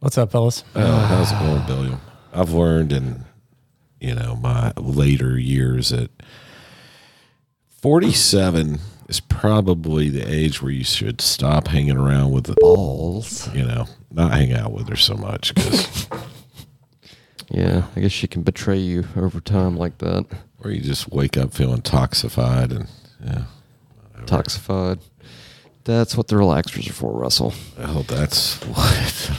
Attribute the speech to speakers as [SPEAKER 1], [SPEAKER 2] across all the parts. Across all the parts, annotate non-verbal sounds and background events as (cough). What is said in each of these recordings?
[SPEAKER 1] What's up, fellas?
[SPEAKER 2] Oh, how's it going, Billiam? I've learned in you know my later years that forty-seven is probably the age where you should stop hanging around with the
[SPEAKER 3] Balls.
[SPEAKER 2] you know not hang out with her so much because
[SPEAKER 3] Yeah, I guess she can betray you over time like that.
[SPEAKER 2] or you just wake up feeling toxified and yeah.
[SPEAKER 3] Toxified. That's what the relaxers are for, Russell.
[SPEAKER 2] Oh, that's what.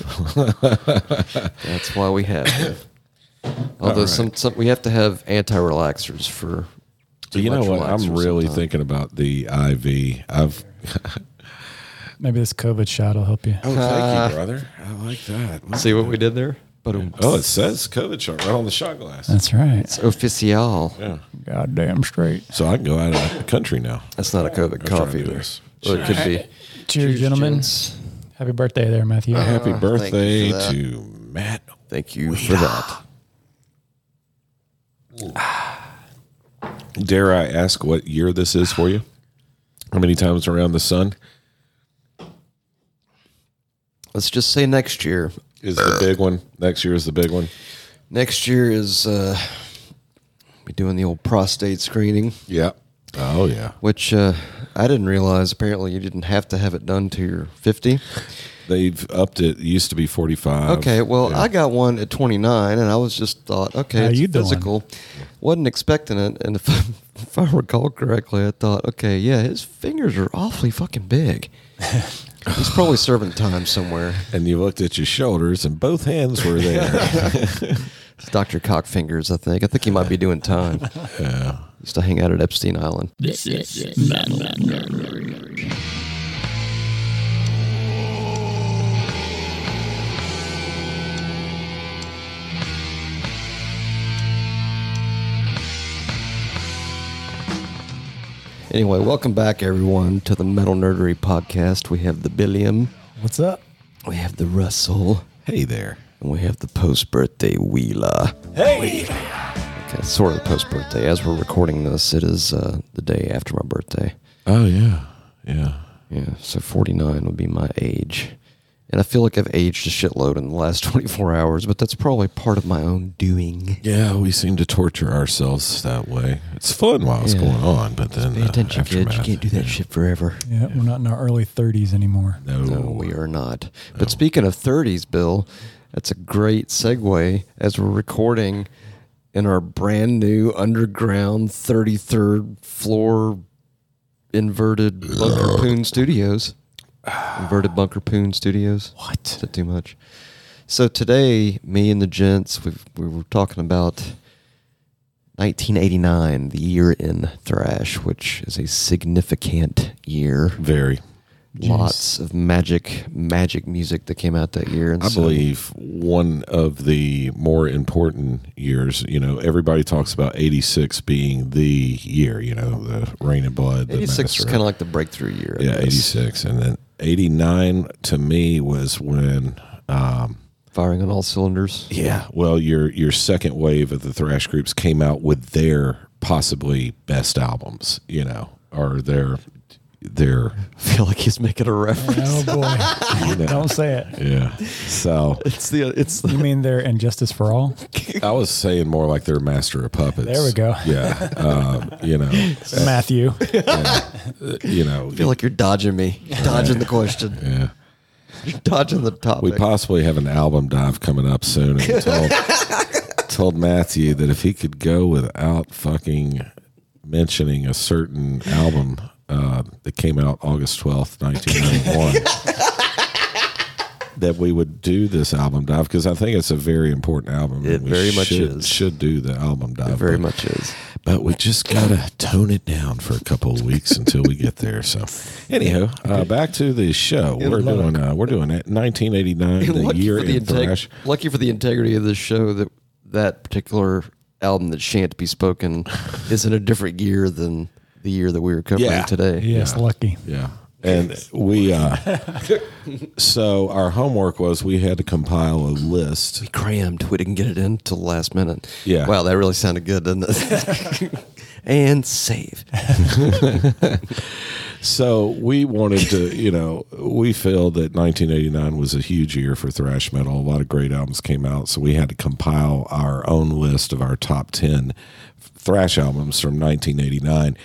[SPEAKER 3] That's why we have them.
[SPEAKER 2] (coughs)
[SPEAKER 3] Although some, some we have to have anti-relaxers for. too
[SPEAKER 2] you know
[SPEAKER 3] much
[SPEAKER 2] what? I'm
[SPEAKER 3] relaxers
[SPEAKER 2] really
[SPEAKER 3] sometimes.
[SPEAKER 2] thinking about the IV. I've.
[SPEAKER 1] Maybe this COVID shot will help you.
[SPEAKER 2] Oh, thank you, brother. I like that.
[SPEAKER 3] See what we did there? But
[SPEAKER 2] Oh, it says COVID shot right on the shot glass.
[SPEAKER 1] That's right.
[SPEAKER 3] it's official.
[SPEAKER 2] Yeah.
[SPEAKER 1] Goddamn straight.
[SPEAKER 2] So I can go out of the country now.
[SPEAKER 3] That's not a COVID
[SPEAKER 2] trying
[SPEAKER 3] cough
[SPEAKER 2] to do
[SPEAKER 3] either.
[SPEAKER 2] this.
[SPEAKER 3] Or it could be.
[SPEAKER 1] Cheers, gentlemen.
[SPEAKER 3] gents.
[SPEAKER 1] Happy birthday there, Matthew.
[SPEAKER 3] Uh-huh.
[SPEAKER 2] Happy birthday
[SPEAKER 3] that.
[SPEAKER 2] to Matt.
[SPEAKER 3] Thank you for that.
[SPEAKER 2] Dare I ask what year this is for you? How many times around the sun
[SPEAKER 3] Let's just say next year.
[SPEAKER 2] is the big one? Next year is the big one.
[SPEAKER 3] Next year is uh, be doing the old prostate screening,
[SPEAKER 2] Yeah. Oh yeah.
[SPEAKER 3] which uh, I didn't realize. Apparently, you didn't have to have it done till you're 50.
[SPEAKER 2] They've upped it. It used to be forty five.
[SPEAKER 3] Okay, well, I got one at 29, and I was just thought, okay,
[SPEAKER 1] How
[SPEAKER 3] it's
[SPEAKER 1] you doing?
[SPEAKER 3] physical. Wasn't expecting it, and (laughs) if I, if I recall correctly, I thought, okay, yeah, his fingers are awfully
[SPEAKER 1] (laughs)
[SPEAKER 3] fucking big. He's probably serving time somewhere.
[SPEAKER 2] And you looked at your shoulders, and both hands were
[SPEAKER 3] (laughs)
[SPEAKER 2] there.
[SPEAKER 3] It's Dr. Cockfingers, I think. I think he might be doing time. Used to hang out at Epstein Island. Anyway, welcome back, everyone, to the Metal Nerdery Podcast. We have the Billiam,
[SPEAKER 1] What's up?
[SPEAKER 3] we have the Russell,
[SPEAKER 2] hey there.
[SPEAKER 3] and we have the post birthday Wheeler.
[SPEAKER 1] Hey.
[SPEAKER 3] Okay, sort of post birthday. As we're recording this, it is uh, the day after my birthday.
[SPEAKER 2] Oh yeah, yeah.
[SPEAKER 3] Yeah, so 49 would be my age. And I feel like I've aged a shitload in the last (laughs) 24 hours, but that's probably part of my own doing.
[SPEAKER 2] Yeah, we seem to torture ourselves that way. It's fun while it's
[SPEAKER 3] Yeah.
[SPEAKER 2] going on, but then
[SPEAKER 3] Pay
[SPEAKER 2] the
[SPEAKER 3] attention, kids. You
[SPEAKER 2] aftermath,
[SPEAKER 3] can't do that shit forever.
[SPEAKER 1] Yeah, we're not in our early 30s anymore.
[SPEAKER 2] No,
[SPEAKER 3] No, we are not. But speaking of 30s, Bill, that's a great segue as we're recording in our brand new underground 33rd floor inverted Bunker Poon Studios. Inverted Bunker Poon Studios. Is
[SPEAKER 1] What?
[SPEAKER 3] that too much? So today, me and the gents, we we were talking about 1989, the year in thrash, which is a significant year
[SPEAKER 2] very.
[SPEAKER 3] lots of magic magic music that came out that year and
[SPEAKER 2] I
[SPEAKER 3] so-
[SPEAKER 2] believe one of the more important years. You know, everybody talks about '86 being the year. You know, the Rain of Blood. the
[SPEAKER 3] 86 is
[SPEAKER 2] Master.
[SPEAKER 3] kind of like the breakthrough year I
[SPEAKER 2] yeah,
[SPEAKER 3] guess.
[SPEAKER 2] '86, and then '89 to me was when. Um,
[SPEAKER 3] firing on all
[SPEAKER 2] (laughs)
[SPEAKER 3] cylinders
[SPEAKER 2] yeah, well, your your second wave of the thrash groups came out with their possibly best albums. You know, or their their
[SPEAKER 3] i feel like he's making a
[SPEAKER 2] (laughs)
[SPEAKER 3] reference
[SPEAKER 1] Oh, (laughs) boy. Don't say it.
[SPEAKER 2] yeah. So
[SPEAKER 3] it's the it's the
[SPEAKER 1] You mean they're Injustice for All?
[SPEAKER 2] I was saying more like their master of puppets.
[SPEAKER 1] There we go.
[SPEAKER 2] Yeah, um, you know,
[SPEAKER 1] (laughs) Matthew.
[SPEAKER 2] you know,
[SPEAKER 3] I feel like you're dodging me dodging the question
[SPEAKER 2] yeah.
[SPEAKER 3] (laughs) you're dodging the topic
[SPEAKER 2] We possibly have an album dive coming up soon. And we
[SPEAKER 3] (laughs)
[SPEAKER 2] told, told Matthew that if he could go without fucking mentioning a certain album uh, that came out August 12th, 1991, that we would do this album dive because I think it's a very important album.
[SPEAKER 3] It
[SPEAKER 2] and we
[SPEAKER 3] very much
[SPEAKER 2] should,
[SPEAKER 3] is.
[SPEAKER 2] Should do the album dive.
[SPEAKER 3] very
[SPEAKER 2] but,
[SPEAKER 3] much is
[SPEAKER 2] But we just got to tone it down for a couple of weeks until we get there. So, anyhow, uh, back to the show. we're doing uh, we're doing it 1989, the
[SPEAKER 3] lucky,
[SPEAKER 2] year
[SPEAKER 3] for the
[SPEAKER 2] in
[SPEAKER 3] integ-
[SPEAKER 2] thrash.
[SPEAKER 3] lucky for the integrity of this show that that particular album that shan't be spoken
[SPEAKER 2] (laughs)
[SPEAKER 3] is in a different year than the year that we were covering
[SPEAKER 2] Yeah.
[SPEAKER 3] today
[SPEAKER 1] Yes, lucky.
[SPEAKER 2] Yeah. And we,
[SPEAKER 3] (laughs)
[SPEAKER 2] uh, so our homework was we had to compile a list.
[SPEAKER 3] crammed. We didn't get it in till the last minute.
[SPEAKER 2] Yeah.
[SPEAKER 3] Wow, that
[SPEAKER 2] (laughs)
[SPEAKER 3] really sounded good, didn't it? and save.
[SPEAKER 2] So we wanted
[SPEAKER 3] (laughs)
[SPEAKER 2] to, you know, we feel that 1989 was a huge year for thrash metal. A lot of great albums came out, so we had to compile our own list of our top 10 thrash albums from 1989.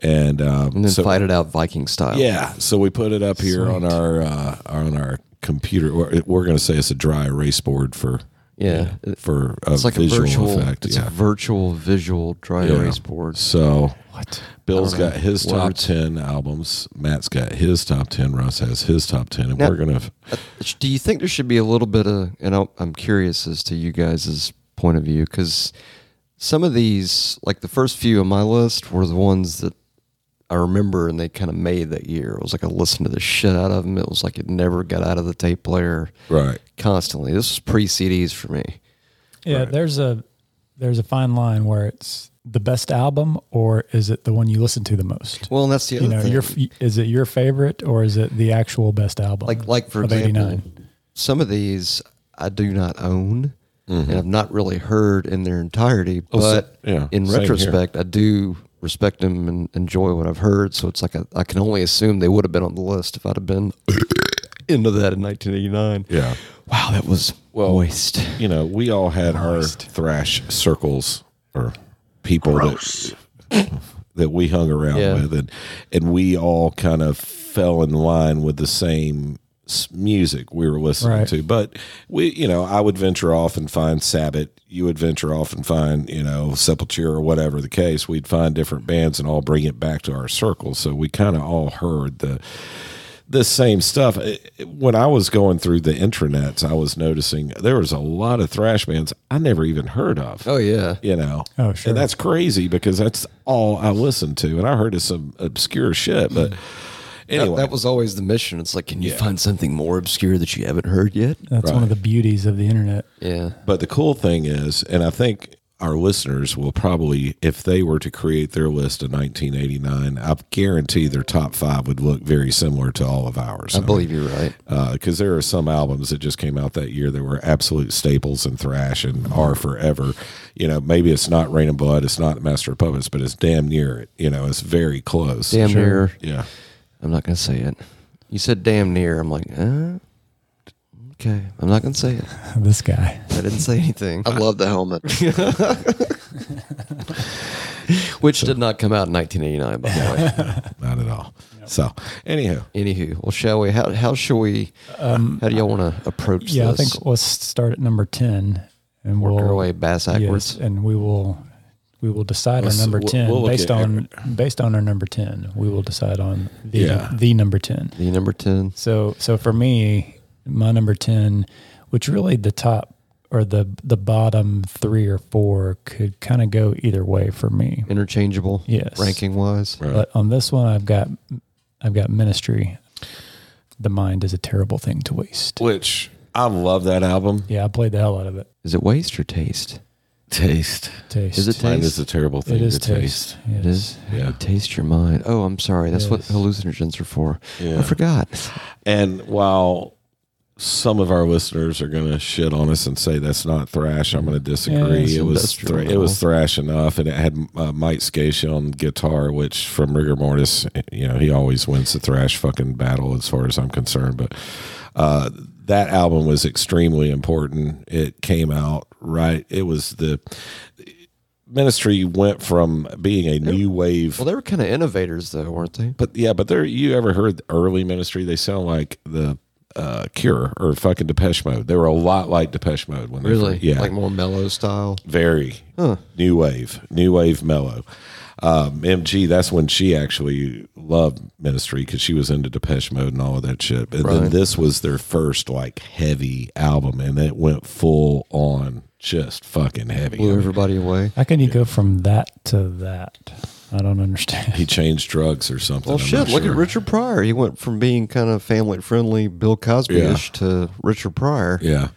[SPEAKER 2] And, um,
[SPEAKER 3] and then
[SPEAKER 2] so,
[SPEAKER 3] fight it out Viking style.
[SPEAKER 2] yeah, so we put it up here on our uh, on our computer. We're, we're going to say it's a dry erase board for
[SPEAKER 3] Yeah.
[SPEAKER 2] for a
[SPEAKER 3] It's like a
[SPEAKER 2] visual
[SPEAKER 3] virtual.
[SPEAKER 2] effect.
[SPEAKER 3] It's
[SPEAKER 2] yeah.
[SPEAKER 3] a virtual visual dry
[SPEAKER 2] Yeah.
[SPEAKER 3] erase board.
[SPEAKER 2] So
[SPEAKER 1] What?
[SPEAKER 2] Bill's
[SPEAKER 3] I don't know.
[SPEAKER 2] got his top
[SPEAKER 3] Words.
[SPEAKER 2] ten albums. Matt's got his top ten. Russ has his top ten, and
[SPEAKER 3] Now-
[SPEAKER 2] we're gonna. f-
[SPEAKER 3] Uh, sh- Do you think there should be a little bit of, and I'm- I'm curious as to you guys' point of view, because some of these, like the first few on my list, were the ones that I remember and they kind of made that year. It was like I listened to the shit out of them. It was like it never got out of the tape player
[SPEAKER 2] Right.
[SPEAKER 3] constantly. This was pre CDs for me.
[SPEAKER 1] Yeah, there's a there's a fine line where it's the best album or is it the one you listen to the most?
[SPEAKER 3] Well, and that's the other
[SPEAKER 1] you know,
[SPEAKER 3] thing.
[SPEAKER 1] your f- is it your favorite or is it the actual best album?
[SPEAKER 3] like like for
[SPEAKER 1] of
[SPEAKER 3] example,
[SPEAKER 1] 89?
[SPEAKER 3] some of these I do not own and I've not really heard in their entirety, but
[SPEAKER 2] Mm-hmm. Oh, so- yeah,
[SPEAKER 3] in
[SPEAKER 2] same here.
[SPEAKER 3] retrospect, I do respect them and enjoy what I've heard. So it's like I, I can only assume they would have been on the list if I'd have been (coughs) into that in 1989.
[SPEAKER 2] Yeah.
[SPEAKER 3] Wow, that was moist.
[SPEAKER 2] You know, we all had our thrash circles or people that that we hung around
[SPEAKER 3] Yeah.
[SPEAKER 2] with, and and we all kind of fell in line with the same s- music we were listening
[SPEAKER 1] Right.
[SPEAKER 2] to. But we, you know, I would venture off and find Sabbath. You would venture off and find, you know, Sepultura or whatever the case. We'd find different bands and all bring it back to our circle. So we kind of all heard the the same stuff. It- it- When I was going through the intranets, I was noticing there was a lot of thrash bands I never even heard of.
[SPEAKER 3] Oh yeah,
[SPEAKER 2] You know,
[SPEAKER 1] Oh, sure.
[SPEAKER 2] and that's crazy because that's all I listened to, and I heard of some obscure shit. But
[SPEAKER 3] That-
[SPEAKER 2] anyway,
[SPEAKER 3] Mm-hmm. that was always the mission. It's like, can you find something more obscure that you haven't heard yet?
[SPEAKER 1] That's one of the beauties of the internet. (laughs)
[SPEAKER 3] Yeah,
[SPEAKER 2] But the cool thing is, and I think our listeners will probably, if they were to create their list of 1989, I guarantee their top five would look very similar to all of ours.
[SPEAKER 3] I believe you're right.
[SPEAKER 2] because Uh, there are some albums that just came out that year that were absolute staples in thrash and are forever. You know, maybe it's not Rain of Blood, it's not Master of Puppets, but it's damn near it. You know, it's very close.
[SPEAKER 3] Damn near.
[SPEAKER 2] Yeah.
[SPEAKER 3] I'm not gonna say it. You said damn near. I'm like, uh, okay. I'm not gonna say it.
[SPEAKER 1] This guy.
[SPEAKER 3] I didn't say anything.
[SPEAKER 4] I love the helmet.
[SPEAKER 3] (laughs) Which did not come out in 1989, by the way.
[SPEAKER 2] Not at all. So, anyhow,
[SPEAKER 1] (laughs)
[SPEAKER 3] Anywho, well, shall we? How how shall we? how do y'all want to approach
[SPEAKER 1] Um, Yeah, I
[SPEAKER 3] this?
[SPEAKER 1] think let's start at number 10 and
[SPEAKER 3] Work
[SPEAKER 1] we'll
[SPEAKER 3] our way bass
[SPEAKER 1] Yes,
[SPEAKER 3] backwards.
[SPEAKER 1] and we will we will decide
[SPEAKER 2] Let's-
[SPEAKER 1] our number
[SPEAKER 2] we'll-
[SPEAKER 1] 10
[SPEAKER 2] we'll look
[SPEAKER 1] based
[SPEAKER 2] at
[SPEAKER 1] on based on our number 10. We will decide on the
[SPEAKER 2] Yeah.
[SPEAKER 1] the number 10.
[SPEAKER 3] The number ten.
[SPEAKER 1] So so for me, my number 10, which really the top or the the bottom 3 or 4 could kind of go either way for me.
[SPEAKER 3] Interchangeable.
[SPEAKER 1] Yes.
[SPEAKER 3] Ranking wise.
[SPEAKER 1] But on this one I've got I've got ministry. The mind is a terrible thing to waste.
[SPEAKER 2] which I love that album.
[SPEAKER 1] Yeah, I played the hell out of it.
[SPEAKER 3] Is it waste or taste?
[SPEAKER 2] Taste.
[SPEAKER 1] Taste.
[SPEAKER 3] Is it
[SPEAKER 2] Mine
[SPEAKER 3] Taste.
[SPEAKER 2] is a terrible thing
[SPEAKER 1] it is
[SPEAKER 2] to taste.
[SPEAKER 1] taste. Yes.
[SPEAKER 3] It is.
[SPEAKER 2] Yeah.
[SPEAKER 3] You taste your mind. Oh, I'm sorry. That's what
[SPEAKER 1] Yes.
[SPEAKER 3] hallucinogens are for.
[SPEAKER 2] Yeah.
[SPEAKER 3] I forgot.
[SPEAKER 2] And while some of our listeners are going to shit on us and say that's not thrash, I'm going to disagree.
[SPEAKER 1] it's
[SPEAKER 2] it was
[SPEAKER 3] industrial
[SPEAKER 2] thr- it
[SPEAKER 3] metal.
[SPEAKER 2] was thrash enough, and it had uh, Mike Scacia on guitar, which from rigor mortis, you know, he always wins the thrash fucking battle as far as I'm concerned. But uh, that album was extremely important. It came out right. It was the ministry went from being a new wave
[SPEAKER 3] Well, they were kind of innovators, though, weren't they?
[SPEAKER 2] but yeah, but there you ever heard early ministry? They sound like the uh, Cure or fucking Depeche Mode. They were a lot like Depeche Mode when they
[SPEAKER 3] Really?
[SPEAKER 2] first- yeah,
[SPEAKER 3] Like more mellow style.
[SPEAKER 2] very new wave, new wave mellow. Um, MG, that's when she actually loved ministry because she was into Depeche Mode and all of that shit. And then this was their first like heavy album, and it went full on just fucking heavy.
[SPEAKER 3] Blew everybody away.
[SPEAKER 1] How can you go from that to that? I don't understand.
[SPEAKER 2] he changed drugs or something.
[SPEAKER 3] Well,
[SPEAKER 2] I'm
[SPEAKER 3] shit,
[SPEAKER 2] not
[SPEAKER 3] look
[SPEAKER 2] sure.
[SPEAKER 3] at Richard Pryor. He went from being kind of family friendly, Bill Cosby ish, to Richard Pryor.
[SPEAKER 2] Yeah,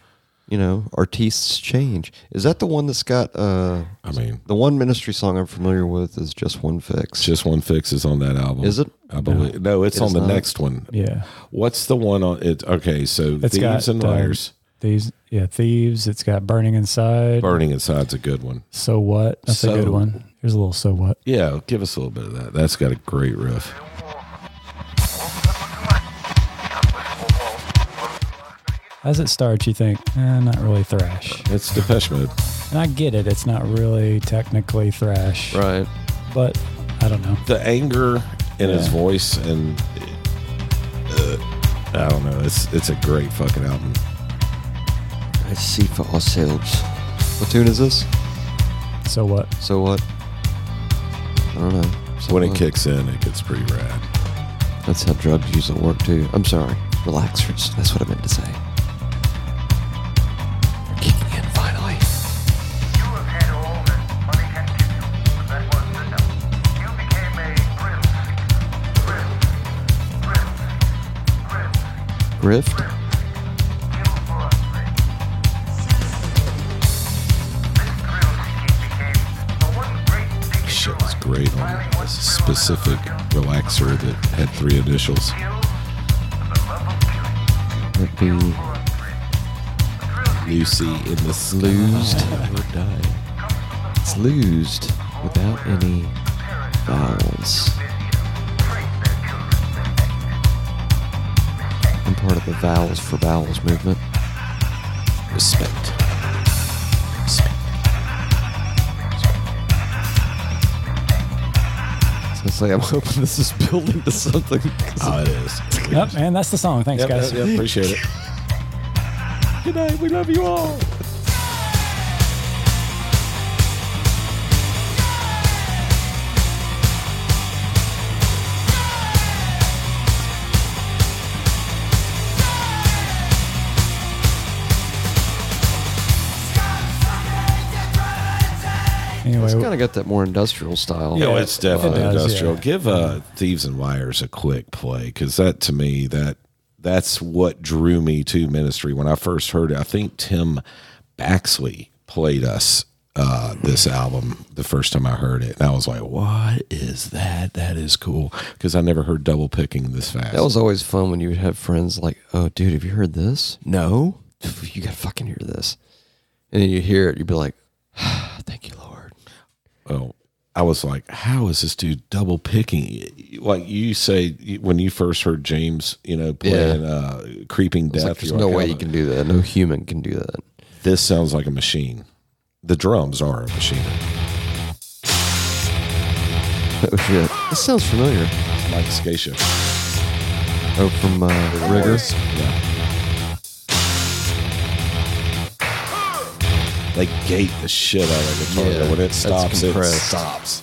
[SPEAKER 3] You know, artists change. Is that the one that's got uh,
[SPEAKER 2] I mean,
[SPEAKER 3] the one ministry song I'm familiar with is Just One Fix?
[SPEAKER 2] just one fix is on that album.
[SPEAKER 3] Is it?
[SPEAKER 2] I believe. No, it's on the next one.
[SPEAKER 1] (laughs) Yeah,
[SPEAKER 2] What's the one on it? Okay, so
[SPEAKER 1] it's
[SPEAKER 2] thieves and
[SPEAKER 1] um,
[SPEAKER 2] liars.
[SPEAKER 1] thieves, yeah, thieves. It's got burning inside.
[SPEAKER 2] Burning inside's a good one.
[SPEAKER 1] so what? That's a good
[SPEAKER 2] So-
[SPEAKER 1] one. Here's a little so what.
[SPEAKER 2] Yeah, give us a little bit of that. That's got a great riff.
[SPEAKER 1] As it starts, you think, eh, not really thrash.
[SPEAKER 2] It's Depeche Mode.
[SPEAKER 1] And I get it. It's not really technically thrash,
[SPEAKER 3] Right.
[SPEAKER 1] but I don't know.
[SPEAKER 2] The anger in his
[SPEAKER 1] Yeah.
[SPEAKER 2] voice and uh, I don't know. It's it's a great fucking album.
[SPEAKER 3] I see for ourselves. What tune is this?
[SPEAKER 1] So what?
[SPEAKER 3] So what? I don't know. So
[SPEAKER 2] When it
[SPEAKER 3] what?
[SPEAKER 2] kicks in, it gets pretty rad.
[SPEAKER 3] That's how drugs usually work too. I'm sorry. Relaxers. That's what I meant to say. We're kicking in finally.
[SPEAKER 4] You have had all that money can give you, but that wasn't enough. You became a thrill seeker. Thrill seeker. Thrill seeker. Thrill seeker.
[SPEAKER 3] Grift?
[SPEAKER 4] Thrill seeker. Kill for us, baby. This thrill seeking became the one great thing in
[SPEAKER 2] Shit
[SPEAKER 4] your
[SPEAKER 2] was
[SPEAKER 4] life.
[SPEAKER 2] great on
[SPEAKER 4] Finding
[SPEAKER 2] a
[SPEAKER 4] what thrill is
[SPEAKER 2] specific
[SPEAKER 4] about.
[SPEAKER 2] relaxer that had three initials.
[SPEAKER 4] Kill and the love of killing.
[SPEAKER 3] Would be
[SPEAKER 4] Kill for us, baby. The thrill seeker
[SPEAKER 2] Lucy in the sky.
[SPEAKER 3] losed or die.
[SPEAKER 4] comes from the
[SPEAKER 3] It's losed without any
[SPEAKER 4] parents of
[SPEAKER 3] vowels.
[SPEAKER 4] Lydia, train their children to act.
[SPEAKER 3] I'm part of the Vowels for Vowels movement. Respect. Respect. So it's like I'm hoping this is building to something. 'cause
[SPEAKER 2] Oh, it is.
[SPEAKER 1] Yep, and that's the song. Thanks,
[SPEAKER 2] Yep,
[SPEAKER 1] guys.
[SPEAKER 2] yep, yep, appreciate it.
[SPEAKER 3] (laughs) Good night. We love you all.
[SPEAKER 1] Anyway,
[SPEAKER 3] It's
[SPEAKER 1] Oh.
[SPEAKER 3] kind of got that more industrial style.
[SPEAKER 2] No, it's definitely
[SPEAKER 1] It does,
[SPEAKER 2] industrial.
[SPEAKER 1] yeah.
[SPEAKER 2] Give uh, Thieves and Wires a quick play because that to me that that's what drew me to Ministry when I first heard it. I think Tim Baxley played us uh, this album the first time I heard it, and I was like, "What is that? That is cool." Because I never heard double picking this fast.
[SPEAKER 3] That was always fun when you would have friends like, "Oh, dude, have you heard this?" No, you gotta fucking hear this. And then you hear it, you'd be like, "Ah, "Thank you, Lord."
[SPEAKER 2] well, Oh. I was like, how is this dude double picking? Like you say, when you first heard James, you know, playing uh, Creeping
[SPEAKER 3] It's
[SPEAKER 2] Death,
[SPEAKER 3] like, there's
[SPEAKER 2] you're
[SPEAKER 3] no
[SPEAKER 2] like,
[SPEAKER 3] way
[SPEAKER 2] "Oh,
[SPEAKER 3] you can do that. No human can do that. (laughs)
[SPEAKER 2] This sounds like a machine. The drums are a machine.
[SPEAKER 3] Oh shit, this sounds familiar.
[SPEAKER 2] Like Scatia.
[SPEAKER 3] Oh, from uh, Rigor.
[SPEAKER 2] Yeah. They gate the shit out of the guitar.
[SPEAKER 3] Yeah,
[SPEAKER 2] when it
[SPEAKER 3] that's
[SPEAKER 2] stops, it
[SPEAKER 3] compressed.
[SPEAKER 2] stops.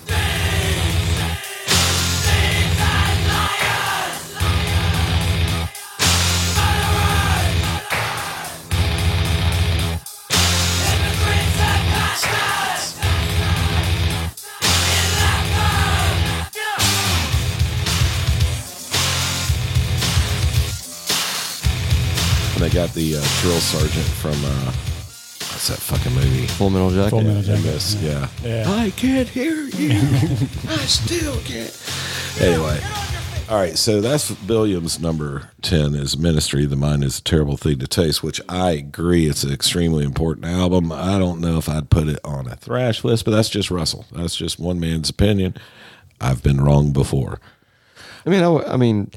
[SPEAKER 2] And they got the uh, drill sergeant from uh, what's that fucking movie?
[SPEAKER 3] Full Metal Jacket.
[SPEAKER 1] Full Metal Jacket.
[SPEAKER 2] Yes, yeah.
[SPEAKER 1] Yeah.
[SPEAKER 2] I can't hear you. I still can't. Anyway. All right, so that's Billiam's number 10 is Ministry. The Mind is a Terrible Thing to Taste, which I agree. It's an extremely important album. I don't know if I'd put it on a thrash list, but that's just Russell. That's just one man's opinion. I've been wrong before.
[SPEAKER 3] I mean, I, w- I mean,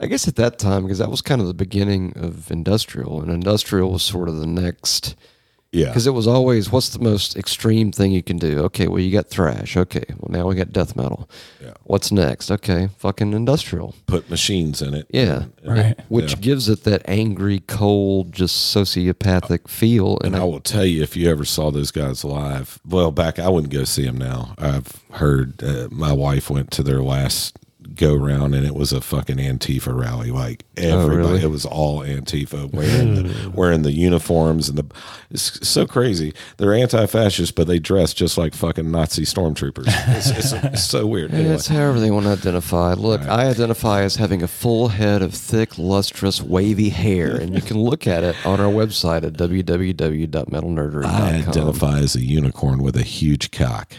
[SPEAKER 3] I guess at that time because that was kind of the beginning of industrial, and industrial was sort of the next.
[SPEAKER 2] Yeah.
[SPEAKER 3] Because it was always, what's the most extreme thing you can do? Okay, well, you got thrash. Okay, well, now we got death metal.
[SPEAKER 2] Yeah.
[SPEAKER 3] What's next? Okay, fucking industrial.
[SPEAKER 2] Put machines in it.
[SPEAKER 3] Yeah.
[SPEAKER 1] right.
[SPEAKER 3] Which
[SPEAKER 2] Yeah.
[SPEAKER 3] gives it that angry, cold, just sociopathic feel. And,
[SPEAKER 2] And I
[SPEAKER 3] I,
[SPEAKER 2] will tell you, if you ever saw those guys live, well, back I wouldn't go see them now. I've heard uh, my wife went to their last go round, and it was a fucking Antifa rally. Like everybody,
[SPEAKER 3] Oh, really? Hmm.
[SPEAKER 2] it was all Antifa wearing the, wearing the uniforms and the. It's so crazy. They're anti-fascist, but they dress just like fucking Nazi stormtroopers. It's, it's,
[SPEAKER 3] (laughs)
[SPEAKER 2] it's so weird. Anyway,
[SPEAKER 3] that's eh, however they want to identify. Look, I identify as having a full head of thick, lustrous, wavy hair. and you can look at it on our website at www.metalnerdery.com.
[SPEAKER 2] I identify as a unicorn with a huge cock.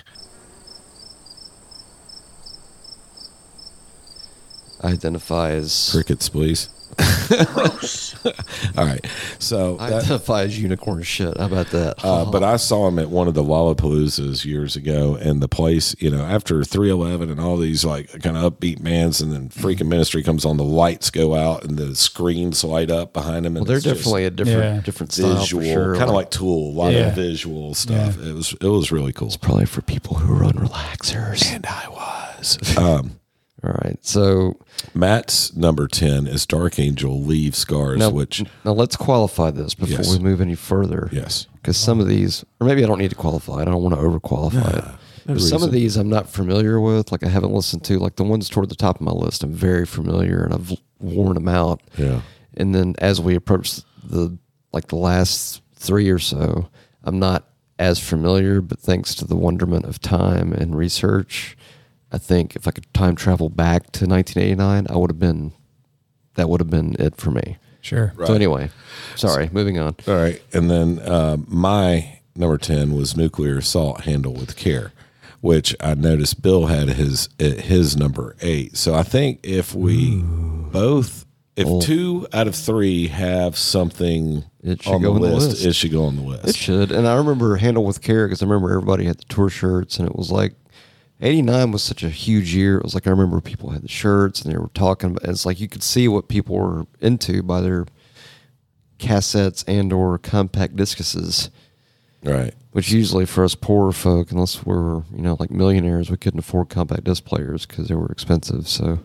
[SPEAKER 3] I identify as
[SPEAKER 2] Crickets, please. (laughs) All right. So
[SPEAKER 3] I
[SPEAKER 2] that-
[SPEAKER 3] identify as unicorn shit. How about that?
[SPEAKER 2] Uh, but I saw him at one of the Lollapaloozas years ago, and the place, you know, after 311 and all these like kind of upbeat bands, and then
[SPEAKER 3] Mm-hmm.
[SPEAKER 2] freaking ministry comes on, the lights go out and the screens light up behind him. And
[SPEAKER 3] well, they're
[SPEAKER 2] it's just
[SPEAKER 3] definitely a different
[SPEAKER 1] Yeah.
[SPEAKER 3] different style
[SPEAKER 2] visual,
[SPEAKER 3] for sure.
[SPEAKER 2] kind of like Tool, a lot
[SPEAKER 1] Yeah.
[SPEAKER 2] of visual stuff. It was it was really cool.
[SPEAKER 3] probably for people who run relaxers.
[SPEAKER 2] And I was um,
[SPEAKER 3] All right, so
[SPEAKER 2] Matt's number 10 is Dark Angel Leave Scars,
[SPEAKER 3] now,
[SPEAKER 2] which
[SPEAKER 3] now let's qualify this before
[SPEAKER 2] Yes.
[SPEAKER 3] we move any further.
[SPEAKER 2] yes,
[SPEAKER 3] because some of these, or maybe I don't need to qualify. it. I don't want to overqualify it. But some
[SPEAKER 2] reason.
[SPEAKER 3] of these I'm not familiar with, like I haven't listened to. Like the ones toward the top of my list, I'm very familiar, and I've worn them out.
[SPEAKER 2] Yeah.
[SPEAKER 3] And then as we approach the like the last three or so, I'm not as familiar. But thanks to the wonderment of time and research, I think if I could time travel back to 1989, I would have been. That would have been it for me.
[SPEAKER 1] Sure.
[SPEAKER 3] So anyway, sorry. Moving on.
[SPEAKER 2] All right. And then uh, my number 10 was nuclear assault handle with care, which I noticed Bill had his at his number eight. So I think if we both, if two out of three have something
[SPEAKER 3] It should
[SPEAKER 2] on,
[SPEAKER 3] go
[SPEAKER 2] the
[SPEAKER 3] on the
[SPEAKER 2] list,
[SPEAKER 3] list.
[SPEAKER 2] it should go on the
[SPEAKER 3] It
[SPEAKER 2] list.
[SPEAKER 3] should. And I remember Handle with Care because I remember everybody had the tour shirts, and it was like 89 was such a huge year. It was like I remember people had the shirts and they were talking about it's like you could see what people were into by their cassettes and or compact discuses,
[SPEAKER 2] Right.
[SPEAKER 3] which usually for us poorer folk, unless we were, you know, like millionaires, we couldn't afford compact disc players because they were expensive. So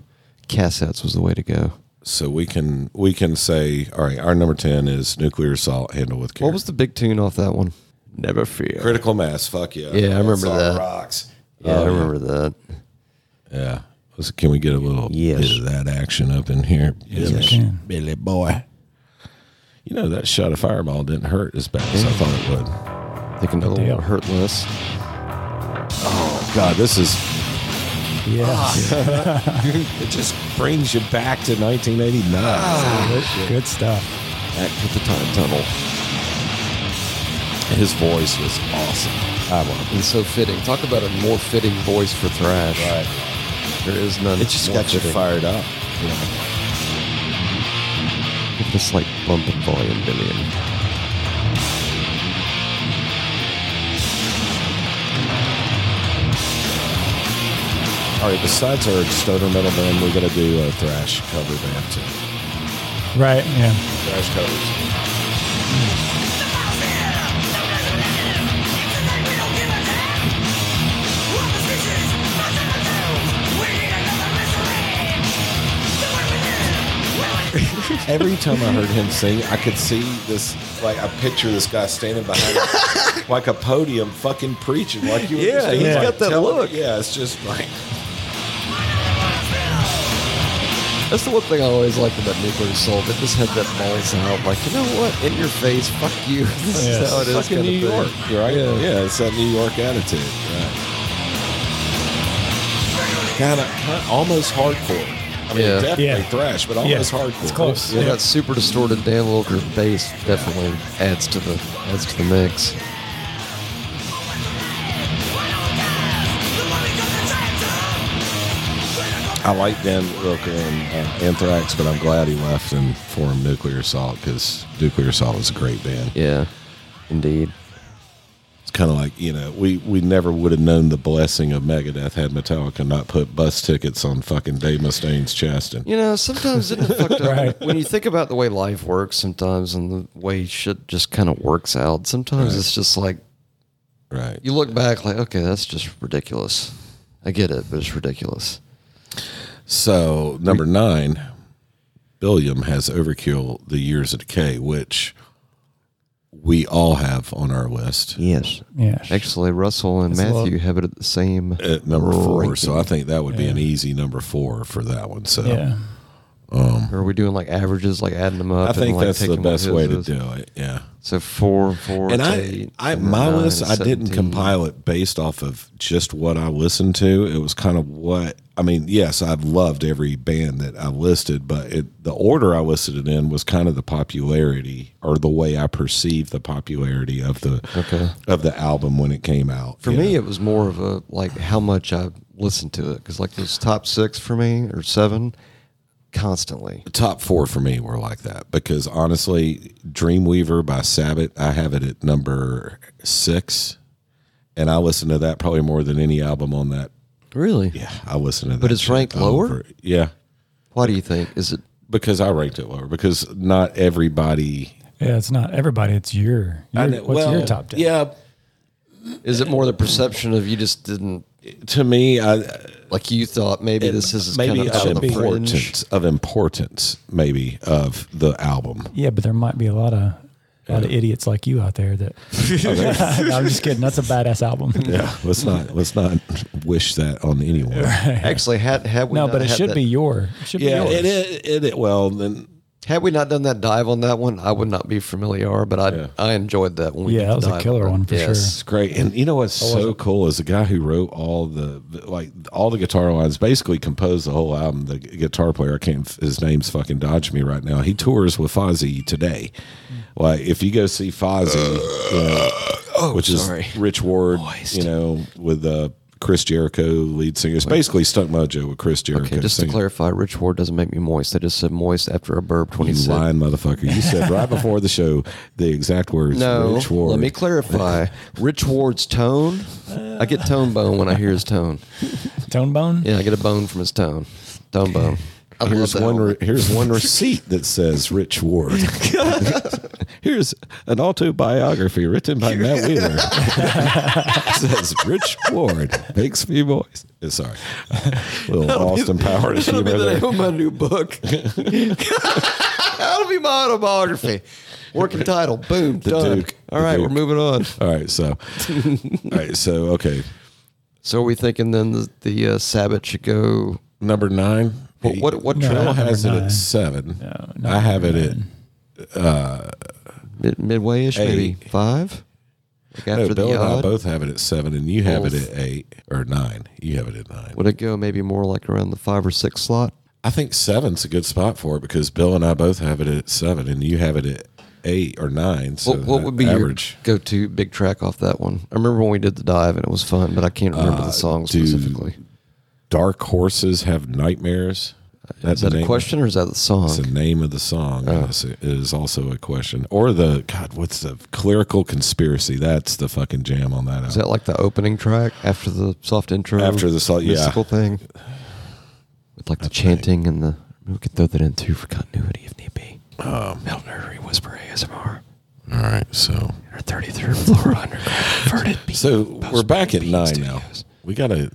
[SPEAKER 3] cassettes was the way to go.
[SPEAKER 2] So we can we can say all right. Our number ten is nuclear assault handle with care.
[SPEAKER 3] What was the big tune off that one? Never fear.
[SPEAKER 2] critical mass? Fuck yeah.
[SPEAKER 3] Yeah, I remember
[SPEAKER 2] song
[SPEAKER 3] that.
[SPEAKER 2] Rocks.
[SPEAKER 3] Oh, yeah, I remember that.
[SPEAKER 2] Yeah. Let's- Can we get a little
[SPEAKER 3] Yes.
[SPEAKER 2] bit of that action up in here?
[SPEAKER 1] we can.
[SPEAKER 2] Billy boy. You know, that shot of fireball didn't hurt as bad as I thought it would.
[SPEAKER 3] Think another one
[SPEAKER 1] Damn.
[SPEAKER 3] would hurt less.
[SPEAKER 2] God, this is,
[SPEAKER 1] Yes.
[SPEAKER 2] it just brings you back to 1989.
[SPEAKER 1] good, good stuff.
[SPEAKER 3] Back to the time tunnel.
[SPEAKER 2] His voice was awesome. I love
[SPEAKER 3] And so fitting. Talk about a more fitting voice for thrash.
[SPEAKER 2] it.
[SPEAKER 3] There is none.
[SPEAKER 2] It just
[SPEAKER 3] more
[SPEAKER 2] got you
[SPEAKER 3] fitting.
[SPEAKER 2] fired up. you know.
[SPEAKER 3] Give this like bump in volume, Billion.
[SPEAKER 2] All right, besides our stoner metal band, we're going to do a thrash cover band too.
[SPEAKER 1] Right. Yeah.
[SPEAKER 2] Thrash covers. Every time I heard him sing, I could see this, like, I picture this guy standing behind a- like a podium fucking preaching. Like, you were just
[SPEAKER 3] Yeah,
[SPEAKER 2] doing,
[SPEAKER 1] he's
[SPEAKER 2] like,
[SPEAKER 3] got that
[SPEAKER 2] telling-
[SPEAKER 3] look.
[SPEAKER 2] Yeah, it's just like,
[SPEAKER 3] That's the one thing I always liked about Nuclear Soul. They just had that balls out. Like, you know what? In your face. Fuck you. (laughs) This is
[SPEAKER 1] Yes.
[SPEAKER 3] how it is.
[SPEAKER 2] fucking
[SPEAKER 3] kinda
[SPEAKER 2] New
[SPEAKER 3] thing.
[SPEAKER 2] York, right?
[SPEAKER 3] Yeah.
[SPEAKER 2] Yeah. it's that New York attitude, right? Kind of almost hardcore. I mean,
[SPEAKER 3] Yeah.
[SPEAKER 2] definitely
[SPEAKER 1] Yeah.
[SPEAKER 2] thrash, but
[SPEAKER 1] Yeah.
[SPEAKER 2] almost hardcore.
[SPEAKER 1] It's close.
[SPEAKER 3] Yeah,
[SPEAKER 1] Yeah.
[SPEAKER 3] that super distorted Dan Wilker bass definitely adds to the adds to the mix.
[SPEAKER 2] I like Dan Wilker and uh, Anthrax, but I'm glad he left and formed Nuclear Assault because Nuclear Assault was a great band.
[SPEAKER 3] Yeah, indeed.
[SPEAKER 2] It's kind of like you know we we never would have known the blessing of Megadeth had Metallica not put bus tickets on fucking Dave Mustaine's chest and
[SPEAKER 3] You know, sometimes isn't it
[SPEAKER 2] (laughs)
[SPEAKER 3] fucked up
[SPEAKER 1] Right.
[SPEAKER 3] when you think about the way life works sometimes and the way shit just kind of works out. Sometimes it's just like
[SPEAKER 2] right.
[SPEAKER 3] you look back like, okay, that's just ridiculous. I get it, but it's ridiculous.
[SPEAKER 2] So number nine, Billiam has Overkill: The Years of Decay, which we all have on our list
[SPEAKER 3] Yes.
[SPEAKER 1] Yeah.
[SPEAKER 3] Actually, Russell and
[SPEAKER 1] That's a lot.
[SPEAKER 3] Matthew have it at the same
[SPEAKER 2] at number four.
[SPEAKER 3] ranking.
[SPEAKER 2] So I think that would be an easy number four for that one. So
[SPEAKER 1] Yeah.
[SPEAKER 3] Are we doing like averages, like adding them up?
[SPEAKER 2] I think
[SPEAKER 3] and, like,
[SPEAKER 2] that's the
[SPEAKER 3] taking what
[SPEAKER 2] best
[SPEAKER 3] his
[SPEAKER 2] way to
[SPEAKER 3] is?
[SPEAKER 2] do it. Yeah.
[SPEAKER 3] So four, four,
[SPEAKER 2] and
[SPEAKER 3] to
[SPEAKER 2] I,
[SPEAKER 3] eight,
[SPEAKER 2] I
[SPEAKER 3] and then
[SPEAKER 2] my
[SPEAKER 3] nine
[SPEAKER 2] list
[SPEAKER 3] is
[SPEAKER 2] I didn't
[SPEAKER 3] 17.
[SPEAKER 2] compile it based off of just what I listened to. It was kind of what I mean. Yes, I've loved every band that I listed, but it, the order I listed it in was kind of the popularity or the way I perceived the popularity of the
[SPEAKER 3] Okay.
[SPEAKER 2] of the album when it came out.
[SPEAKER 3] For
[SPEAKER 2] you
[SPEAKER 3] me,
[SPEAKER 2] know.
[SPEAKER 3] it was more of a like how much I listened to it because like those top six for me or seven, constantly.
[SPEAKER 2] top four for me were like that because honestly, Dreamweaver by Sabbath, I have it at number six, and I listen to that probably more than any album on that.
[SPEAKER 3] Really?
[SPEAKER 2] Yeah, I listen to that.
[SPEAKER 3] it's
[SPEAKER 2] shit
[SPEAKER 3] ranked lower?
[SPEAKER 2] over- Yeah,
[SPEAKER 3] Why do you think? Is it
[SPEAKER 2] because I ranked it lower because not everybody.
[SPEAKER 1] Yeah, it's not everybody. It's your. your
[SPEAKER 2] I know-
[SPEAKER 1] what's
[SPEAKER 2] well,
[SPEAKER 1] your top ten?
[SPEAKER 2] Yeah,
[SPEAKER 3] is it more the perception of you just didn't
[SPEAKER 2] to me, I
[SPEAKER 3] like you thought maybe this is
[SPEAKER 2] maybe
[SPEAKER 3] kind of on
[SPEAKER 2] of
[SPEAKER 3] the fringe.
[SPEAKER 2] importance of importance maybe of the album.
[SPEAKER 1] Yeah, but there might be a lot of a lot of idiots like you out there
[SPEAKER 2] (laughs)
[SPEAKER 1] that. (laughs) No, I'm just kidding. That's a badass album.
[SPEAKER 2] Yeah, let's not let's not wish that on
[SPEAKER 1] (laughs)
[SPEAKER 2] anyone.
[SPEAKER 3] Actually, had had we
[SPEAKER 1] No,
[SPEAKER 3] not
[SPEAKER 1] but it
[SPEAKER 3] had
[SPEAKER 1] should
[SPEAKER 3] that-
[SPEAKER 1] be your. It should
[SPEAKER 2] Yeah,
[SPEAKER 1] be yours.
[SPEAKER 2] it, it it well then
[SPEAKER 3] had we not done that dive on that one, I would not be familiar. But I
[SPEAKER 2] Yeah.
[SPEAKER 3] I enjoyed that one.
[SPEAKER 1] Yeah, that was a killer one for
[SPEAKER 2] It's great. And you know what's so cool is the guy who wrote all the like all the guitar lines, basically composed the whole album. The gu- guitar player, I can't his name's fucking dodging me right now. He tours with Fozzy today.
[SPEAKER 3] Hmm.
[SPEAKER 2] Like if you go see Fozzy, you know, which
[SPEAKER 3] Uh, oh, sorry.
[SPEAKER 2] is Rich Ward, you know, with uh, Chris Jericho lead singer. It's basically Stunt Mojo with Chris Jericho.
[SPEAKER 3] Okay, just to
[SPEAKER 2] singing.
[SPEAKER 3] clarify, Rich Ward doesn't make me moist. I just said moist after a burp when he
[SPEAKER 2] You
[SPEAKER 3] said.
[SPEAKER 2] lying motherfucker. You said
[SPEAKER 3] (laughs)
[SPEAKER 2] right before the show the exact words
[SPEAKER 3] No,
[SPEAKER 2] Rich Ward.
[SPEAKER 3] let me clarify. Rich Ward's tone. I get tone bone when I hear his tone.
[SPEAKER 1] Tone Bone.
[SPEAKER 3] Yeah, I get a bone from his tone. Tone bone. I love
[SPEAKER 2] here's
[SPEAKER 3] that
[SPEAKER 2] one re- here's
[SPEAKER 3] (laughs)
[SPEAKER 2] one receipt that says Rich Ward. here's an autobiography written by Matt Wheeler. (laughs) says Rich Ward makes me voice. Uh, Sorry, little Austin Powers
[SPEAKER 3] That'll be
[SPEAKER 2] humor
[SPEAKER 3] the
[SPEAKER 2] there.
[SPEAKER 3] name of my new (laughs) book. That'll be my autobiography. Working title. Boom. done.
[SPEAKER 2] Duke.
[SPEAKER 3] All
[SPEAKER 2] The
[SPEAKER 3] right, we're
[SPEAKER 2] Duke.
[SPEAKER 3] moving on.
[SPEAKER 2] All right, so all right, so okay,
[SPEAKER 3] So are we thinking then the, the uh, Sabbath should go?
[SPEAKER 2] number nine.
[SPEAKER 3] What what, what
[SPEAKER 2] Trail
[SPEAKER 1] not
[SPEAKER 3] trail?
[SPEAKER 2] has it
[SPEAKER 1] number
[SPEAKER 2] at
[SPEAKER 1] nine.
[SPEAKER 2] seven. I have it at
[SPEAKER 3] Mid, midway-ish, maybe
[SPEAKER 2] Eight.
[SPEAKER 3] five. Like
[SPEAKER 2] no,
[SPEAKER 3] after
[SPEAKER 2] Bill
[SPEAKER 3] the
[SPEAKER 2] and I
[SPEAKER 3] odd,
[SPEAKER 2] both have it at seven, and you have
[SPEAKER 3] Both.
[SPEAKER 2] it at eight or nine. You have it at nine.
[SPEAKER 3] would it go maybe more like around the five or six slot?
[SPEAKER 2] I think seven's a good spot for it because Bill and I both have it at seven, and you have it at eight or nine. So
[SPEAKER 3] What, what
[SPEAKER 2] that
[SPEAKER 3] would be
[SPEAKER 2] average?
[SPEAKER 3] your go-to big track off that one? I remember when we did the dive and it was fun, but I can't remember
[SPEAKER 2] Uh,
[SPEAKER 3] the song
[SPEAKER 2] do-
[SPEAKER 3] specifically.
[SPEAKER 2] Dark horses have nightmares. That's
[SPEAKER 3] Is that
[SPEAKER 2] the
[SPEAKER 3] a
[SPEAKER 2] name-
[SPEAKER 3] question Oh. or is that the song?
[SPEAKER 2] It's the name of the song. Yes, it is also a question. Or the God, what's the clerical conspiracy? That's the fucking jam on that.
[SPEAKER 3] Is
[SPEAKER 2] Album.
[SPEAKER 3] that like the opening track after the soft intro?
[SPEAKER 2] After the sol- yeah.
[SPEAKER 3] mystical thing, with like the chanting and the we could throw that in too for continuity if need be. Um, Metal Nerdery Whisper ASMR
[SPEAKER 2] All right, so
[SPEAKER 3] or 33rd floor (laughs) underground inverted beat.
[SPEAKER 2] so we're back at
[SPEAKER 3] Beat
[SPEAKER 2] nine now.
[SPEAKER 3] Studios.
[SPEAKER 2] We gotta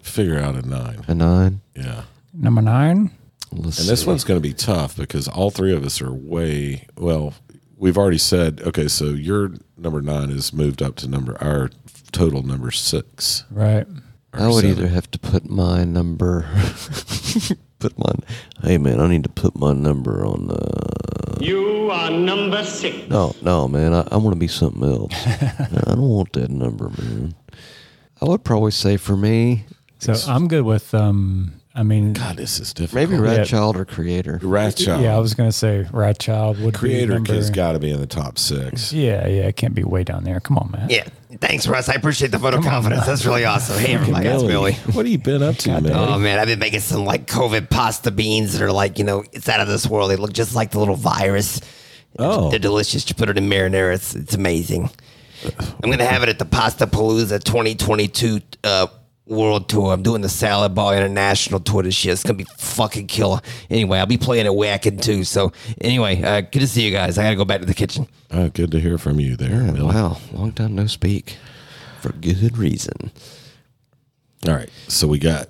[SPEAKER 2] figure out a nine.
[SPEAKER 3] A nine.
[SPEAKER 2] Yeah.
[SPEAKER 1] Number nine.
[SPEAKER 3] Let's
[SPEAKER 2] And this
[SPEAKER 3] see.
[SPEAKER 2] one's going to be tough because all three of us are way well. We've already said okay, so your number nine is moved up to number our total number six.
[SPEAKER 1] Right.
[SPEAKER 2] or
[SPEAKER 3] I would
[SPEAKER 2] seven.
[SPEAKER 3] either have to put my number, (laughs) put my. Hey man, I need to put my number on. Uh,
[SPEAKER 5] You are number six.
[SPEAKER 3] no, no man, I, I want to be something (laughs) else. I don't want that number, man. I would probably say for me,
[SPEAKER 1] So I'm good with. um I mean,
[SPEAKER 2] God, this is difficult.
[SPEAKER 3] Maybe
[SPEAKER 2] Maybe
[SPEAKER 3] Rat
[SPEAKER 1] Yeah.
[SPEAKER 3] Child or Creator.
[SPEAKER 2] Ratchet.
[SPEAKER 1] yeah, I was gonna say Rat Child would be
[SPEAKER 2] creator
[SPEAKER 1] number,
[SPEAKER 2] kid's got to be in the top
[SPEAKER 3] (laughs)
[SPEAKER 2] six.
[SPEAKER 1] Yeah, yeah, it can't be way down there. Come on, man.
[SPEAKER 6] Yeah. Thanks, Russ. I appreciate the photo confidence. That's really awesome. Hey, everybody. That's Billy.
[SPEAKER 2] What have you been
[SPEAKER 3] (laughs)
[SPEAKER 2] up to, man?
[SPEAKER 6] Oh man, I've been making some like COVID pasta beans that are like, you know, it's out of this world. They look just like the little virus.
[SPEAKER 2] Oh.
[SPEAKER 6] They're delicious. You put it in marinara. It's, it's amazing. I'm gonna have it at the Pasta Palooza 2022 uh, World Tour. I'm doing the Salad Ball International Tour this year. It's gonna be fucking killer. Anyway, I'll be playing at Whacking too. So anyway, uh, good to see you guys. I gotta go back to the kitchen.
[SPEAKER 2] Oh, good to hear from you there.
[SPEAKER 3] Man,
[SPEAKER 2] Bill.
[SPEAKER 3] wow, long time no speak. For good reason.
[SPEAKER 2] All right, so we got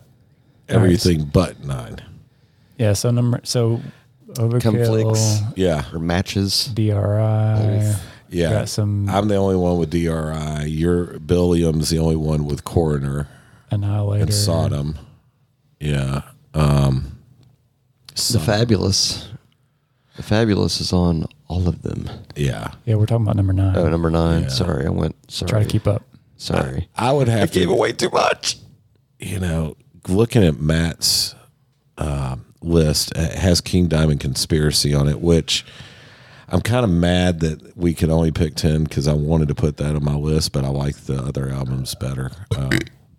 [SPEAKER 2] everything but nine.
[SPEAKER 1] Yeah. So number. So
[SPEAKER 3] Conflicts.
[SPEAKER 1] Overkill.
[SPEAKER 2] Yeah,
[SPEAKER 3] Or matches.
[SPEAKER 1] DRI.
[SPEAKER 2] yeah.
[SPEAKER 1] Got some
[SPEAKER 2] I'm the only one with DRI. You're Billiam's the only one with coroner.
[SPEAKER 1] Annihilator.
[SPEAKER 2] and Sodom. Yeah.
[SPEAKER 3] The Fabulous. The Fabulous is on all of them.
[SPEAKER 2] Yeah.
[SPEAKER 1] Yeah, we're talking about number nine.
[SPEAKER 3] Oh, number nine. Sorry, I went. Sorry.
[SPEAKER 1] Try to keep up.
[SPEAKER 3] Sorry.
[SPEAKER 2] I would have to,
[SPEAKER 3] too much.
[SPEAKER 2] you know, looking at Matt's um, list, it has King Diamond Conspiracy on it, which I'm kind of mad that we can only pick 10 because I wanted to put that on my list, but I like the other albums better. Um,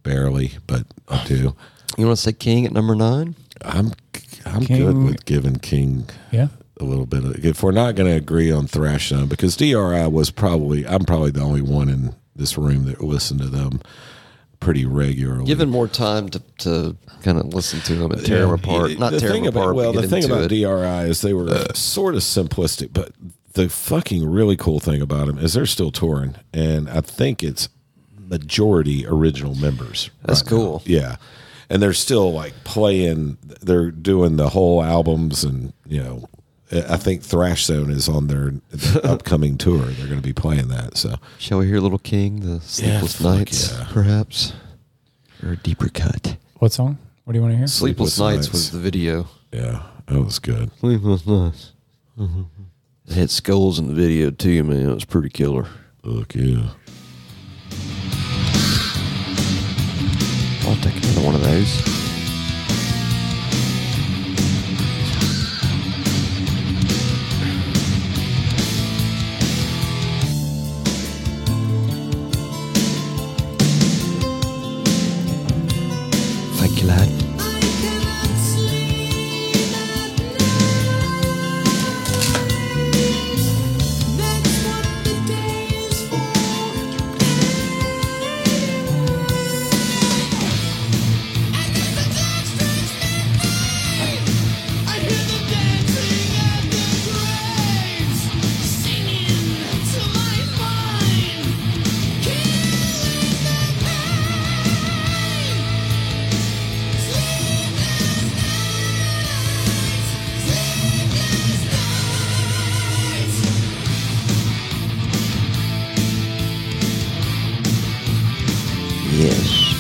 [SPEAKER 2] barely, but I do.
[SPEAKER 3] You want to say King at number nine?
[SPEAKER 2] I'm I'm good
[SPEAKER 1] King-
[SPEAKER 2] with giving King
[SPEAKER 1] Yeah.
[SPEAKER 2] a little bit of if we're not going to agree on thrashing them because DRI was probably I'm probably the only one in this room that listened to them pretty regularly.
[SPEAKER 3] Given more time to, to kind of listen to them and tear them apart. Not
[SPEAKER 2] the
[SPEAKER 3] tear
[SPEAKER 2] thing
[SPEAKER 3] them apart.
[SPEAKER 2] About, well,
[SPEAKER 3] but
[SPEAKER 2] the
[SPEAKER 3] get
[SPEAKER 2] thing
[SPEAKER 3] into
[SPEAKER 2] about
[SPEAKER 3] it. Uh,
[SPEAKER 2] DRI is they were sort of simplistic, but the fucking really cool thing about them is they're still touring, and I think it's majority original members.
[SPEAKER 3] That's
[SPEAKER 2] now.
[SPEAKER 3] cool.
[SPEAKER 2] Yeah, and they're still like playing. They're doing the whole albums, and you know, I think Thrash Zone is on
[SPEAKER 3] (laughs)
[SPEAKER 2] their, their upcoming tour. They're going to be playing that. So
[SPEAKER 3] Shall we hear Little King, the Sleepless
[SPEAKER 2] fuck
[SPEAKER 3] Nights,
[SPEAKER 2] yeah.
[SPEAKER 3] perhaps? Or a deeper cut.
[SPEAKER 1] What song? What do you want to hear?
[SPEAKER 3] Sleepless,
[SPEAKER 2] Sleepless
[SPEAKER 3] Nights,
[SPEAKER 2] Nights.
[SPEAKER 3] was the video.
[SPEAKER 2] yeah, that was good.
[SPEAKER 3] Sleepless Nights. It had skulls in the video too, man. It was pretty killer.
[SPEAKER 2] Look, yeah.
[SPEAKER 3] I'll take another one of those. Thank you, lad.
[SPEAKER 6] Yes.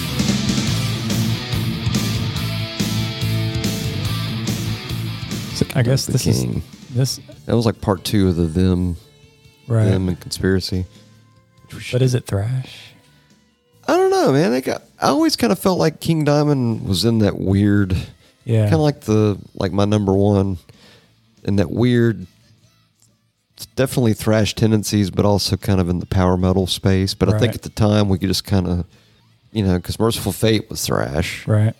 [SPEAKER 1] I guess
[SPEAKER 3] the
[SPEAKER 1] this
[SPEAKER 3] King.
[SPEAKER 1] is this
[SPEAKER 3] That was like part two of the them,
[SPEAKER 1] right.
[SPEAKER 3] them and conspiracy.
[SPEAKER 1] But is it thrash?
[SPEAKER 3] I don't know, man. They got. I always kind of felt like King Diamond was in that weird,
[SPEAKER 1] Yeah.
[SPEAKER 3] kind of like the like my number one, in that weird, it's definitely thrash tendencies, but also kind of in the power metal space. But I think
[SPEAKER 1] Right.
[SPEAKER 3] at the time we could just kind of, you know, because Merciful Fate was thrash,
[SPEAKER 1] right.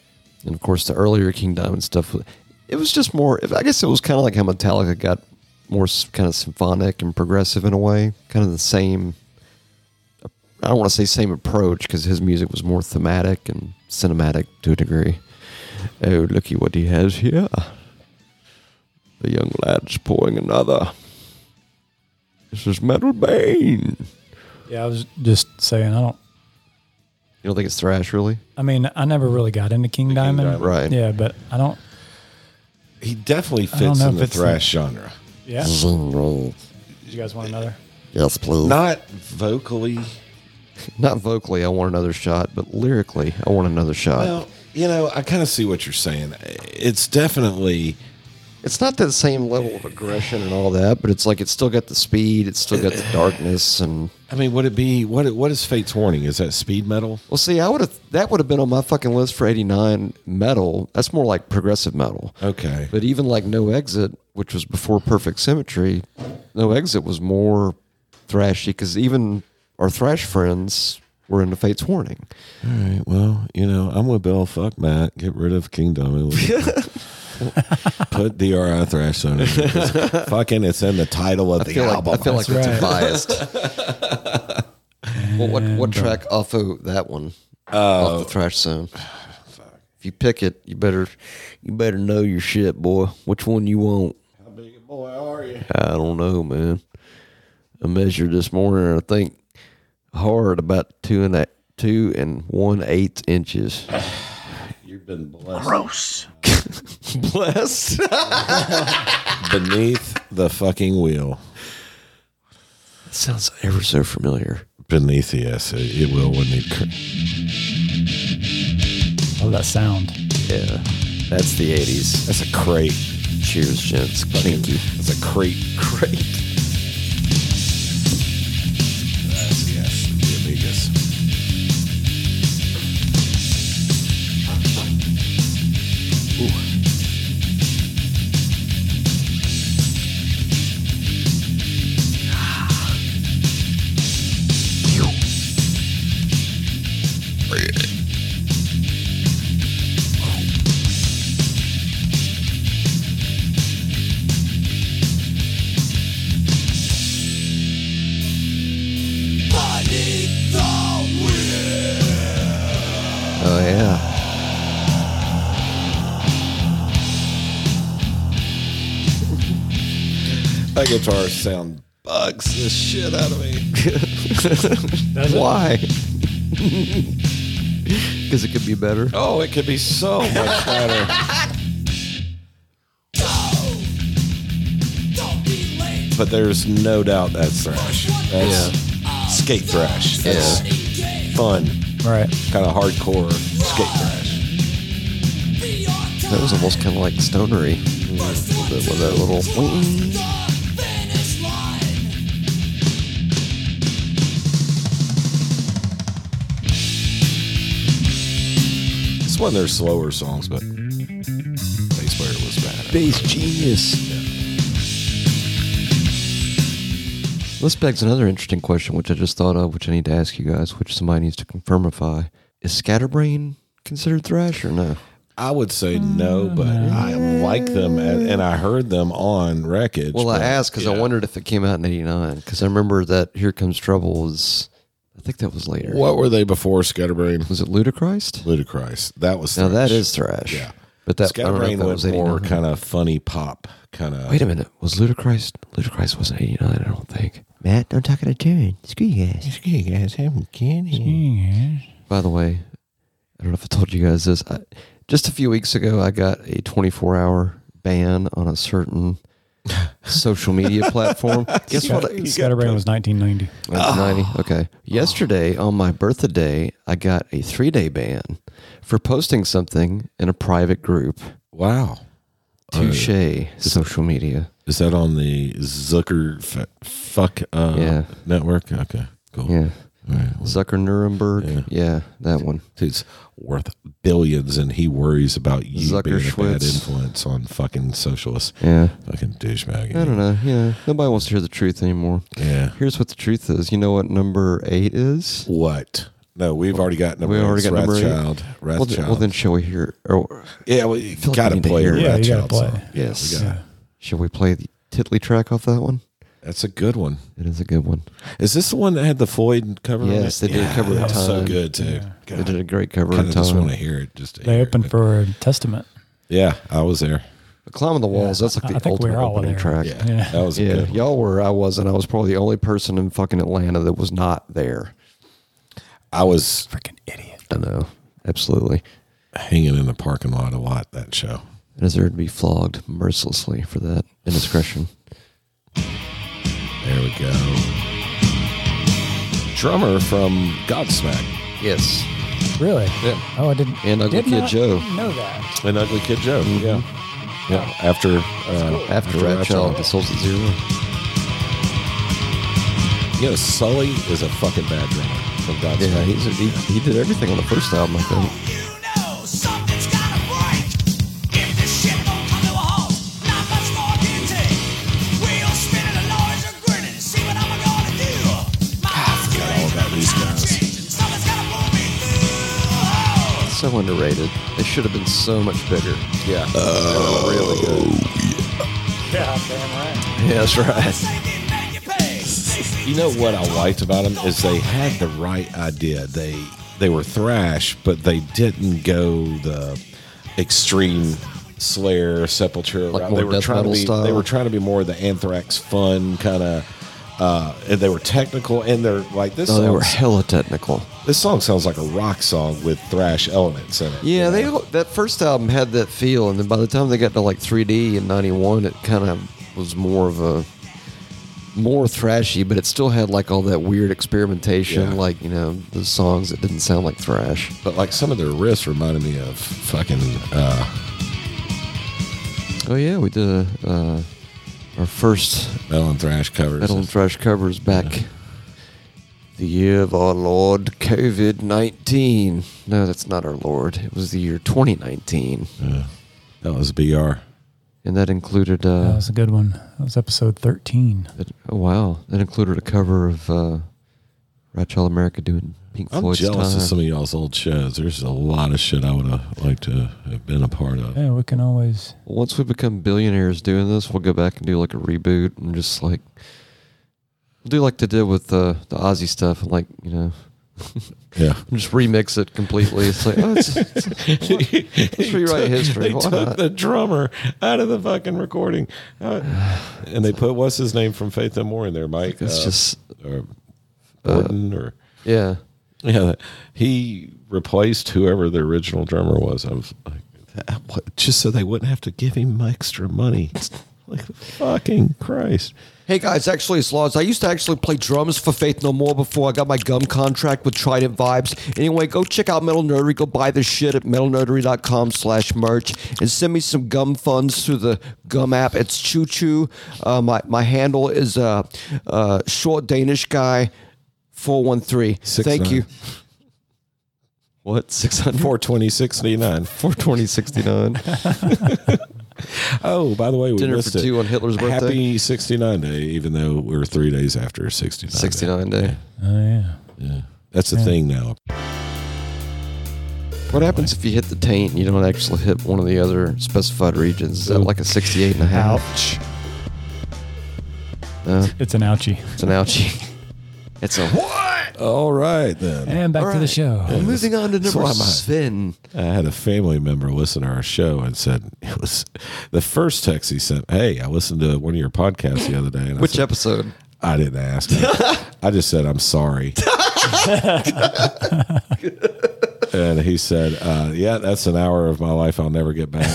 [SPEAKER 3] and of course the earlier King Diamond stuff. was- It was just more. I guess it was kind of like how Metallica got more kind of symphonic and progressive in a way, kind of the same. I don't want to say same approach because his music was more thematic and cinematic to a degree. Oh, looky what he has here! The young lad's pouring another. This is Metal Bane.
[SPEAKER 1] Yeah, I was just saying I don't
[SPEAKER 3] You don't think it's thrash, really?
[SPEAKER 1] I mean, I never really got into King Diamond.
[SPEAKER 2] Diamond.
[SPEAKER 3] Right.
[SPEAKER 1] Yeah, but I don't
[SPEAKER 2] He definitely
[SPEAKER 1] don't
[SPEAKER 2] fits
[SPEAKER 1] know
[SPEAKER 2] in
[SPEAKER 1] if
[SPEAKER 2] the
[SPEAKER 1] it's
[SPEAKER 2] thrash genre.
[SPEAKER 1] Yeah. Did you guys want another?
[SPEAKER 3] Yes, please.
[SPEAKER 2] Not vocally.
[SPEAKER 3] Not vocally, I want another shot, but lyrically, I want another shot.
[SPEAKER 2] Well, you know, I kind of see what you're saying. It's definitely
[SPEAKER 3] it's not that same level of aggression and all that, but it's like it's still got the speed, it's still got
[SPEAKER 2] (clears throat)
[SPEAKER 3] the darkness, and
[SPEAKER 2] I mean, would it be what? What is Fate's Warning? Is that speed metal?
[SPEAKER 3] well, see, I would have that would have been on my fucking list for '89 metal. That's more like progressive metal.
[SPEAKER 2] Okay,
[SPEAKER 3] But even like No Exit, which was before Perfect Symmetry, No Exit was more thrashy because even our thrash friends were into Fate's Warning.
[SPEAKER 2] all right. Well, you know, I'm with Bill. Fuck Matt. Get rid of Kingdom. (laughs) Put DRI Thrash on it. It's Fucking, it's in the title of
[SPEAKER 3] I
[SPEAKER 2] the
[SPEAKER 3] feel like,
[SPEAKER 2] album.
[SPEAKER 3] I feel like
[SPEAKER 1] That's
[SPEAKER 3] that's
[SPEAKER 1] right.
[SPEAKER 3] biased. well, what what track off of that one? off the trash (sighs) zone. If you pick it, you better you better know your shit, boy. Which one you want?
[SPEAKER 2] How big a boy are you?
[SPEAKER 3] I don't know, man. I measured this morning. and I think hard about two and a, two and one eighth (laughs) inches.
[SPEAKER 2] You've been blessed.
[SPEAKER 3] Blessed.
[SPEAKER 2] Beneath the fucking wheel.
[SPEAKER 3] Sounds ever so familiar.
[SPEAKER 2] Beneath the S. It, it will when it. Cr-
[SPEAKER 1] Oh, that sound.
[SPEAKER 3] Yeah, that's the '80s.
[SPEAKER 2] That's a crate.
[SPEAKER 3] Cheers, gents. Thank you.
[SPEAKER 2] It's a
[SPEAKER 3] (laughs)
[SPEAKER 2] crate.
[SPEAKER 3] Great.
[SPEAKER 2] That's yes. The Amigas.
[SPEAKER 3] Oh,
[SPEAKER 2] my guitar sound bugs the shit out of me. (laughs)
[SPEAKER 3] (laughs) Why? Because it could be better.
[SPEAKER 2] Oh, it could be so much better. but there's no doubt that's thrash. That's skate thrash. That's fun,
[SPEAKER 1] Right.
[SPEAKER 2] kind of hardcore skate thrash.
[SPEAKER 3] That was almost kind of like stonery. With that little.
[SPEAKER 2] It's one of their slower songs, but bass player was bad.
[SPEAKER 3] Bass genius. This begs another interesting question, which I just thought of, which I need to ask you guys, which somebody needs to confirmify. Is Scatterbrain considered thrash or no?
[SPEAKER 2] I would say no, but I like them, and, and I heard them on Wreckage.
[SPEAKER 3] Well, I
[SPEAKER 2] but-
[SPEAKER 3] asked because I
[SPEAKER 2] Yeah.
[SPEAKER 3] wondered if it came out in '89. Because I remember that "Here Comes Trouble" was, I think that was later.
[SPEAKER 2] what were they before Scatterbrain?
[SPEAKER 3] was it? Ludacris?
[SPEAKER 2] Ludacris. That was
[SPEAKER 3] Now that
[SPEAKER 2] thrash.
[SPEAKER 3] is thrash.
[SPEAKER 2] Yeah.
[SPEAKER 3] but that I don't know if
[SPEAKER 2] Scatterbrain
[SPEAKER 3] that
[SPEAKER 2] was
[SPEAKER 3] was
[SPEAKER 2] more
[SPEAKER 3] 89.
[SPEAKER 2] kind of funny pop, kind of.
[SPEAKER 3] Wait a minute, was Ludacris? Ludacris wasn't '89, I don't think.
[SPEAKER 7] Matt, I'm talking to Jared. Screw you guys. Screw you guys. Having candy.
[SPEAKER 3] By the way, I don't know if I told you guys this. I, just a few weeks ago, I got a 24 hour ban on a (laughs) certain social media (laughs) platform. Guess what? I-
[SPEAKER 1] Scatterbrain was 1990.
[SPEAKER 3] That's 90. Okay. Yesterday, on my birthday, I got a three day ban for posting something in a private group.
[SPEAKER 2] Wow.
[SPEAKER 3] Touche social media.
[SPEAKER 2] Is that on the Zucker f- fuck uh,
[SPEAKER 3] Yeah.
[SPEAKER 2] network? Okay, cool.
[SPEAKER 3] Yeah.
[SPEAKER 2] All right. Well,
[SPEAKER 3] Zucker Nuremberg. Oh. Yeah. that one.
[SPEAKER 2] He's worth billions, and he worries about you
[SPEAKER 3] Zucker
[SPEAKER 2] being a bad
[SPEAKER 3] Schwitz.
[SPEAKER 2] influence on fucking socialists.
[SPEAKER 3] Yeah.
[SPEAKER 2] Fucking douchebag.
[SPEAKER 3] I don't know. Yeah. Nobody wants to hear the truth anymore.
[SPEAKER 2] Yeah.
[SPEAKER 3] Here's what the truth is. You know what number eight is?
[SPEAKER 2] What? No, we've already got number.
[SPEAKER 3] We already
[SPEAKER 2] it's
[SPEAKER 3] got number eight.
[SPEAKER 2] Rothschild.
[SPEAKER 3] Well, th-
[SPEAKER 2] Rothschild.
[SPEAKER 3] well, then shall we hear? Or
[SPEAKER 2] yeah, well, you
[SPEAKER 3] feel like
[SPEAKER 2] gotta
[SPEAKER 3] we need to
[SPEAKER 2] play
[SPEAKER 3] hear
[SPEAKER 2] your
[SPEAKER 3] it.
[SPEAKER 1] Yeah, you gotta
[SPEAKER 2] Rothschild
[SPEAKER 1] play.
[SPEAKER 2] song.
[SPEAKER 3] yes,
[SPEAKER 2] we got it.
[SPEAKER 3] shall we play the tiddly track off that one?
[SPEAKER 2] That's a good one.
[SPEAKER 3] It is a good one.
[SPEAKER 2] Is this the one that had the Floyd cover? on
[SPEAKER 3] Yes,
[SPEAKER 2] it?
[SPEAKER 3] they did cover of
[SPEAKER 2] that was So
[SPEAKER 3] Time.
[SPEAKER 2] good too.
[SPEAKER 3] They did a great cover
[SPEAKER 2] kind
[SPEAKER 3] of
[SPEAKER 2] of just
[SPEAKER 3] time.
[SPEAKER 2] want to hear it. Just to
[SPEAKER 1] They
[SPEAKER 2] hear it.
[SPEAKER 1] opened for Testament.
[SPEAKER 2] Yeah, I was there.
[SPEAKER 3] The Climb on the Walls. that's like
[SPEAKER 1] I
[SPEAKER 3] the
[SPEAKER 1] think we
[SPEAKER 3] ultimate
[SPEAKER 1] were all
[SPEAKER 3] opening
[SPEAKER 1] there.
[SPEAKER 3] track.
[SPEAKER 2] Yeah,
[SPEAKER 3] Yeah.
[SPEAKER 2] that was a good. one.
[SPEAKER 3] y'all were. I wasn't. I was probably the only person in fucking Atlanta that was not there.
[SPEAKER 2] I was
[SPEAKER 1] Freaking idiot.
[SPEAKER 3] I know, absolutely.
[SPEAKER 2] hanging in the parking lot a lot that show.
[SPEAKER 3] I deserve to be flogged mercilessly for that indiscretion.
[SPEAKER 2] There we go. Drummer from Godsmack
[SPEAKER 3] yes,
[SPEAKER 1] Really?
[SPEAKER 3] Yeah.
[SPEAKER 1] Oh, I didn't.
[SPEAKER 3] And Ugly
[SPEAKER 1] did
[SPEAKER 3] Kid
[SPEAKER 1] not
[SPEAKER 3] Joe.
[SPEAKER 1] Know that.
[SPEAKER 2] and Ugly Kid Joe. Yeah, yeah. After uh,
[SPEAKER 3] after Rat Child, the Souls at Zero.
[SPEAKER 2] you know, Sully is a fucking bad drummer from Godsmack.
[SPEAKER 3] Yeah, he's a, he, he did everything on the first album. I think. so underrated. They should have been so much bigger.
[SPEAKER 2] yeah.
[SPEAKER 3] really good.
[SPEAKER 1] Yeah, damn right.
[SPEAKER 3] Yeah, that's right.
[SPEAKER 2] You know what I liked about them is they had the right idea. They they were thrash, but they didn't go the extreme Slayer, Sepultura.
[SPEAKER 3] Like
[SPEAKER 2] route.
[SPEAKER 3] more
[SPEAKER 2] they were
[SPEAKER 3] death
[SPEAKER 2] trying to
[SPEAKER 3] metal
[SPEAKER 2] be
[SPEAKER 3] style?
[SPEAKER 2] they were trying to be more the Anthrax fun kind of. Uh, and they were technical, and they're like this.
[SPEAKER 3] No,
[SPEAKER 2] song,
[SPEAKER 3] Oh, they were hella technical.
[SPEAKER 2] this song sounds like a rock song with thrash elements in it.
[SPEAKER 3] Yeah, they all- that first album had that feel, and then by the time they got to like 3D in '91, it kind of was more of a more thrashy, but it still had like all that weird experimentation,
[SPEAKER 2] Yeah.
[SPEAKER 3] like you know the songs that didn't sound like thrash.
[SPEAKER 2] But like some of their riffs reminded me of fucking uh,
[SPEAKER 3] Oh yeah, we did a, uh, our first
[SPEAKER 2] metal and thrash covers.
[SPEAKER 3] metal and thrash covers back the year of our Lord COVID nineteen. No, that's not our Lord. It was the year 2019,
[SPEAKER 2] That was BR.
[SPEAKER 3] and that included.
[SPEAKER 1] That
[SPEAKER 3] Uh,
[SPEAKER 1] was a good one. That was episode 13.
[SPEAKER 3] That, oh wow! That included a cover of uh, Rachel America doing Pink
[SPEAKER 2] I'm
[SPEAKER 3] Floyd's
[SPEAKER 2] jealous
[SPEAKER 3] "Time."
[SPEAKER 2] of some of y'all's old shows. There's a lot of shit I would have liked to have been a part of.
[SPEAKER 1] Yeah, we can always.
[SPEAKER 3] Once we become billionaires doing this, we'll go back and do like a reboot and just like we'll do like they did with uh, the Aussie stuff and like (laughs) you know
[SPEAKER 2] Yeah.
[SPEAKER 3] just remix it completely. It's like, oh, it's,
[SPEAKER 2] (laughs)
[SPEAKER 3] it's, let's rewrite history.
[SPEAKER 2] They
[SPEAKER 3] Why
[SPEAKER 2] took
[SPEAKER 3] not?
[SPEAKER 2] the drummer out of the fucking recording, Uh, and they put what's his name from Faith No More in there, Mike. Uh,
[SPEAKER 3] It's just- uh,
[SPEAKER 2] or Gordon or
[SPEAKER 3] yeah.
[SPEAKER 2] yeah. He replaced whoever the original drummer was. I was like, that- what, just so they wouldn't have to give him extra money. (laughs) like fucking Christ.
[SPEAKER 3] Hey guys, actually, it's Lars. I used to actually play drums for Faith No More before I got my gum contract with Trident Vibes. Anyway, go check out Metal Nerdery. Go buy this shit at metalnerdery.com slash merch and send me some gum funds through the gum app. It's Choo Choo. Uh, my, my handle is uh, uh, Short Danish Guy 413.
[SPEAKER 2] Six
[SPEAKER 3] Thank
[SPEAKER 2] nine.
[SPEAKER 3] you. What? 600?
[SPEAKER 2] Four twenty sixty nine.
[SPEAKER 3] (laughs) 42069.
[SPEAKER 2] Oh, by the way, we
[SPEAKER 3] Dinner for
[SPEAKER 2] missed it.
[SPEAKER 3] two on Hitler's birthday.
[SPEAKER 2] Happy sixty nine day, even though we're three days after sixty nine.
[SPEAKER 3] 69 day.
[SPEAKER 1] Oh yeah.
[SPEAKER 2] That's the thing now.
[SPEAKER 3] What happens if you hit the taint and you don't actually hit one of the other specified regions? Is that like a 68 and a half?
[SPEAKER 1] Ouch.
[SPEAKER 3] No,
[SPEAKER 1] It's an ouchie.
[SPEAKER 3] it's an ouchie. (laughs) It's a what?
[SPEAKER 2] All right then.
[SPEAKER 1] And back
[SPEAKER 3] All
[SPEAKER 1] to the
[SPEAKER 3] right.
[SPEAKER 1] show.
[SPEAKER 3] Moving on to
[SPEAKER 2] So
[SPEAKER 3] number
[SPEAKER 2] am I.
[SPEAKER 3] seven.
[SPEAKER 2] I had a family member listen to our show and said it was the first text he sent. Hey, I listened to one of your podcasts the other day. And I
[SPEAKER 3] Which
[SPEAKER 2] said-
[SPEAKER 3] episode?
[SPEAKER 2] I didn't ask.
[SPEAKER 3] (laughs)
[SPEAKER 2] I just said I'm sorry. and he said, uh, "Yeah, that's an hour of my life I'll never get
[SPEAKER 3] (laughs)
[SPEAKER 2] back."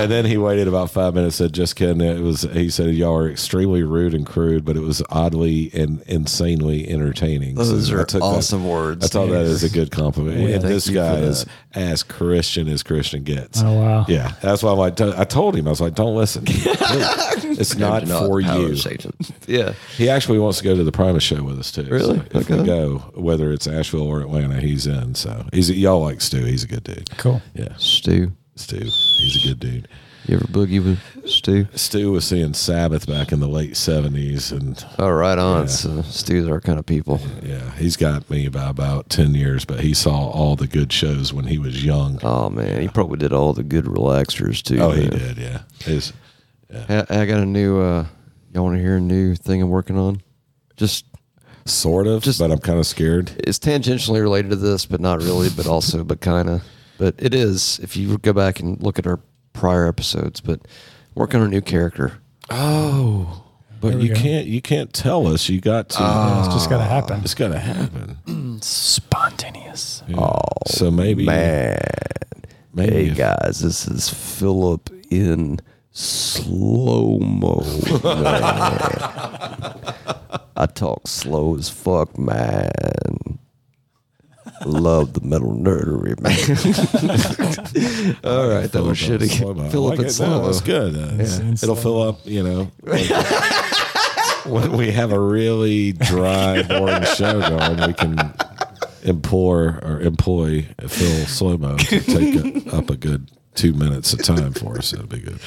[SPEAKER 2] and then he waited about five minutes. Said, "Just kidding." It was. He said, "Y'all are extremely rude and crude, but it was oddly and insanely entertaining."
[SPEAKER 3] Those
[SPEAKER 2] I
[SPEAKER 3] are
[SPEAKER 2] took that-
[SPEAKER 3] awesome words.
[SPEAKER 2] I thought that is a good compliment. and
[SPEAKER 3] thank
[SPEAKER 2] this
[SPEAKER 3] you for
[SPEAKER 2] guy
[SPEAKER 3] that.
[SPEAKER 2] is as Christian as Christian gets.
[SPEAKER 1] Oh, wow.
[SPEAKER 2] Yeah, that's why I'm like, I told him I was like, don't listen.
[SPEAKER 3] (laughs)
[SPEAKER 2] it's not, for you. (laughs)
[SPEAKER 3] Yeah.
[SPEAKER 2] He actually wants to go to the Primus show with us too.
[SPEAKER 3] Really?
[SPEAKER 2] So if we
[SPEAKER 3] Okay.
[SPEAKER 2] go, whether it's Asheville or Atlanta, he's in. So he's y'all like Stu. He's a good dude.
[SPEAKER 1] Cool.
[SPEAKER 2] Yeah,
[SPEAKER 3] Stu.
[SPEAKER 2] Stu. He's a good dude.
[SPEAKER 3] You ever boogie with Stu?
[SPEAKER 2] Stu was seeing Sabbath back in the late seventies, and
[SPEAKER 3] Oh, right on. So Stu's our kind of people.
[SPEAKER 2] yeah, he's got me by about ten years. But he saw all the good shows when he was young.
[SPEAKER 3] Oh, man. He probably did all the good relaxers, too.
[SPEAKER 2] oh, he
[SPEAKER 3] man.
[SPEAKER 2] did. Yeah, His-
[SPEAKER 3] I, I got a new, uh, y'all want to hear a new thing I'm working on? Just
[SPEAKER 2] sort of.
[SPEAKER 3] Just-
[SPEAKER 2] but I'm kind of scared.
[SPEAKER 3] it's tangentially related to this, but not really, but also, but kind of. But it is if you go back and look at our prior episodes. But working on a new character.
[SPEAKER 2] Oh, but
[SPEAKER 1] go.
[SPEAKER 2] you can't. You can't tell us. You got to.
[SPEAKER 1] It's just gotta happen.
[SPEAKER 2] it's got to happen.
[SPEAKER 1] Spontaneous.
[SPEAKER 2] so maybe, maybe
[SPEAKER 3] Hey
[SPEAKER 2] if-
[SPEAKER 3] guys, this is Philip in slow mo. (laughs) I talk slow as fuck, man. Love the metal nerdery, man. (laughs) All right, that was
[SPEAKER 2] Philip in
[SPEAKER 3] shitty.
[SPEAKER 2] slow-mo. I
[SPEAKER 3] Philip
[SPEAKER 2] like
[SPEAKER 3] in
[SPEAKER 2] it.
[SPEAKER 3] slow
[SPEAKER 2] No,
[SPEAKER 3] mo.
[SPEAKER 2] That's good. Uh, it's-
[SPEAKER 1] in
[SPEAKER 2] It'll fill up, you know. (laughs) when we have a really dry, boring show going, we can implore or employ Phil Slomo to take a, up a good two minutes of time for us. That'd be good.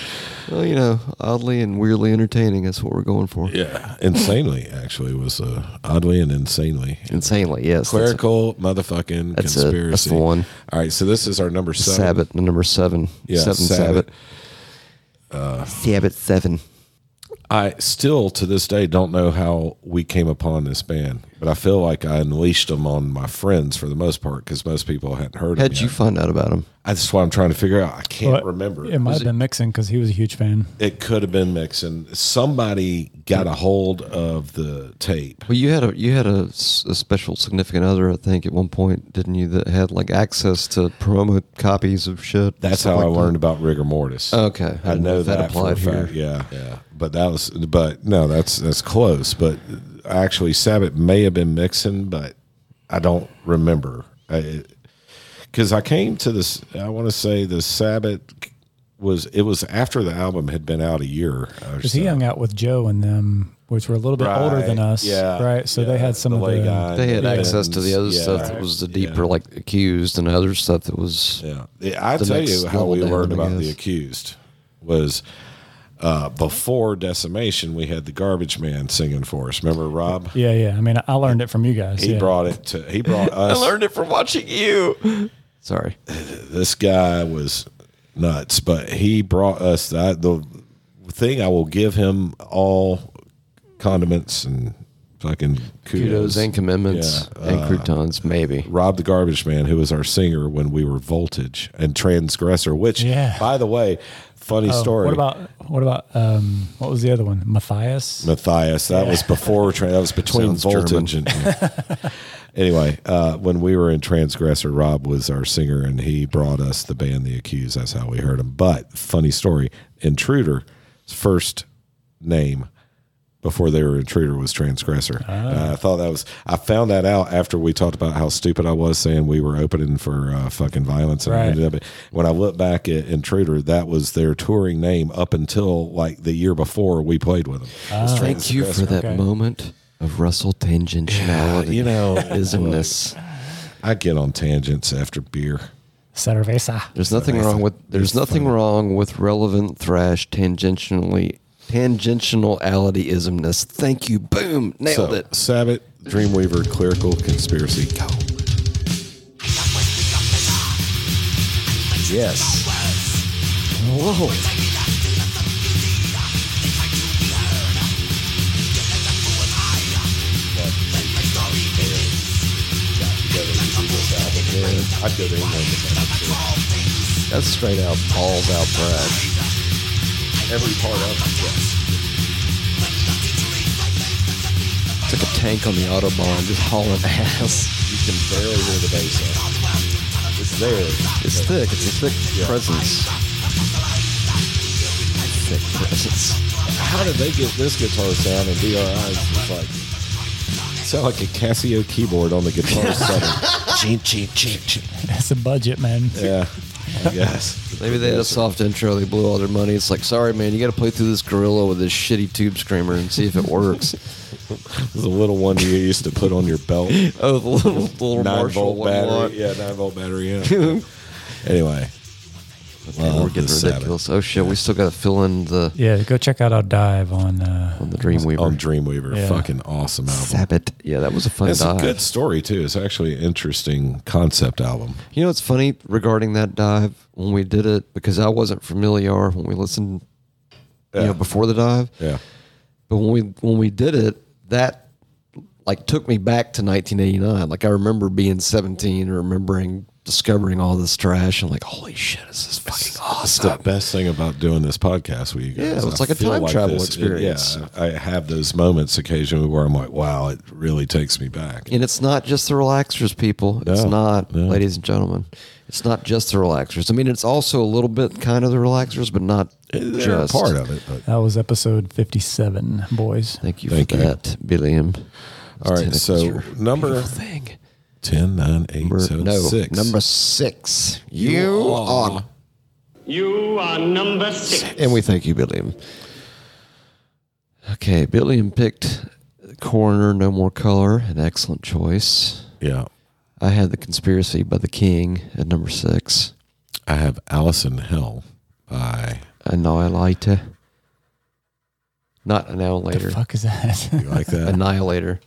[SPEAKER 3] Well, you know, oddly and weirdly entertaining. That's what we're going for.
[SPEAKER 2] Yeah. Insanely, actually, was uh, oddly and insanely.
[SPEAKER 3] Insanely, yes. that's a-
[SPEAKER 2] Clerical motherfucking
[SPEAKER 3] That's it. That's the
[SPEAKER 2] conspiracy.
[SPEAKER 3] one.
[SPEAKER 2] All right, so this is our number seven.
[SPEAKER 3] Sabbath, number seven.
[SPEAKER 2] Yeah,
[SPEAKER 3] seven
[SPEAKER 2] Sabbath. Uh,
[SPEAKER 3] Sabbath. Sabbath seven.
[SPEAKER 2] I still to this day don't know how we came upon this band, but I feel like I unleashed them on my friends for the most part because most people hadn't heard of
[SPEAKER 3] How'd
[SPEAKER 2] them.
[SPEAKER 3] you
[SPEAKER 2] yet.
[SPEAKER 3] find out about him?
[SPEAKER 2] That's what I'm trying to figure out. I can't
[SPEAKER 1] But
[SPEAKER 2] remember.
[SPEAKER 1] It might have been mixing because he was a huge fan.
[SPEAKER 2] It could have been mixing. Somebody got a hold of the tape.
[SPEAKER 3] Well, you had a you had a, s- a special significant other, I think, at one point, didn't you? That had like access to promo copies of shit.
[SPEAKER 2] That's
[SPEAKER 3] stuff
[SPEAKER 2] how I
[SPEAKER 3] like that?
[SPEAKER 2] learned about rigor mortis.
[SPEAKER 3] Okay,
[SPEAKER 2] I know that,
[SPEAKER 3] applied
[SPEAKER 2] for a
[SPEAKER 3] here.
[SPEAKER 2] fact. Yeah, yeah. But that was, but no, that's that's close. But actually, Sabbath may have been mixing, but I don't remember. Because I came to this, I want to say the Sabbath was it was after the album had been out a year. Or
[SPEAKER 1] Because
[SPEAKER 2] so.
[SPEAKER 1] he hung out with Joe and them, which were a little bit older than
[SPEAKER 2] Right,
[SPEAKER 1] us. Right. So they
[SPEAKER 2] yeah,
[SPEAKER 1] had some
[SPEAKER 2] the
[SPEAKER 1] of
[SPEAKER 2] lay
[SPEAKER 1] the.
[SPEAKER 2] guy,
[SPEAKER 3] They had
[SPEAKER 2] the
[SPEAKER 3] access to the other
[SPEAKER 2] bends,
[SPEAKER 3] stuff
[SPEAKER 2] yeah.
[SPEAKER 3] that was the deeper, like accused, and other stuff that was.
[SPEAKER 2] Yeah. Yeah, I
[SPEAKER 3] the
[SPEAKER 2] tell
[SPEAKER 3] next
[SPEAKER 2] you how we
[SPEAKER 3] level down,
[SPEAKER 2] learned
[SPEAKER 3] I
[SPEAKER 2] about the
[SPEAKER 3] guess.
[SPEAKER 2] accused was uh, before decimation. We had the garbage man singing for us. Remember Rob?
[SPEAKER 1] Yeah, yeah. I mean, I learned it from you guys.
[SPEAKER 2] He
[SPEAKER 1] yeah.
[SPEAKER 2] brought it to. He brought us.
[SPEAKER 3] it from watching you. Sorry,
[SPEAKER 2] This guy was nuts, but he brought us that the thing. I will give him all condiments and fucking kudos.
[SPEAKER 3] Kudos and commitments
[SPEAKER 2] Yeah, Uh,
[SPEAKER 3] and croutons, maybe.
[SPEAKER 2] Rob the Garbage Man, who was our singer when we were Voltage and Transgressor, which,
[SPEAKER 1] Yeah.
[SPEAKER 2] by the way, funny
[SPEAKER 1] Oh,
[SPEAKER 2] story.
[SPEAKER 1] What about what about um what was the other one? Matthias?
[SPEAKER 2] Matthias. That was before. Tran- That was between
[SPEAKER 3] Sounds
[SPEAKER 2] Voltage and. anyway, uh, when we were in Transgressor, Rob was our singer, and he brought us the band The Accused. That's how we heard him. But funny story, Intruder, first name before they were Intruder was Transgressor. And I thought that was. I found that out after we talked about how stupid I was saying we were opening for uh, fucking violence, and I
[SPEAKER 1] Right.
[SPEAKER 2] ended up. When I look back at Intruder, that was their touring name up until like the year before we played with them.
[SPEAKER 3] Thank you for that
[SPEAKER 1] Okay.
[SPEAKER 3] moment of Russell tangentiality.
[SPEAKER 2] You
[SPEAKER 3] (laughs)
[SPEAKER 2] know,
[SPEAKER 3] ismness.
[SPEAKER 2] I get on tangents after beer. (laughs)
[SPEAKER 1] Cerveza.
[SPEAKER 3] There's nothing wrong with there's nothing wrong with relevant thrash tangentially tangentiality ismness. Thank you. Boom. Nailed
[SPEAKER 2] so,
[SPEAKER 3] it.
[SPEAKER 2] Sabbath, Dreamweaver, Clerical, Conspiracy. Go. Yes.
[SPEAKER 3] Whoa.
[SPEAKER 2] I'd go to England with that.
[SPEAKER 3] That's straight out balls out thrash.
[SPEAKER 2] Every part of
[SPEAKER 3] It's like a tank on the autobahn just hauling ass.
[SPEAKER 2] it. You can barely hear the bass. on it. It's there.
[SPEAKER 3] It's thick. It's a thick presence. Thick presence.
[SPEAKER 2] How did they get this guitar sound and DRI? It's like. Sound like a Casio keyboard on the (laughs) guitar setting.
[SPEAKER 1] That's a budget, man.
[SPEAKER 2] Yeah. Yes.
[SPEAKER 3] Maybe they had a soft intro. They blew all their money. It's like, sorry, man, you got to play through this gorilla with this shitty tube screamer and see if it
[SPEAKER 2] (laughs)
[SPEAKER 3] works.
[SPEAKER 2] The little one you used to put on your (laughs) belt.
[SPEAKER 3] oh, the little, the little
[SPEAKER 2] nine
[SPEAKER 3] Marshall
[SPEAKER 2] volt
[SPEAKER 3] one
[SPEAKER 2] battery.
[SPEAKER 3] watt.
[SPEAKER 2] Yeah, nine volt battery. Yeah. anyway,
[SPEAKER 3] Man, we're
[SPEAKER 2] Love
[SPEAKER 3] getting
[SPEAKER 2] the Sabbath.
[SPEAKER 3] ridiculous. Oh shit, we still got to fill in the
[SPEAKER 1] Yeah, go check out our dive on uh
[SPEAKER 3] the Dreamweaver.
[SPEAKER 2] on Dreamweaver,
[SPEAKER 1] Yeah.
[SPEAKER 2] fucking awesome album.
[SPEAKER 3] Sabbath. Yeah, that was a fun
[SPEAKER 2] It's a
[SPEAKER 3] dive.
[SPEAKER 2] good story too. It's actually an interesting concept album.
[SPEAKER 3] You know what's funny regarding that dive when we did it because I wasn't familiar when we listened, you know, before the dive.
[SPEAKER 2] Yeah,
[SPEAKER 3] But when we when we did it, that like took me back to 1989. Like I remember being 17 and remembering discovering all this trash and like, holy shit, this is fucking
[SPEAKER 2] it's the
[SPEAKER 3] awesome.
[SPEAKER 2] best thing about doing this podcast with you guys.
[SPEAKER 3] Yeah, it's
[SPEAKER 2] I
[SPEAKER 3] like a
[SPEAKER 2] feel
[SPEAKER 3] time travel
[SPEAKER 2] this-
[SPEAKER 3] experience.
[SPEAKER 2] yeah, I have those moments occasionally where I'm like, wow, it really takes me back.
[SPEAKER 3] And it's not just the relaxers, people. It's
[SPEAKER 2] No,
[SPEAKER 3] not,
[SPEAKER 2] no.
[SPEAKER 3] ladies and gentlemen. It's not just the relaxers. I mean, it's also a little bit kind of the relaxers, but not
[SPEAKER 2] They're a
[SPEAKER 3] just
[SPEAKER 2] part of it. But.
[SPEAKER 1] that was episode fifty seven, boys.
[SPEAKER 3] Thank you
[SPEAKER 2] Thank
[SPEAKER 3] for
[SPEAKER 2] you.
[SPEAKER 3] that, Billiam.
[SPEAKER 2] All right, so number
[SPEAKER 3] thing.
[SPEAKER 2] ten, nine, eight,
[SPEAKER 3] Number,
[SPEAKER 2] seven,
[SPEAKER 3] no,
[SPEAKER 2] six.
[SPEAKER 3] number six. You are.
[SPEAKER 5] You are number six.
[SPEAKER 3] And we thank you, Billiam. Okay, Billiam picked Coroner, No More Color, an excellent choice.
[SPEAKER 2] Yeah,
[SPEAKER 3] I had The Conspiracy by the King at number six.
[SPEAKER 2] I have Alice in Hell by
[SPEAKER 3] Annihilator. Not Annihilator.
[SPEAKER 1] Fuck is that?
[SPEAKER 2] you like
[SPEAKER 3] (laughs)
[SPEAKER 2] that.
[SPEAKER 3] Annihilator.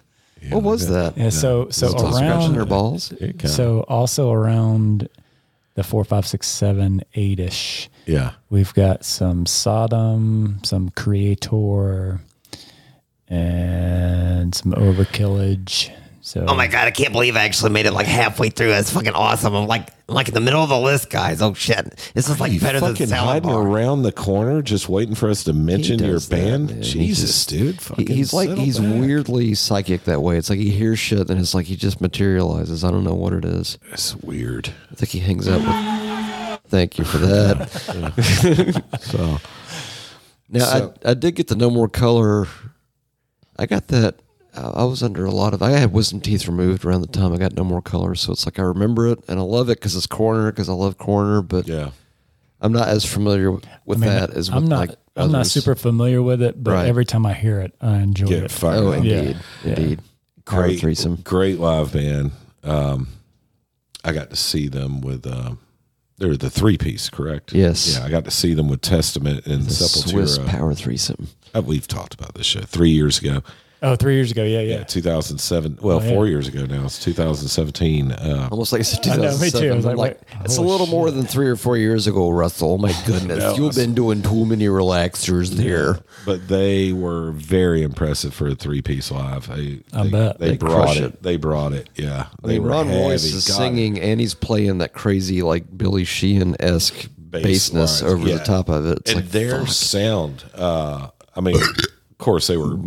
[SPEAKER 3] what was that?
[SPEAKER 1] yeah, so so
[SPEAKER 3] Still scratching their
[SPEAKER 1] around
[SPEAKER 3] balls.
[SPEAKER 2] It kinda-
[SPEAKER 1] so also around the four, five, six, seven, eight ish.
[SPEAKER 2] yeah,
[SPEAKER 1] We've got some Sodom, some Creator, and some Overkillage. So
[SPEAKER 6] Oh my god, I can't believe I actually made it like halfway through. That's fucking awesome. I'm like I'm like in the middle of the list, guys. Oh shit. This is like better than
[SPEAKER 2] fucking
[SPEAKER 6] salad
[SPEAKER 2] hiding
[SPEAKER 6] bar.
[SPEAKER 2] around the corner, just waiting for us to mention
[SPEAKER 3] He
[SPEAKER 2] your
[SPEAKER 3] does that,
[SPEAKER 2] band.
[SPEAKER 3] man. He
[SPEAKER 2] Jesus,
[SPEAKER 3] just-
[SPEAKER 2] dude,
[SPEAKER 3] He-
[SPEAKER 2] fucking
[SPEAKER 3] he's like
[SPEAKER 2] settle
[SPEAKER 3] he's
[SPEAKER 2] back.
[SPEAKER 3] weirdly psychic that way. It's like he hears shit and it's like he just materializes. I don't know what it is.
[SPEAKER 2] It's weird.
[SPEAKER 3] I think he hangs out with. Thank you
[SPEAKER 2] (laughs)
[SPEAKER 3] for that.
[SPEAKER 2] So
[SPEAKER 3] Now
[SPEAKER 2] So-
[SPEAKER 3] I I did get the no more color. I got that. I I was under a lot of. I had wisdom teeth removed around the time I got no more color, so it's like I remember it and I love it because it's corner because I love corner, but
[SPEAKER 2] yeah,
[SPEAKER 3] I'm not as familiar with, with
[SPEAKER 1] I mean,
[SPEAKER 3] that as with
[SPEAKER 1] I'm not
[SPEAKER 3] like
[SPEAKER 1] I'm not
[SPEAKER 3] others.
[SPEAKER 1] super familiar with it, but
[SPEAKER 3] Right.
[SPEAKER 1] every time I hear it, I enjoy
[SPEAKER 2] get
[SPEAKER 1] it.
[SPEAKER 2] fired.
[SPEAKER 3] Oh,
[SPEAKER 2] up.
[SPEAKER 1] yeah.
[SPEAKER 3] indeed,
[SPEAKER 1] Yeah.
[SPEAKER 3] indeed. Power
[SPEAKER 2] great
[SPEAKER 3] threesome.
[SPEAKER 2] Great live band. Um, I got to see them with. Um, they're the three piece, correct?
[SPEAKER 3] Yes.
[SPEAKER 2] Yeah, I got to see them with Testament and
[SPEAKER 3] Swiss
[SPEAKER 2] Sepultura.
[SPEAKER 3] power threesome.
[SPEAKER 2] Uh, We've talked about this show three years ago.
[SPEAKER 1] Oh, three years ago. Yeah, yeah.
[SPEAKER 2] Yeah, 2007. Well,
[SPEAKER 1] Oh, yeah.
[SPEAKER 2] four years ago now. It's 2017. Uh,
[SPEAKER 3] Almost like it's
[SPEAKER 1] I know, me too. I
[SPEAKER 3] 2007.
[SPEAKER 1] was
[SPEAKER 3] I'm
[SPEAKER 1] like,
[SPEAKER 3] like,
[SPEAKER 1] wait,
[SPEAKER 3] it's a
[SPEAKER 1] holy
[SPEAKER 3] little more than three or four years ago, Russell.
[SPEAKER 2] (laughs)
[SPEAKER 3] Oh my goodness, you've been doing too many relaxers there.
[SPEAKER 2] but they were very impressive for a three piece live. They,
[SPEAKER 1] I
[SPEAKER 2] they,
[SPEAKER 1] bet.
[SPEAKER 2] they,
[SPEAKER 1] They
[SPEAKER 2] brought
[SPEAKER 3] crush
[SPEAKER 2] it.
[SPEAKER 3] it.
[SPEAKER 2] They brought it. Yeah,
[SPEAKER 3] I
[SPEAKER 2] they
[SPEAKER 3] mean,
[SPEAKER 2] were
[SPEAKER 3] Ron
[SPEAKER 2] heavy.
[SPEAKER 3] Royce is
[SPEAKER 2] God,
[SPEAKER 3] singing, and he's playing that crazy like Billy Sheehan esque
[SPEAKER 2] bass
[SPEAKER 3] bassness
[SPEAKER 2] lines.
[SPEAKER 3] over
[SPEAKER 2] Yeah.
[SPEAKER 3] the top of it. It's
[SPEAKER 2] and
[SPEAKER 3] like
[SPEAKER 2] their
[SPEAKER 3] fuck.
[SPEAKER 2] sound. Uh, I mean, of course, they were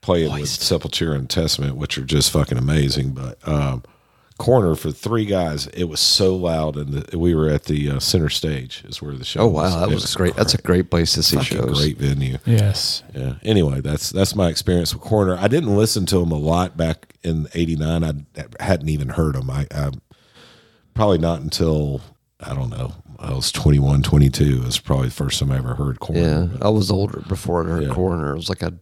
[SPEAKER 2] playing with Sepultura and Testament, which are just fucking amazing. But um, Corner for three guys, it was so loud, and the, we were at the uh, center stage. Is where the show.
[SPEAKER 3] Oh
[SPEAKER 2] was.
[SPEAKER 3] wow, that
[SPEAKER 2] It
[SPEAKER 3] was great. That's a great place to see
[SPEAKER 2] fucking
[SPEAKER 3] shows.
[SPEAKER 2] great venue.
[SPEAKER 1] Yes.
[SPEAKER 2] Yeah. Anyway, that's that's my experience with Corner. I didn't listen to him a lot back in '89. I hadn't even heard him. I, I probably not until I don't know. I was 21, 22. It was probably the first time I ever heard Corner.
[SPEAKER 3] Yeah, I was older before I heard
[SPEAKER 2] Yeah.
[SPEAKER 3] Coroner. It was like I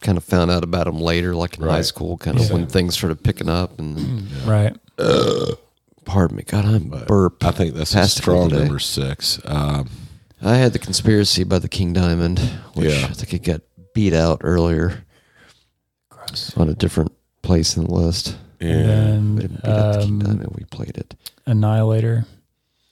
[SPEAKER 3] kind of found out about him later, like in high
[SPEAKER 2] Right.
[SPEAKER 3] school, kind of when things started picking up. And (clears throat)
[SPEAKER 1] Right.
[SPEAKER 3] pardon me, God, I'm burp.
[SPEAKER 2] I think that's
[SPEAKER 3] Past
[SPEAKER 2] a strong
[SPEAKER 3] today.
[SPEAKER 2] number six. Um,
[SPEAKER 3] I had the conspiracy by the King Diamond, which
[SPEAKER 2] Yeah.
[SPEAKER 3] I think it got beat out earlier on a different place in the list.
[SPEAKER 2] yeah.
[SPEAKER 3] We
[SPEAKER 1] And
[SPEAKER 3] didn't beat out the King
[SPEAKER 1] um,
[SPEAKER 3] Diamond. We played it.
[SPEAKER 1] Annihilator.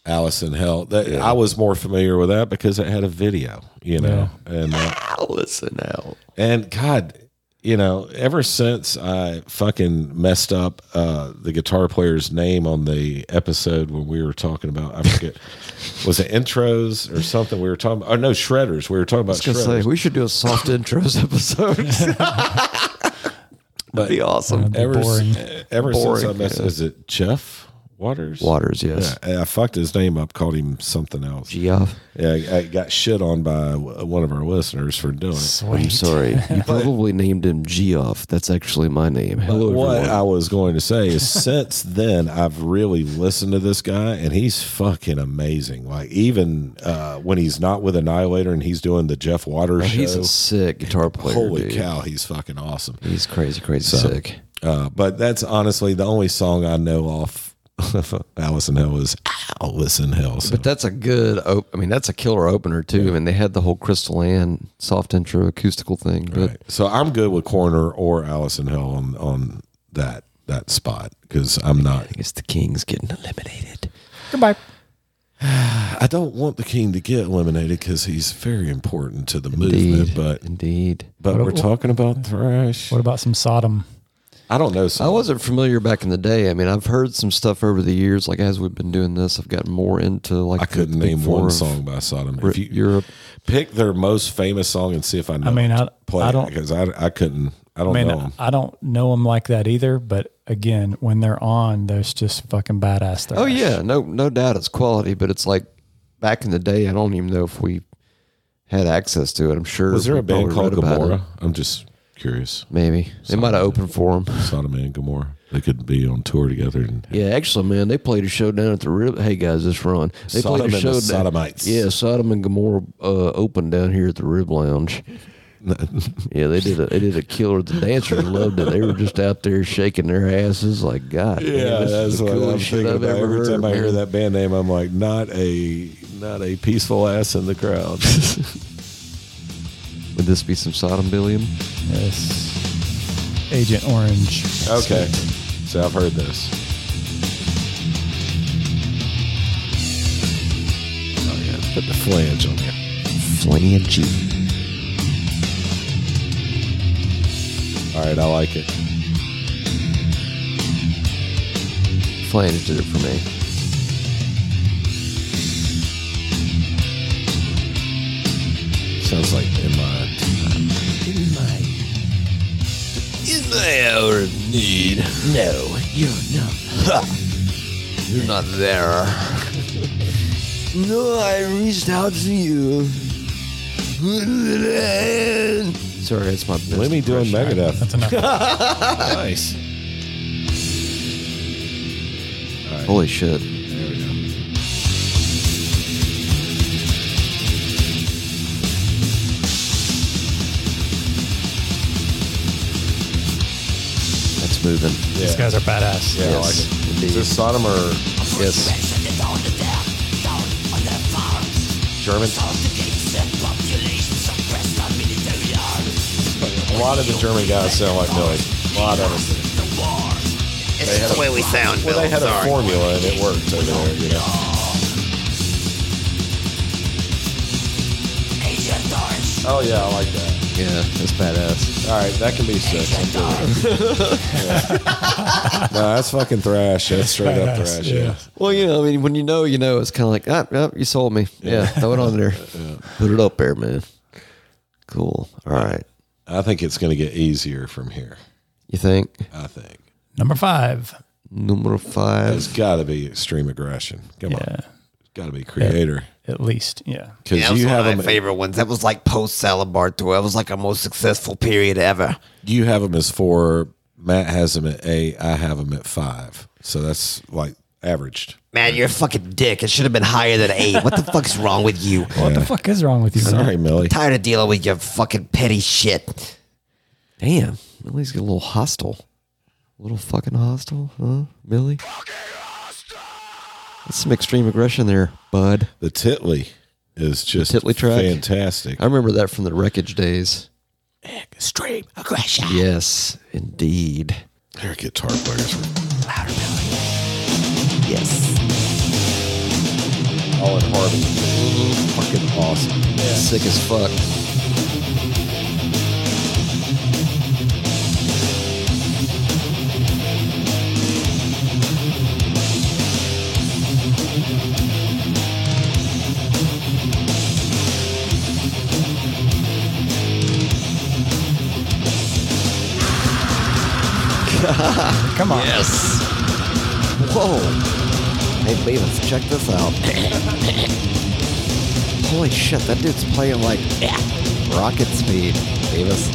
[SPEAKER 2] Alice in Hell. That, I was more familiar with that because it had a video, you know. And uh,
[SPEAKER 3] Listen out.
[SPEAKER 2] And God, you know, ever since I fucking messed up uh, the guitar player's name on the episode when we were talking about, I
[SPEAKER 3] (laughs)
[SPEAKER 2] forget, was it intros or something? We were talking about, oh no, shredders. We were talking about
[SPEAKER 3] I was gonna
[SPEAKER 2] shredders.
[SPEAKER 3] say we should do
[SPEAKER 2] (laughs)
[SPEAKER 3] a soft intros episode.
[SPEAKER 2] but
[SPEAKER 3] Be awesome.
[SPEAKER 2] ever, eh,
[SPEAKER 1] boring.
[SPEAKER 2] ever since I
[SPEAKER 3] Boring,
[SPEAKER 2] messed, is it Jeff Waters?
[SPEAKER 3] Waters,
[SPEAKER 2] Yeah,
[SPEAKER 3] yes.
[SPEAKER 2] I fucked his name up, called him something else.
[SPEAKER 3] Geoff.
[SPEAKER 2] Yeah, I- I got shit on by w- one of our listeners for doing it.
[SPEAKER 3] I'm sorry.
[SPEAKER 2] (laughs)
[SPEAKER 3] You probably named him Geoff. That's actually my name. Hello,
[SPEAKER 2] what
[SPEAKER 3] everyone.
[SPEAKER 2] I was going to say is since (laughs) then I've really listened to this guy and he's fucking amazing. Like even uh, when he's not with Annihilator and he's doing the Jeff Waters show,
[SPEAKER 3] He's a sick guitar player.
[SPEAKER 2] holy
[SPEAKER 3] dude.
[SPEAKER 2] cow, he's fucking awesome.
[SPEAKER 3] He's crazy, crazy sick.
[SPEAKER 2] Uh, but that's honestly the only song I know off (laughs) Alice in Hell is Alice in Hell. So
[SPEAKER 3] But that's a good. Op- I mean, that's a killer opener too. I mean, they had the whole Crystal Ann soft intro acoustical thing. But
[SPEAKER 2] Right. So I'm good with Corner or Alice in Hell on on that that spot because I'm not.
[SPEAKER 3] I guess the King's getting eliminated.
[SPEAKER 1] Goodbye.
[SPEAKER 2] I don't want the king to get eliminated because he's very important to the
[SPEAKER 3] Indeed,
[SPEAKER 2] movement. But
[SPEAKER 3] indeed.
[SPEAKER 2] But
[SPEAKER 1] What-
[SPEAKER 2] we're talking about thrash.
[SPEAKER 1] What about some Sodom?
[SPEAKER 2] I don't know.
[SPEAKER 3] I
[SPEAKER 2] Some,
[SPEAKER 3] wasn't familiar back in the day. I mean, I've heard some stuff over the years. Like as we've been doing this, I've gotten more into like
[SPEAKER 2] I
[SPEAKER 3] the
[SPEAKER 2] couldn't
[SPEAKER 3] Big
[SPEAKER 2] name
[SPEAKER 3] Four
[SPEAKER 2] one
[SPEAKER 3] of
[SPEAKER 2] song by Sodom.
[SPEAKER 3] Ri-
[SPEAKER 2] If you
[SPEAKER 3] Europe.
[SPEAKER 2] pick their most famous song and see if I know.
[SPEAKER 1] I mean, I-
[SPEAKER 2] play
[SPEAKER 1] I don't-
[SPEAKER 2] because I, I couldn't. I don't
[SPEAKER 1] I mean,
[SPEAKER 2] know. 'em.
[SPEAKER 1] I don't know them like that either. But again, when they're on, there's just fucking badass thrash.
[SPEAKER 3] Oh yeah, no, no doubt it's quality. But it's like back in the day. I don't even know if we had access to it. I'm sure.
[SPEAKER 2] Was there
[SPEAKER 3] we
[SPEAKER 2] a band
[SPEAKER 3] probably
[SPEAKER 2] called
[SPEAKER 3] read about it.
[SPEAKER 2] Gomorrah? I'm just curious.
[SPEAKER 3] Maybe they might have opened for them.
[SPEAKER 2] Sodom and Gomorrah. They could be on tour together. And (laughs)
[SPEAKER 3] Yeah, actually, man, they played a show down at the rib. Hey guys, this Ron. They
[SPEAKER 2] Sodom and
[SPEAKER 3] played a
[SPEAKER 2] the
[SPEAKER 3] show. down-
[SPEAKER 2] Sodomites.
[SPEAKER 3] yeah, Sodom and Gomorrah uh, open down here at the Rib Lounge. yeah, they did. A, they did a killer. The dancers loved it. They were just out there shaking their asses like God. man, this is the coolest shit I've ever
[SPEAKER 2] Every
[SPEAKER 3] heard.
[SPEAKER 2] time I hear
[SPEAKER 3] man."
[SPEAKER 2] that band name, I'm like, not a not a peaceful ass in the crowd.
[SPEAKER 3] Would this be some Sodom Billiam?
[SPEAKER 1] Yes. Agent Orange.
[SPEAKER 2] (laughs) okay, so I've heard this. Oh yeah, put the flange on there.
[SPEAKER 3] Flangy.
[SPEAKER 2] All right, I like it.
[SPEAKER 3] Flange did it for me.
[SPEAKER 2] Sounds like in my
[SPEAKER 7] In my
[SPEAKER 6] In the hour of need,
[SPEAKER 7] no, you're not.
[SPEAKER 6] you're not there.
[SPEAKER 7] No, I reached out to you.
[SPEAKER 3] Sorry, that's my best.
[SPEAKER 2] Lemmy doing
[SPEAKER 3] impression.
[SPEAKER 2] Megadeth.
[SPEAKER 1] That's enough.
[SPEAKER 2] nice.
[SPEAKER 3] Holy shit!
[SPEAKER 2] There we go.
[SPEAKER 3] That's moving.
[SPEAKER 1] These guys are badass.
[SPEAKER 2] Yeah, I
[SPEAKER 3] Yes,
[SPEAKER 2] like it.
[SPEAKER 3] indeed.
[SPEAKER 2] Is this Sodom or
[SPEAKER 3] Yes.
[SPEAKER 2] German?
[SPEAKER 8] a lot of the German guys sound like Millie. A lot of them.
[SPEAKER 6] It's just the way we sound,
[SPEAKER 8] Well,
[SPEAKER 6] Bill.
[SPEAKER 8] they had a
[SPEAKER 6] Sorry.
[SPEAKER 8] formula and it worked over there, you know. Oh yeah, I like that.
[SPEAKER 3] Yeah, that's badass.
[SPEAKER 8] All right, that can be six. I'm good with it. (laughs) Yeah. No, that's fucking thrash. That's straight up
[SPEAKER 9] Badass,
[SPEAKER 8] thrash.
[SPEAKER 9] yeah.
[SPEAKER 8] Yeah.
[SPEAKER 3] Well, you know, I mean, when you know, you know, it's kind of like, ah, ah, you sold me. Yeah, throw it on
[SPEAKER 8] (laughs)
[SPEAKER 3] there. Put it up there, man. Cool. All right.
[SPEAKER 8] I think it's going to get easier from here.
[SPEAKER 3] You think?
[SPEAKER 8] I think
[SPEAKER 9] Number five.
[SPEAKER 3] Number
[SPEAKER 8] it's
[SPEAKER 3] five.
[SPEAKER 8] got to be extreme aggression. Come on,
[SPEAKER 9] Yeah.
[SPEAKER 8] it's got to be creator
[SPEAKER 9] At least. Yeah.
[SPEAKER 8] because
[SPEAKER 6] Yeah, that was
[SPEAKER 8] you
[SPEAKER 6] one of
[SPEAKER 8] have
[SPEAKER 6] my
[SPEAKER 8] them.
[SPEAKER 6] favorite ones. That was like post Salabar tour. That was like our most successful period ever.
[SPEAKER 8] You have them as four. Matt has them at eight. I have them at five. So that's like averaged.
[SPEAKER 6] Man, you're a fucking dick. It should have been higher than eight. What the fuck's wrong with you?
[SPEAKER 9] What the fuck is wrong with you? man?
[SPEAKER 8] Sorry, Millie.
[SPEAKER 6] tired of dealing with your fucking petty shit.
[SPEAKER 3] Damn. Millie's getting a little hostile. A little fucking hostile, huh, Millie? That's some extreme aggression there, bud.
[SPEAKER 8] The Titley is just
[SPEAKER 3] Titley track?
[SPEAKER 8] fantastic.
[SPEAKER 3] I remember that from the wreckage days.
[SPEAKER 6] Extreme aggression.
[SPEAKER 3] Yes, indeed.
[SPEAKER 8] Their guitar players were
[SPEAKER 6] Yes.
[SPEAKER 8] all in harmony. Fucking awesome.
[SPEAKER 3] Sick as fuck.
[SPEAKER 9] Come on.
[SPEAKER 6] Yes.
[SPEAKER 3] Whoa. Hey, Beavis, check this out. Holy shit, that dude's playing like rocket speed, Beavis.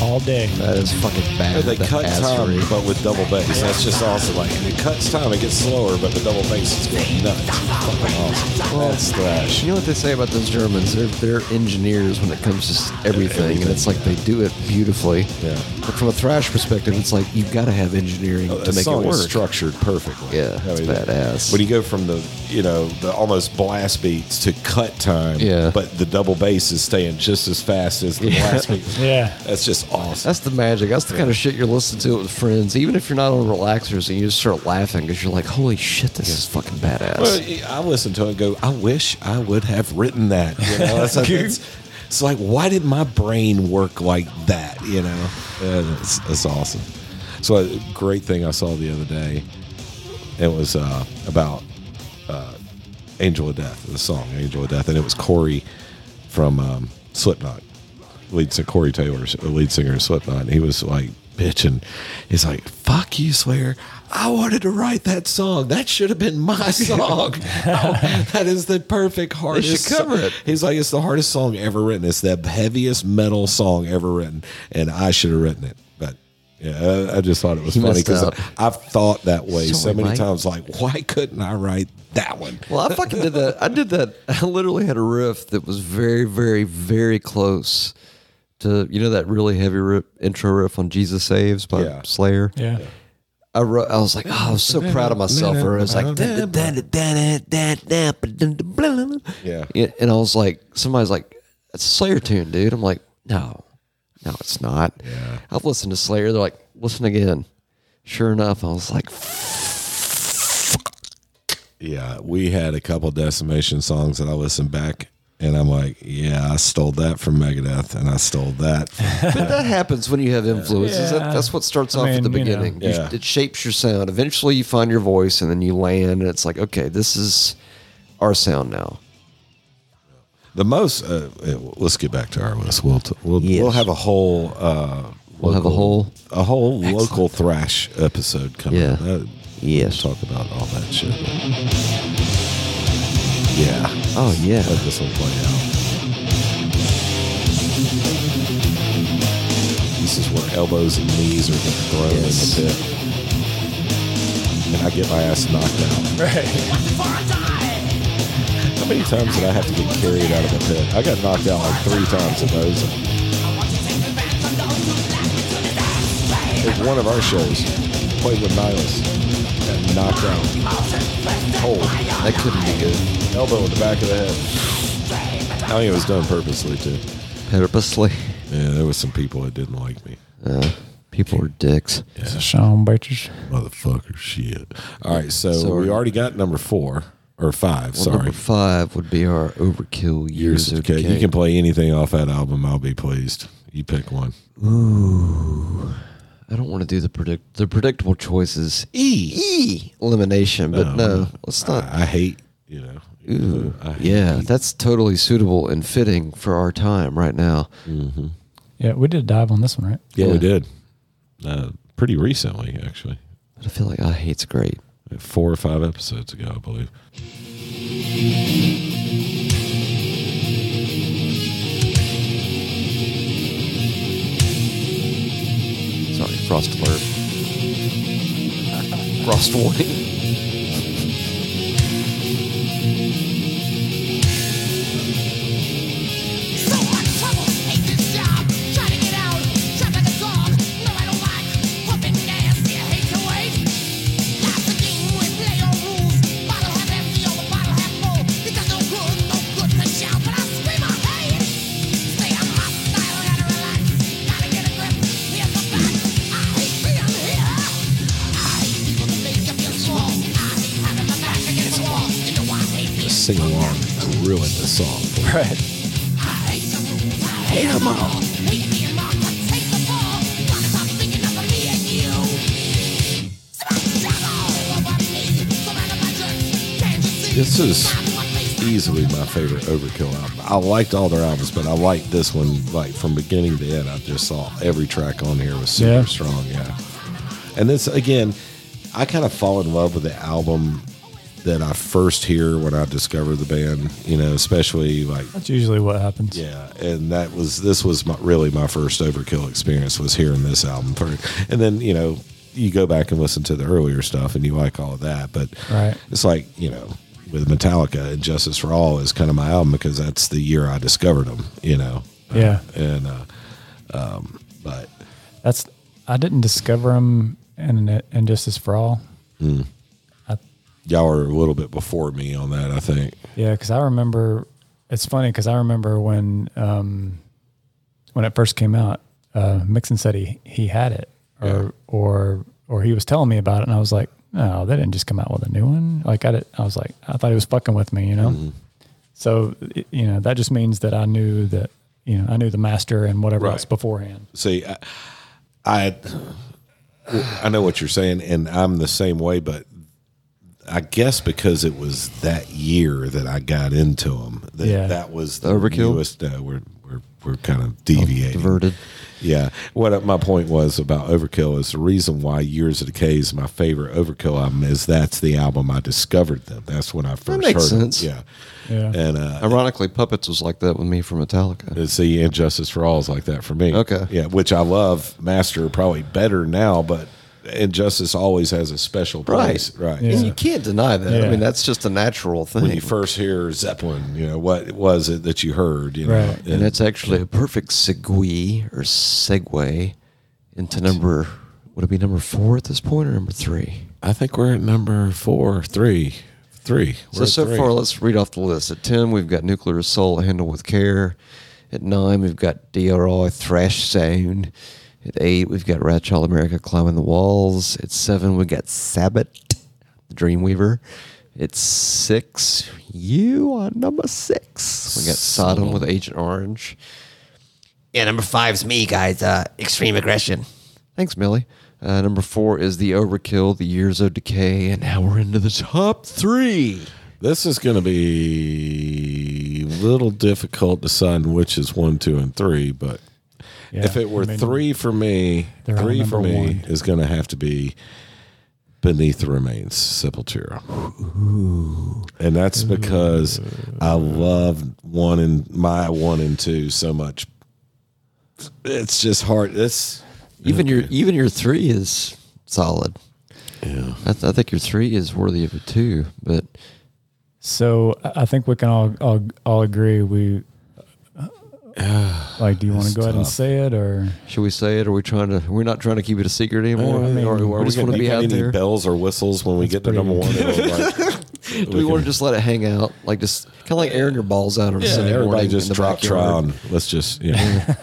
[SPEAKER 9] All day.
[SPEAKER 3] That is fucking bad.
[SPEAKER 8] They
[SPEAKER 3] the
[SPEAKER 8] cut time,
[SPEAKER 3] assery.
[SPEAKER 8] but with double bass. That's just awesome. Like it cuts time, it gets slower, but the double bass is going nuts. Fucking awesome. That's thrash.
[SPEAKER 3] You know what they say about those Germans? They're, they're engineers when it comes to s- everything, and it's like they do it beautifully.
[SPEAKER 8] Yeah.
[SPEAKER 3] But from a thrash perspective, it's like you've got to have engineering to
[SPEAKER 8] The
[SPEAKER 3] make it
[SPEAKER 8] song
[SPEAKER 3] work.
[SPEAKER 8] is structured perfectly.
[SPEAKER 3] Yeah, it's badass.
[SPEAKER 8] When you go from the you know the almost blast beats to cut time,
[SPEAKER 3] Yeah.
[SPEAKER 8] but the double bass is staying just as fast as the blast beat.
[SPEAKER 9] Yeah.
[SPEAKER 8] that's just awesome.
[SPEAKER 3] That's the magic. That's the kind of shit you're listening to with friends, even if you're not on relaxers and you just start laughing because you're like, holy shit, this is fucking badass.
[SPEAKER 8] Well, I listen to it and go, I wish I would have written that. You know, that's like, it's, it's like, why did my brain work like that? You know, and it's, it's awesome. So, a great thing I saw the other day, it was uh, about uh, Angel of Death, the song Angel of Death, and it was Corey from um, Slipknot, lead singer Corey Taylor, s- lead singer of Slipknot. And he was like bitching. He's like, "Fuck you, Slayer! I wanted to write that song. That should have
[SPEAKER 3] (laughs)
[SPEAKER 8] been my song. Oh, that is the perfect hardest.
[SPEAKER 3] cover
[SPEAKER 8] so-
[SPEAKER 3] it.
[SPEAKER 8] He's like, it's the hardest song ever written. It's the heaviest metal song ever written, and I should have written it, but." Yeah, I- I just thought it was
[SPEAKER 3] He
[SPEAKER 8] funny
[SPEAKER 3] missed
[SPEAKER 8] because
[SPEAKER 3] out.
[SPEAKER 8] I've thought that way so,
[SPEAKER 3] So am
[SPEAKER 8] many
[SPEAKER 3] I.
[SPEAKER 8] times. Like, why couldn't I write that one?
[SPEAKER 3] Well, I fucking did that. I did that. (laughs) I literally had a riff that was very, very, very close to you know that really heavy riff, intro riff on "Jesus Saves" by
[SPEAKER 8] Yeah.
[SPEAKER 3] Slayer.
[SPEAKER 9] Yeah.
[SPEAKER 3] I wrote. I was like, oh, I was so proud of myself. Where it was like, "Da, da, da, da, da, da, ba, da, da, blah, blah, blah."
[SPEAKER 8] Yeah.
[SPEAKER 3] Yeah, and I was like, somebody's like, it's a Slayer tune, dude. I'm like, no, no, it's not. I've listened to Slayer. They're like, listen again. Sure enough, I was like,
[SPEAKER 8] Yeah, we had a couple decimation songs that I listened back, and I'm like, yeah, I stole that from Megadeth, and I stole that. From,
[SPEAKER 3] But that happens when you have influences. That,
[SPEAKER 9] Yeah.
[SPEAKER 3] that's what starts
[SPEAKER 9] I
[SPEAKER 3] off at
[SPEAKER 9] mean,
[SPEAKER 3] the
[SPEAKER 9] you know.
[SPEAKER 3] beginning. You-
[SPEAKER 8] Yeah.
[SPEAKER 3] it shapes your sound. Eventually, you find your voice, and then you land, and it's like, okay, this is our sound now.
[SPEAKER 8] the most. Uh, uh, let's get back to our list. We'll t- we'll, we'll have a whole uh,
[SPEAKER 3] We'll have a whole
[SPEAKER 8] a whole local thrash episode coming.
[SPEAKER 3] Yeah.
[SPEAKER 8] up. That-
[SPEAKER 3] yes.
[SPEAKER 8] talk about all that shit. Yeah,
[SPEAKER 3] Oh yeah,
[SPEAKER 8] let this one play out. This is where elbows and knees are getting thrown
[SPEAKER 3] Yes.
[SPEAKER 8] in the pit.
[SPEAKER 2] and I get my ass knocked out. How many times did I have to get carried out of the pit? I got knocked out like three times at those. At one of our shows, played with Nihilus, got knocked out, cold,
[SPEAKER 3] That couldn't be good.
[SPEAKER 2] elbow in the back of the head. I think it was done purposely too.
[SPEAKER 3] Purposely.
[SPEAKER 2] Yeah, there was some people that didn't like me.
[SPEAKER 3] People are dicks.
[SPEAKER 1] It's a Sean Baker's.
[SPEAKER 2] Motherfucker, shit. All right, so
[SPEAKER 3] Sorry.
[SPEAKER 2] we already got number four or five.
[SPEAKER 3] Well,
[SPEAKER 2] sorry,
[SPEAKER 3] Number five would be our overkill years,
[SPEAKER 2] Yours,
[SPEAKER 3] of
[SPEAKER 2] okay.
[SPEAKER 3] decay.
[SPEAKER 2] You can play anything off that album. I'll be pleased. You pick one.
[SPEAKER 3] I don't want to do the predict the predictable choices
[SPEAKER 2] E. Oh,
[SPEAKER 3] E elimination, but no, let's not.
[SPEAKER 2] I hate. You know. I hate
[SPEAKER 3] yeah, that's totally suitable and fitting for our time right now.
[SPEAKER 1] Yeah, we did a dive on this one, right?
[SPEAKER 2] Yeah,
[SPEAKER 3] yeah.
[SPEAKER 2] we did. Uh, pretty recently, actually,
[SPEAKER 3] But I feel like I hate's great.
[SPEAKER 2] four or five episodes ago, I believe.
[SPEAKER 3] Sorry, frost alert. Frost warning.
[SPEAKER 9] So much trouble, hate this job, try to get out, trapped like a dog. No, I don't like pumping gas, yeah, hate to wait. Life's a game with player rules. Bottle half empty or the bottle half full. You got no good, no good to shout, but I scream I hate. Stay on hostile, gotta relax, gotta get a grip. Here's the fact, I hate being here. I hate people that make up your strong. I hate having my back against the wall. You know I hate being
[SPEAKER 2] Sing along. Ruin the song.
[SPEAKER 9] Hate them all. Hate being mocked, but take the fall. Wanna stop thinking of me and you. So much trouble over me, surrounded by jerks. Can't you see?
[SPEAKER 2] This is
[SPEAKER 9] I'm one face-
[SPEAKER 2] easily my favorite Overkill album. I liked all their albums, but I liked this one like from beginning to end. I just saw every track on here was super
[SPEAKER 1] Yeah.
[SPEAKER 2] strong. Yeah, and this again, I kind of fall in love with the album that I first hear when I discover the band. You know, especially like
[SPEAKER 1] That's usually what happens.
[SPEAKER 2] yeah, and that was this was my, really my first Overkill experience was hearing this album, first. and then you know you go back and listen to the earlier stuff and you like all of that, but
[SPEAKER 1] Right.
[SPEAKER 2] it's like you know with Metallica and Justice for All is kind of my album because that's the year I discovered them, you know,
[SPEAKER 1] Yeah.
[SPEAKER 2] and uh, um, but
[SPEAKER 1] That's I didn't discover him in in Justice for All.
[SPEAKER 2] y'all were a little bit before me on that, I think.
[SPEAKER 1] Yeah, because I remember. It's funny because I remember when um, when it first came out, uh, Mixon said he he had it, or or or he was telling me about it, and I was like, no, they didn't just come out with a new one. Like I did, I was like, I thought he was fucking with me, you know.
[SPEAKER 2] Mm-hmm.
[SPEAKER 1] So it- you know that just means that I knew that you know I knew the master and whatever
[SPEAKER 2] Right.
[SPEAKER 1] else beforehand.
[SPEAKER 2] See, I, I, I know what you're saying, and I'm the same way, but I guess because it was that year that I got into them, that,
[SPEAKER 1] Yeah.
[SPEAKER 2] that was the
[SPEAKER 3] Overkill?
[SPEAKER 2] newest. Uh, we're we're we're kind of deviating.
[SPEAKER 3] Diverted.
[SPEAKER 2] Yeah. What my point was about Overkill is the reason why Years of Decay is my favorite Overkill album is that's the album I discovered them. That's when I first
[SPEAKER 3] makes
[SPEAKER 2] heard 'em.
[SPEAKER 3] sense.
[SPEAKER 1] Yeah.
[SPEAKER 2] Yeah. And uh,
[SPEAKER 3] Ironically, Puppets was like that with me for Metallica.
[SPEAKER 2] and see injustice for all is like that for me
[SPEAKER 3] Okay.
[SPEAKER 2] yeah which i love master probably better now but injustice always has a special place right,
[SPEAKER 3] And you can't deny that. I
[SPEAKER 1] Yeah.
[SPEAKER 3] mean, that's just a natural thing.
[SPEAKER 2] when you first hear zeppelin you know what was it that you heard you know
[SPEAKER 1] Right.
[SPEAKER 2] and,
[SPEAKER 3] and that's actually a perfect segue or segue into number, would it be number four at this point or number three?
[SPEAKER 2] i think we're at number four three three
[SPEAKER 3] So, so far, let's read off the list. At 10, we've got Nuclear Assault, Handle with Care. At 9, we've got DRI, Thrash Sound. At 8, we've got Ratchet All America, Climbing the Walls. At 7, we've got Sabbath, The Dreamweaver. At 6, you are number 6. We got Sodom with Agent Orange.
[SPEAKER 6] Yeah, number five's me, guys. Uh, extreme aggression.
[SPEAKER 3] Thanks, Millie. Uh, number 4 is The Overkill, The Years of Decay. And now we're into the top 3.
[SPEAKER 2] this is going to be a little difficult deciding which is one two and three but
[SPEAKER 1] Yeah.
[SPEAKER 2] if it were
[SPEAKER 1] I mean,
[SPEAKER 2] three for me,
[SPEAKER 1] They're all
[SPEAKER 2] three for
[SPEAKER 1] number
[SPEAKER 2] me
[SPEAKER 1] one.
[SPEAKER 2] is going to have to be Beneath the Remains, Sepultura. And that's
[SPEAKER 3] Mm.
[SPEAKER 2] because I love one and my one and two so much. It's just hard. It's
[SPEAKER 3] Even your even your 3 is solid. I, th- I think your three is worthy of a two, but
[SPEAKER 1] So I I think we can all all, all agree
[SPEAKER 3] (sighs)
[SPEAKER 1] we. Like, do you want to go ahead and say it, or
[SPEAKER 3] should we say it? Are we trying to? We're not trying to keep it a secret anymore.
[SPEAKER 2] Uh, mean,
[SPEAKER 3] or, or we just want to be out there.
[SPEAKER 2] bells or whistles when we get to
[SPEAKER 1] pretty
[SPEAKER 2] number
[SPEAKER 3] (laughs)
[SPEAKER 2] one?
[SPEAKER 3] Do we want to just let it hang out, like just kind of like airing your balls out on a Sunday
[SPEAKER 2] everybody
[SPEAKER 3] morning
[SPEAKER 2] just
[SPEAKER 3] in the
[SPEAKER 2] drop
[SPEAKER 3] backyard.
[SPEAKER 2] trial. And let's just yeah.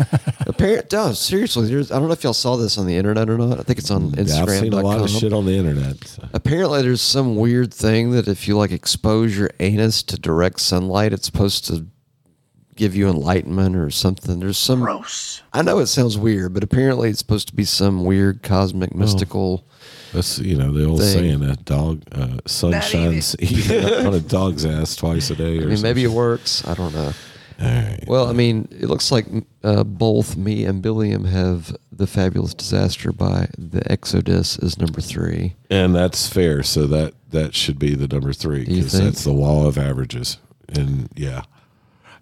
[SPEAKER 3] Apparent, no, seriously. There's, I don't know if y'all saw this on the internet or not. I think it's on
[SPEAKER 2] yeah.
[SPEAKER 3] Instagram.
[SPEAKER 2] I've seen a lot of shit on the internet.
[SPEAKER 3] Apparently, there's some weird thing that if you like expose your anus to direct sunlight, it's supposed to give you enlightenment or something. There's some gross. I know it sounds weird, but apparently, it's supposed to be some weird cosmic
[SPEAKER 1] Oh,
[SPEAKER 3] mystical.
[SPEAKER 2] That's you know the old
[SPEAKER 3] Thing.
[SPEAKER 2] saying that dog uh, sun shines even up on a dog's ass twice a day. Or
[SPEAKER 3] I mean, maybe it
[SPEAKER 2] something.
[SPEAKER 3] works. I don't know. Well, I mean, it looks like uh, both me and Billiam have the fabulous disaster by the Exodus is number three.
[SPEAKER 2] and that's fair. So that that should be the number three
[SPEAKER 3] you
[SPEAKER 2] because
[SPEAKER 3] think?
[SPEAKER 2] that's the law of averages. And yeah,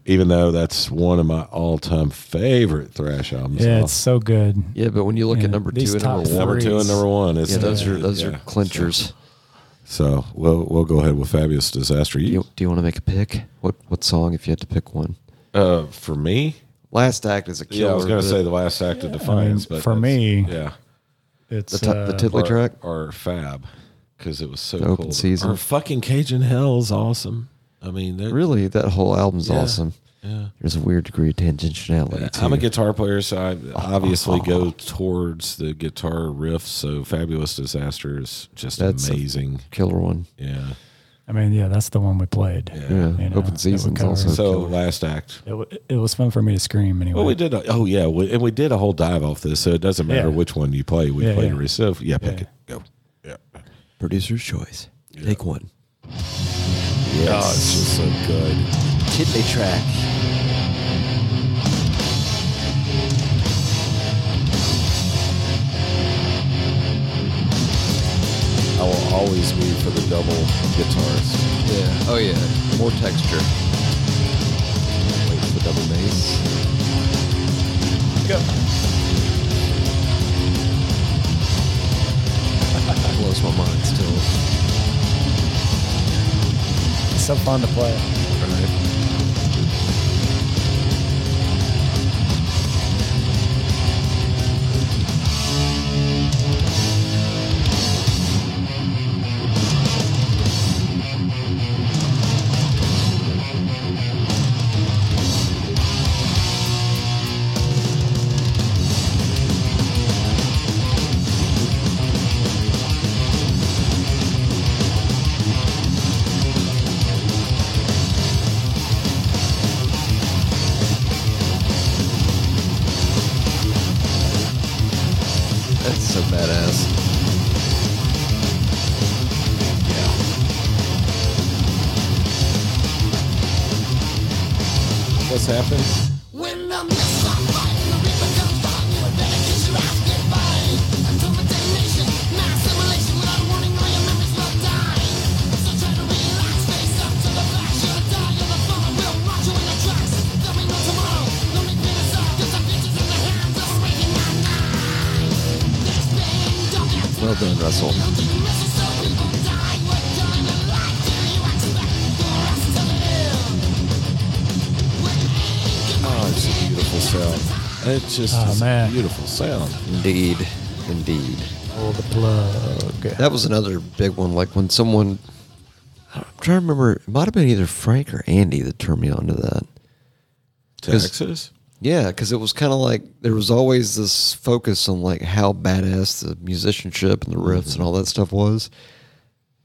[SPEAKER 2] even though that's one of my all-time favorite thrash albums.
[SPEAKER 1] yeah,
[SPEAKER 2] I'll-
[SPEAKER 1] it's so good.
[SPEAKER 3] Yeah, but when you look
[SPEAKER 1] Yeah,
[SPEAKER 3] at number two
[SPEAKER 1] these
[SPEAKER 3] and
[SPEAKER 1] top
[SPEAKER 3] number one,
[SPEAKER 2] number two and
[SPEAKER 1] threes.
[SPEAKER 2] number one. It's
[SPEAKER 3] yeah, those
[SPEAKER 2] yeah,
[SPEAKER 3] are those
[SPEAKER 2] yeah.
[SPEAKER 3] are clinchers.
[SPEAKER 2] So we'll we'll go ahead with Fabulous Disaster. You,
[SPEAKER 3] You, do you want to make a pick? What what song if you had to pick one?
[SPEAKER 2] uh, for me,
[SPEAKER 3] Last act is a killer.
[SPEAKER 2] yeah, I was going
[SPEAKER 3] but
[SPEAKER 2] to say the last act of Defiance, but
[SPEAKER 1] for
[SPEAKER 2] that's-
[SPEAKER 1] me,
[SPEAKER 2] yeah,
[SPEAKER 1] It's
[SPEAKER 3] the, t-
[SPEAKER 1] uh,
[SPEAKER 3] the tiddly
[SPEAKER 2] or,
[SPEAKER 3] track.
[SPEAKER 2] or Fab because it was so
[SPEAKER 3] The open
[SPEAKER 2] cool.
[SPEAKER 3] season.
[SPEAKER 2] Or fucking Cajun Hell is awesome. I mean, they're-
[SPEAKER 3] Really, that whole album's
[SPEAKER 2] Yeah,
[SPEAKER 3] awesome.
[SPEAKER 2] yeah.
[SPEAKER 3] There's a weird degree of tangentiality. too.
[SPEAKER 2] I'm a guitar player, so I obviously (laughs) go towards the guitar riffs. So Fabulous Disaster is just
[SPEAKER 3] That's a-
[SPEAKER 2] amazing.
[SPEAKER 3] killer one.
[SPEAKER 2] yeah.
[SPEAKER 1] I mean, yeah, that's the one we played.
[SPEAKER 3] Yeah,
[SPEAKER 1] You know, that
[SPEAKER 3] open
[SPEAKER 1] would
[SPEAKER 3] season's
[SPEAKER 1] cover-
[SPEAKER 3] also.
[SPEAKER 2] So
[SPEAKER 3] killer.
[SPEAKER 2] last act.
[SPEAKER 1] It, w- it was fun for me to scream anyway.
[SPEAKER 2] Well, we did. A, oh yeah, we, and we did a whole dive off this, so it doesn't matter
[SPEAKER 1] Yeah.
[SPEAKER 2] which one you play. We
[SPEAKER 1] Yeah,
[SPEAKER 2] played
[SPEAKER 1] yeah.
[SPEAKER 2] a So yeah,
[SPEAKER 1] Yeah.
[SPEAKER 2] pick it. Go. Yeah.
[SPEAKER 3] producer's choice. Take one.
[SPEAKER 2] Oh, it's just so good.
[SPEAKER 3] Tiddly track.
[SPEAKER 2] I will always be for the double guitars.
[SPEAKER 3] Yeah. Oh yeah. More texture. Wait for the double bass.
[SPEAKER 2] (laughs)
[SPEAKER 1] Go.
[SPEAKER 3] That blows my mind still.
[SPEAKER 1] It's so fun to play.
[SPEAKER 3] That's so badass.
[SPEAKER 2] What's happened?
[SPEAKER 3] Well done, Russell.
[SPEAKER 2] Oh, it's a beautiful sound. It's just
[SPEAKER 3] Um,
[SPEAKER 1] Oh,
[SPEAKER 2] it's a
[SPEAKER 1] man.
[SPEAKER 2] beautiful sound.
[SPEAKER 3] Indeed. Indeed.
[SPEAKER 1] Oh, the plug.
[SPEAKER 3] That was another big one. Like when someone, I'm trying to remember, it might have been either Frank or Andy that turned me on to that.
[SPEAKER 2] Texas.
[SPEAKER 3] Yeah, because it was kind of like there was always this focus on like how badass the musicianship and the riffs
[SPEAKER 2] Mm-hmm.
[SPEAKER 3] and all that stuff was.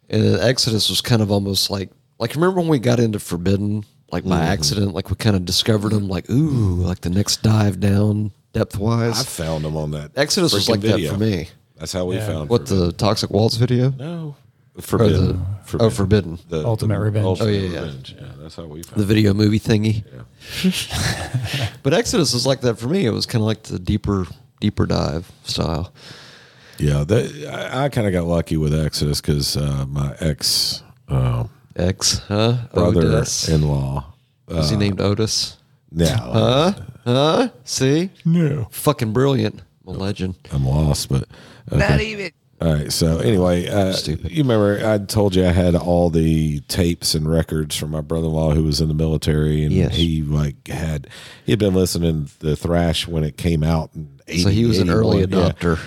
[SPEAKER 3] And then Exodus was kind of almost like like remember when we got into Forbidden like by
[SPEAKER 2] Mm-hmm.
[SPEAKER 3] accident, like we kind of discovered them like ooh, like the next dive down depth
[SPEAKER 2] I
[SPEAKER 3] wise.
[SPEAKER 2] found them on that
[SPEAKER 3] Exodus was
[SPEAKER 2] freaking
[SPEAKER 3] like
[SPEAKER 2] video.
[SPEAKER 3] that for me.
[SPEAKER 2] That's how we
[SPEAKER 1] Yeah.
[SPEAKER 2] found
[SPEAKER 3] What the Toxic Waltz video?
[SPEAKER 2] no
[SPEAKER 3] Or the-
[SPEAKER 2] forbidden.
[SPEAKER 3] Oh, Forbidden.
[SPEAKER 2] The,
[SPEAKER 1] Ultimate Revenge.
[SPEAKER 2] Ultimate
[SPEAKER 3] Oh, yeah, yeah.
[SPEAKER 2] Revenge. yeah. That's how we found
[SPEAKER 3] the video movie thingy. (laughs)
[SPEAKER 2] (laughs)
[SPEAKER 3] but Exodus was like that for me. It was kind of like the deeper, deeper dive style.
[SPEAKER 2] Yeah, that, I, I kind of got lucky with Exodus because uh, my ex uh,
[SPEAKER 3] X, huh?
[SPEAKER 2] brother uh,
[SPEAKER 3] Otis.
[SPEAKER 2] in law.
[SPEAKER 3] was he named Otis?
[SPEAKER 2] Now
[SPEAKER 3] See,
[SPEAKER 1] No.
[SPEAKER 3] fucking brilliant, I'm a legend.
[SPEAKER 2] I'm lost, but okay. All right. So anyway, uh,
[SPEAKER 3] Stupid.
[SPEAKER 2] You remember I told you I had all the tapes and records from my brother-in-law who was in the military, and
[SPEAKER 3] Yes.
[SPEAKER 2] he like had he had been listening to the thrash when it came out. In 80,
[SPEAKER 3] So he was an early
[SPEAKER 2] 81. Yeah.
[SPEAKER 3] adopter.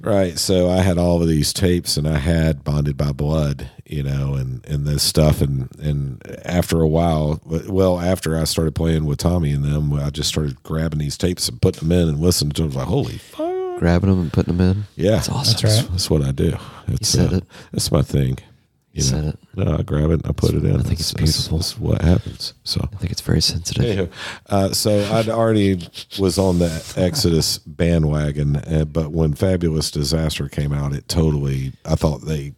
[SPEAKER 2] Right. So I had all of these tapes and I had Bonded by Blood, you know, and, and this stuff. And, and after a while, well, after I started playing with Tommy and them, I just started grabbing these tapes and putting them in and listening to them. like, holy fuck.
[SPEAKER 3] Grabbing them and putting them in.
[SPEAKER 2] Yeah.
[SPEAKER 3] That's awesome.
[SPEAKER 1] That's right.
[SPEAKER 2] That's what I do. That's,
[SPEAKER 3] said
[SPEAKER 2] uh,
[SPEAKER 3] it.
[SPEAKER 2] That's my thing. You
[SPEAKER 3] said
[SPEAKER 2] know,
[SPEAKER 3] it.
[SPEAKER 2] No, I grab it and I put it in.
[SPEAKER 3] I think it's
[SPEAKER 2] That's-
[SPEAKER 3] beautiful.
[SPEAKER 2] That's, that's what happens. So.
[SPEAKER 3] I think it's very sensitive.
[SPEAKER 2] Anywho, uh, so I'd already was on the Exodus bandwagon, uh, but when Fabulous Disaster came out, it totally. I thought they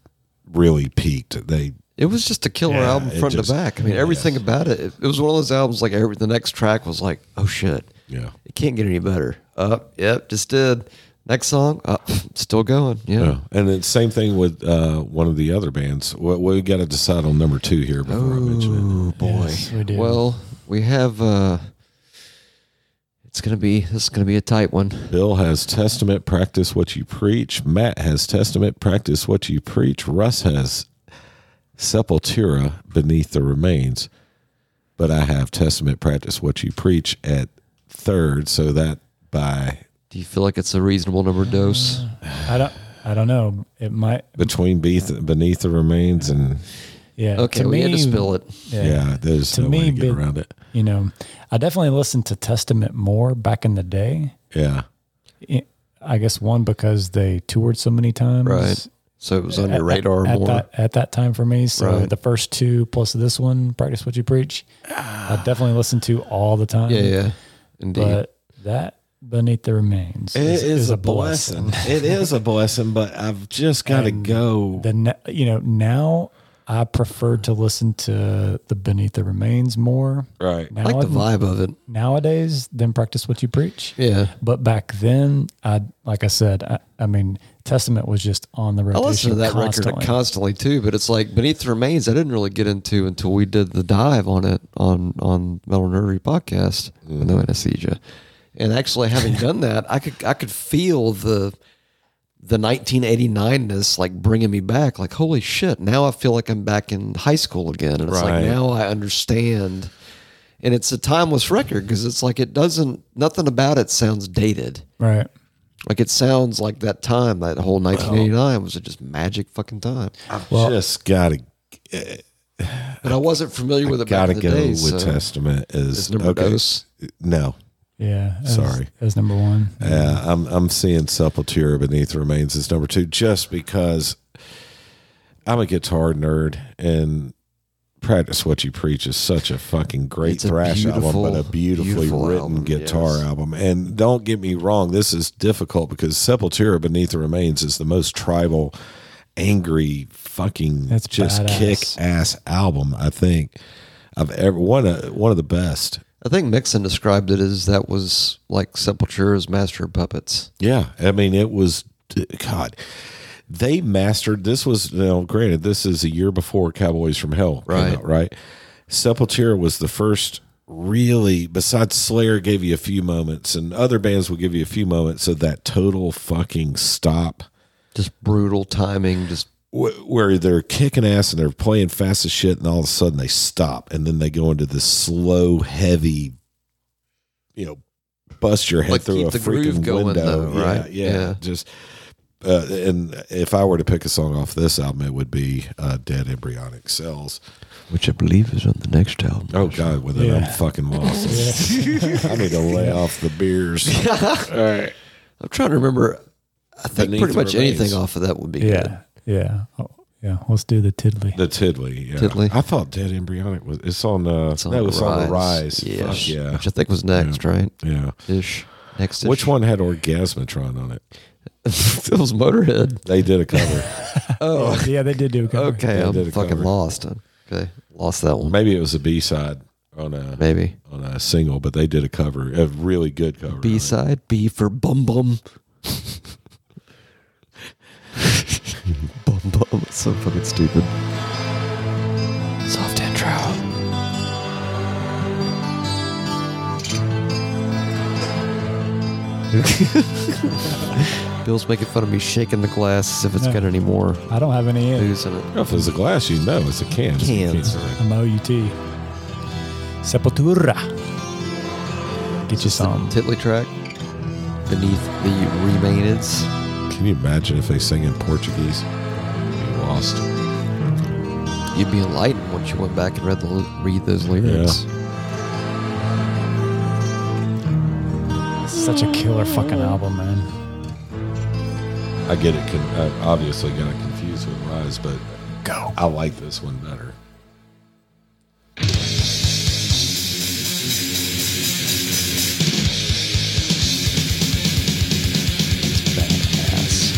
[SPEAKER 2] really peaked. They
[SPEAKER 3] It was just a killer
[SPEAKER 2] Yeah,
[SPEAKER 3] album
[SPEAKER 2] it
[SPEAKER 3] front
[SPEAKER 2] just-
[SPEAKER 3] to back. I mean, everything about it, it. It was one of those albums like every the next track was like, oh shit,
[SPEAKER 2] yeah
[SPEAKER 3] it can't get any better. Up, yep, just did. Next song, up, still going. Yeah.
[SPEAKER 2] yeah, and then same thing with uh, one of the other bands. We, we got to decide on number two here before I mention
[SPEAKER 3] Oh boy.
[SPEAKER 1] Yes, we do.
[SPEAKER 3] Well, we have. uh It's gonna be. This is gonna be a tight one.
[SPEAKER 2] it. Bill has Testament, practice what you preach. Matt has Testament, practice what you preach. Russ has Sepultura, beneath the remains. but I have testament practice what you preach at third, so that by
[SPEAKER 3] Do you feel like it's a reasonable number dose?
[SPEAKER 1] I don't. I don't know. It might.
[SPEAKER 2] between beneath, beneath the remains and
[SPEAKER 1] Yeah.
[SPEAKER 3] Okay, we had to spill it.
[SPEAKER 2] yeah, there's
[SPEAKER 1] To
[SPEAKER 2] no way
[SPEAKER 1] me,
[SPEAKER 2] to get
[SPEAKER 1] but-
[SPEAKER 2] around it.
[SPEAKER 1] You know, I definitely listened to Testament more back in the day.
[SPEAKER 2] Yeah,
[SPEAKER 1] I- I guess one because they toured so many times.
[SPEAKER 3] Right. So it was on
[SPEAKER 1] At-
[SPEAKER 3] your radar
[SPEAKER 1] at, at
[SPEAKER 3] more.
[SPEAKER 1] that, at that time for me. So
[SPEAKER 3] Right.
[SPEAKER 1] the first two plus this one, practice what you preach. I definitely listened to all the time.
[SPEAKER 3] yeah, yeah. Indeed.
[SPEAKER 1] But that beneath the remains is, is a blessing.
[SPEAKER 2] it is a blessing, but I've just got to go.
[SPEAKER 1] The ne- you know now I prefer to listen to the beneath the remains more.
[SPEAKER 2] Right.
[SPEAKER 1] Now
[SPEAKER 3] I like the
[SPEAKER 1] I'd-
[SPEAKER 3] vibe of it.
[SPEAKER 1] nowadays than practice what you preach.
[SPEAKER 3] Yeah.
[SPEAKER 1] But back then, I like I said, I, I mean, Testament was just on the
[SPEAKER 3] I
[SPEAKER 1] rotation.
[SPEAKER 3] listened to that
[SPEAKER 1] constantly.
[SPEAKER 3] record constantly too, but it's like Beneath the Remains. I didn't really get into until we did the dive on it on on Metal Nerdery podcast with no anesthesia. And actually, having done that, I could I could feel the the 1989ness like bringing me back. Like holy shit! Now I feel like I'm back in high school again, and it's
[SPEAKER 2] Right.
[SPEAKER 3] like now I understand. And it's a timeless record because it's like it doesn't nothing about it sounds dated.
[SPEAKER 1] right?
[SPEAKER 3] Like it sounds like that time, that whole 1989 was just magic fucking time.
[SPEAKER 2] just got to
[SPEAKER 3] But I wasn't familiar with it
[SPEAKER 2] got
[SPEAKER 3] back
[SPEAKER 2] to
[SPEAKER 3] in the
[SPEAKER 2] go
[SPEAKER 3] day.
[SPEAKER 2] with
[SPEAKER 3] so
[SPEAKER 2] testament is
[SPEAKER 3] it's number
[SPEAKER 2] okay.
[SPEAKER 3] dose.
[SPEAKER 2] No,
[SPEAKER 1] Yeah. that was-
[SPEAKER 2] Sorry.
[SPEAKER 1] that was number one.
[SPEAKER 2] Yeah, I'm I'm seeing Sepultura beneath the remains as number two just because I'm a guitar nerd and practice what you preach is such a fucking great
[SPEAKER 3] It's a
[SPEAKER 2] thrash album, but a
[SPEAKER 3] beautiful,
[SPEAKER 2] beautifully
[SPEAKER 3] beautiful
[SPEAKER 2] written
[SPEAKER 3] album,
[SPEAKER 2] guitar
[SPEAKER 3] yes.
[SPEAKER 2] album. And don't get me wrong, this is difficult because Sepultura beneath the remains is the most tribal, angry, fucking
[SPEAKER 1] That's
[SPEAKER 2] just
[SPEAKER 1] badass.
[SPEAKER 2] kick ass album I think I've ever one of one of the best.
[SPEAKER 3] I think Mixon described it as that was like Sepultura's Master of Puppets.
[SPEAKER 2] Yeah, I mean it was God. They mastered this was now granted this is a year before Cowboys from Hell came
[SPEAKER 3] Right.
[SPEAKER 2] out, right? Sepultura was the first really besides Slayer gave you a few moments and other bands will give you a few moments of that total fucking stop
[SPEAKER 3] Just brutal timing. Just
[SPEAKER 2] wh- where they're kicking ass and they're playing fast as shit, and all of a sudden they stop, and then they go into this slow, heavy, you know, bust your head
[SPEAKER 3] Like,
[SPEAKER 2] through
[SPEAKER 3] keep
[SPEAKER 2] a
[SPEAKER 3] the groove
[SPEAKER 2] freaking
[SPEAKER 3] going,
[SPEAKER 2] window,
[SPEAKER 3] though, right?
[SPEAKER 2] Yeah, yeah,
[SPEAKER 3] Yeah.
[SPEAKER 2] just. Uh, and if I were to pick a song off this album, it would be uh, "Dead Embryonic Cells."
[SPEAKER 3] which I believe is on the next album.
[SPEAKER 2] Oh God, with it, I'm fucking lost. I need to lay off the
[SPEAKER 3] (laughs)
[SPEAKER 2] beers.
[SPEAKER 3] I'm trying to remember. I think
[SPEAKER 2] Beneath
[SPEAKER 3] pretty
[SPEAKER 2] the
[SPEAKER 3] much
[SPEAKER 2] Remains.
[SPEAKER 3] anything off of that would be good.
[SPEAKER 1] Yeah. Yeah. Oh, yeah. Let's do the tiddly.
[SPEAKER 2] The Tiddly, yeah.
[SPEAKER 3] Tiddly.
[SPEAKER 2] I thought "Dead Embryonic" was. It's on. Uh,
[SPEAKER 3] It's on
[SPEAKER 2] no,
[SPEAKER 3] the
[SPEAKER 2] it's on the
[SPEAKER 3] rise.
[SPEAKER 2] rise. Fuck
[SPEAKER 3] Yes.
[SPEAKER 2] yeah,
[SPEAKER 3] Which I think was next, right?
[SPEAKER 2] yeah.
[SPEAKER 3] Ish. Next. Ish.
[SPEAKER 2] Which one had Orgasmatron on it?
[SPEAKER 3] (laughs) it was Motorhead.
[SPEAKER 2] They did a cover. (laughs)
[SPEAKER 1] Oh, yeah. They did do a cover.
[SPEAKER 3] Okay,
[SPEAKER 2] Yeah,
[SPEAKER 3] I'm
[SPEAKER 2] did a
[SPEAKER 3] fucking
[SPEAKER 2] cover.
[SPEAKER 3] lost. Okay, lost that one.
[SPEAKER 2] Maybe it was a B side on a
[SPEAKER 3] Maybe.
[SPEAKER 2] on a single, but they did a cover, a really good cover. of it.
[SPEAKER 3] B side, B for bum bum. bum bum. It's so fucking stupid. Soft intro. (laughs) Bill's making fun of me shaking the glass as if it's got any more
[SPEAKER 1] I don't have any in.
[SPEAKER 3] booze in it.
[SPEAKER 2] If it's a glass, you know it's a can. It's a can.
[SPEAKER 3] Cans.
[SPEAKER 1] I'm O-U-T. Sepultura. Get you
[SPEAKER 2] um,
[SPEAKER 1] some.
[SPEAKER 3] Titley track beneath the remainance.
[SPEAKER 2] Can you imagine if they sing in Portuguese? You lost.
[SPEAKER 3] You'd be enlightened once you went back and read the read those lyrics.
[SPEAKER 1] Such a killer fucking album, man.
[SPEAKER 2] I get it. Con- I obviously got it confused with Rise, but go. I like this one better.
[SPEAKER 3] Badass.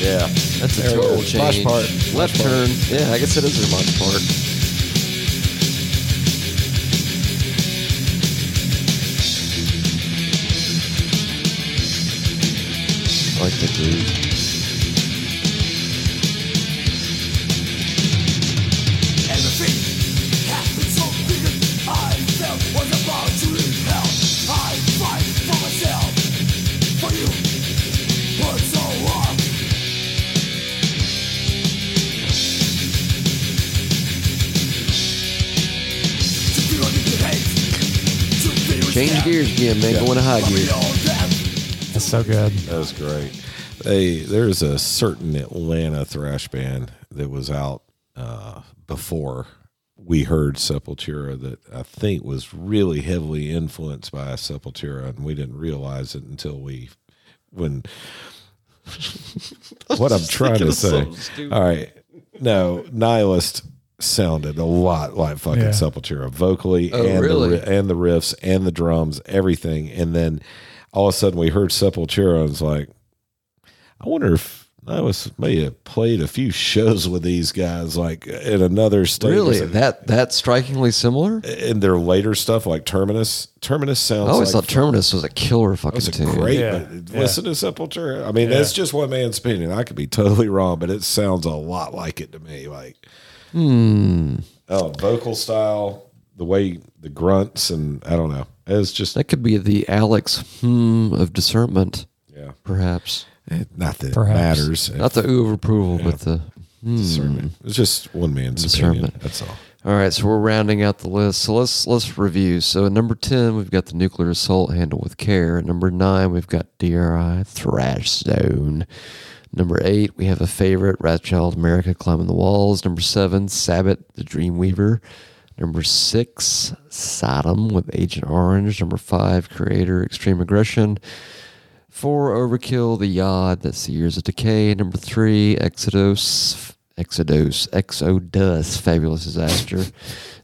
[SPEAKER 3] Yeah. That's a total change. Left turn. Yeah, I guess it is a much part. I like the groove. Change gears again, man. Going to high gear.
[SPEAKER 1] That's so good.
[SPEAKER 2] That was great. They there's a certain Atlanta thrash band that was out uh, before we heard Sepultura that I think was really heavily influenced by Sepultura, and we didn't realize it until we when what I'm trying to say. All right, no nihilist sounded a lot like fucking
[SPEAKER 1] Yeah.
[SPEAKER 2] Sepultura vocally
[SPEAKER 3] Oh,
[SPEAKER 2] and
[SPEAKER 3] really?
[SPEAKER 2] the ri- and the riffs and the drums, everything. And then all of a sudden we heard Sepultura and it's like, I wonder if I was may have played a few (laughs) shows with these guys like in another state. or
[SPEAKER 3] Really?
[SPEAKER 2] something.
[SPEAKER 3] That that's strikingly similar?
[SPEAKER 2] in their later stuff like Terminus. Terminus
[SPEAKER 3] I
[SPEAKER 2] sounds
[SPEAKER 3] always
[SPEAKER 2] like
[SPEAKER 3] thought Terminus was a killer fucking
[SPEAKER 2] it's a
[SPEAKER 3] tune.
[SPEAKER 2] great
[SPEAKER 1] Yeah.
[SPEAKER 2] but listen to Sepultura. I mean, that's just one man's opinion. I could be (laughs) totally wrong, but it sounds a lot like it to me. Like
[SPEAKER 3] Hmm.
[SPEAKER 2] oh, vocal style, the way the grunts and I don't know. It's just
[SPEAKER 3] That could be the Alex hmm of discernment,
[SPEAKER 2] yeah.
[SPEAKER 3] perhaps.
[SPEAKER 2] Not that it
[SPEAKER 1] Perhaps.
[SPEAKER 2] matters.
[SPEAKER 3] Not the ooh of approval, but the. hmm.
[SPEAKER 2] discernment. It's just one man's opinion.
[SPEAKER 3] Discernment.
[SPEAKER 2] That's all.
[SPEAKER 3] All right, so we're rounding out the list. So let's let's review. So at number ten, we've got the nuclear assault handle with care. At number nine, we've got DRI Thrash Zone. Number eight, we have a favorite, Ratchild America climbing the walls. Number seven, Sabbath the Dreamweaver. Number six, Sodom with Agent Orange. Number five, Creator Extreme Aggression. Four, Overkill, The Yod, that's the Years of Decay. Number three, Exodus, Exodus, Exodus, Fabulous (laughs) Disaster.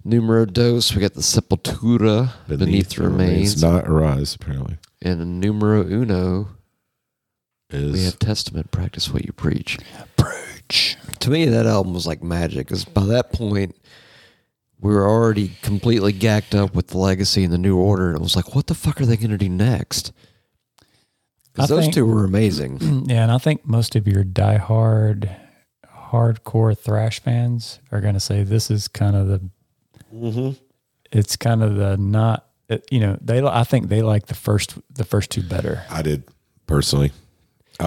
[SPEAKER 3] Numero dos, we got the Sepultura, Beneath, the Remains.
[SPEAKER 2] Not arise, apparently.
[SPEAKER 3] and numero uno, we
[SPEAKER 2] Is
[SPEAKER 3] have Testament, Practice What You Preach. Preach. To me, that album was like magic, because by that point, we were already completely gacked up with the legacy and the new order, and it was like, what the fuck are they going to do next?
[SPEAKER 1] I
[SPEAKER 3] Because those
[SPEAKER 1] think-
[SPEAKER 3] two were amazing.
[SPEAKER 1] (clears throat) Yeah, and I think most of your diehard, hardcore thrash fans are going to say this is kind of the,
[SPEAKER 3] Mm-hmm.
[SPEAKER 1] it's kind of the not, it, you know, they I think they like the first the first two better.
[SPEAKER 2] I did personally. I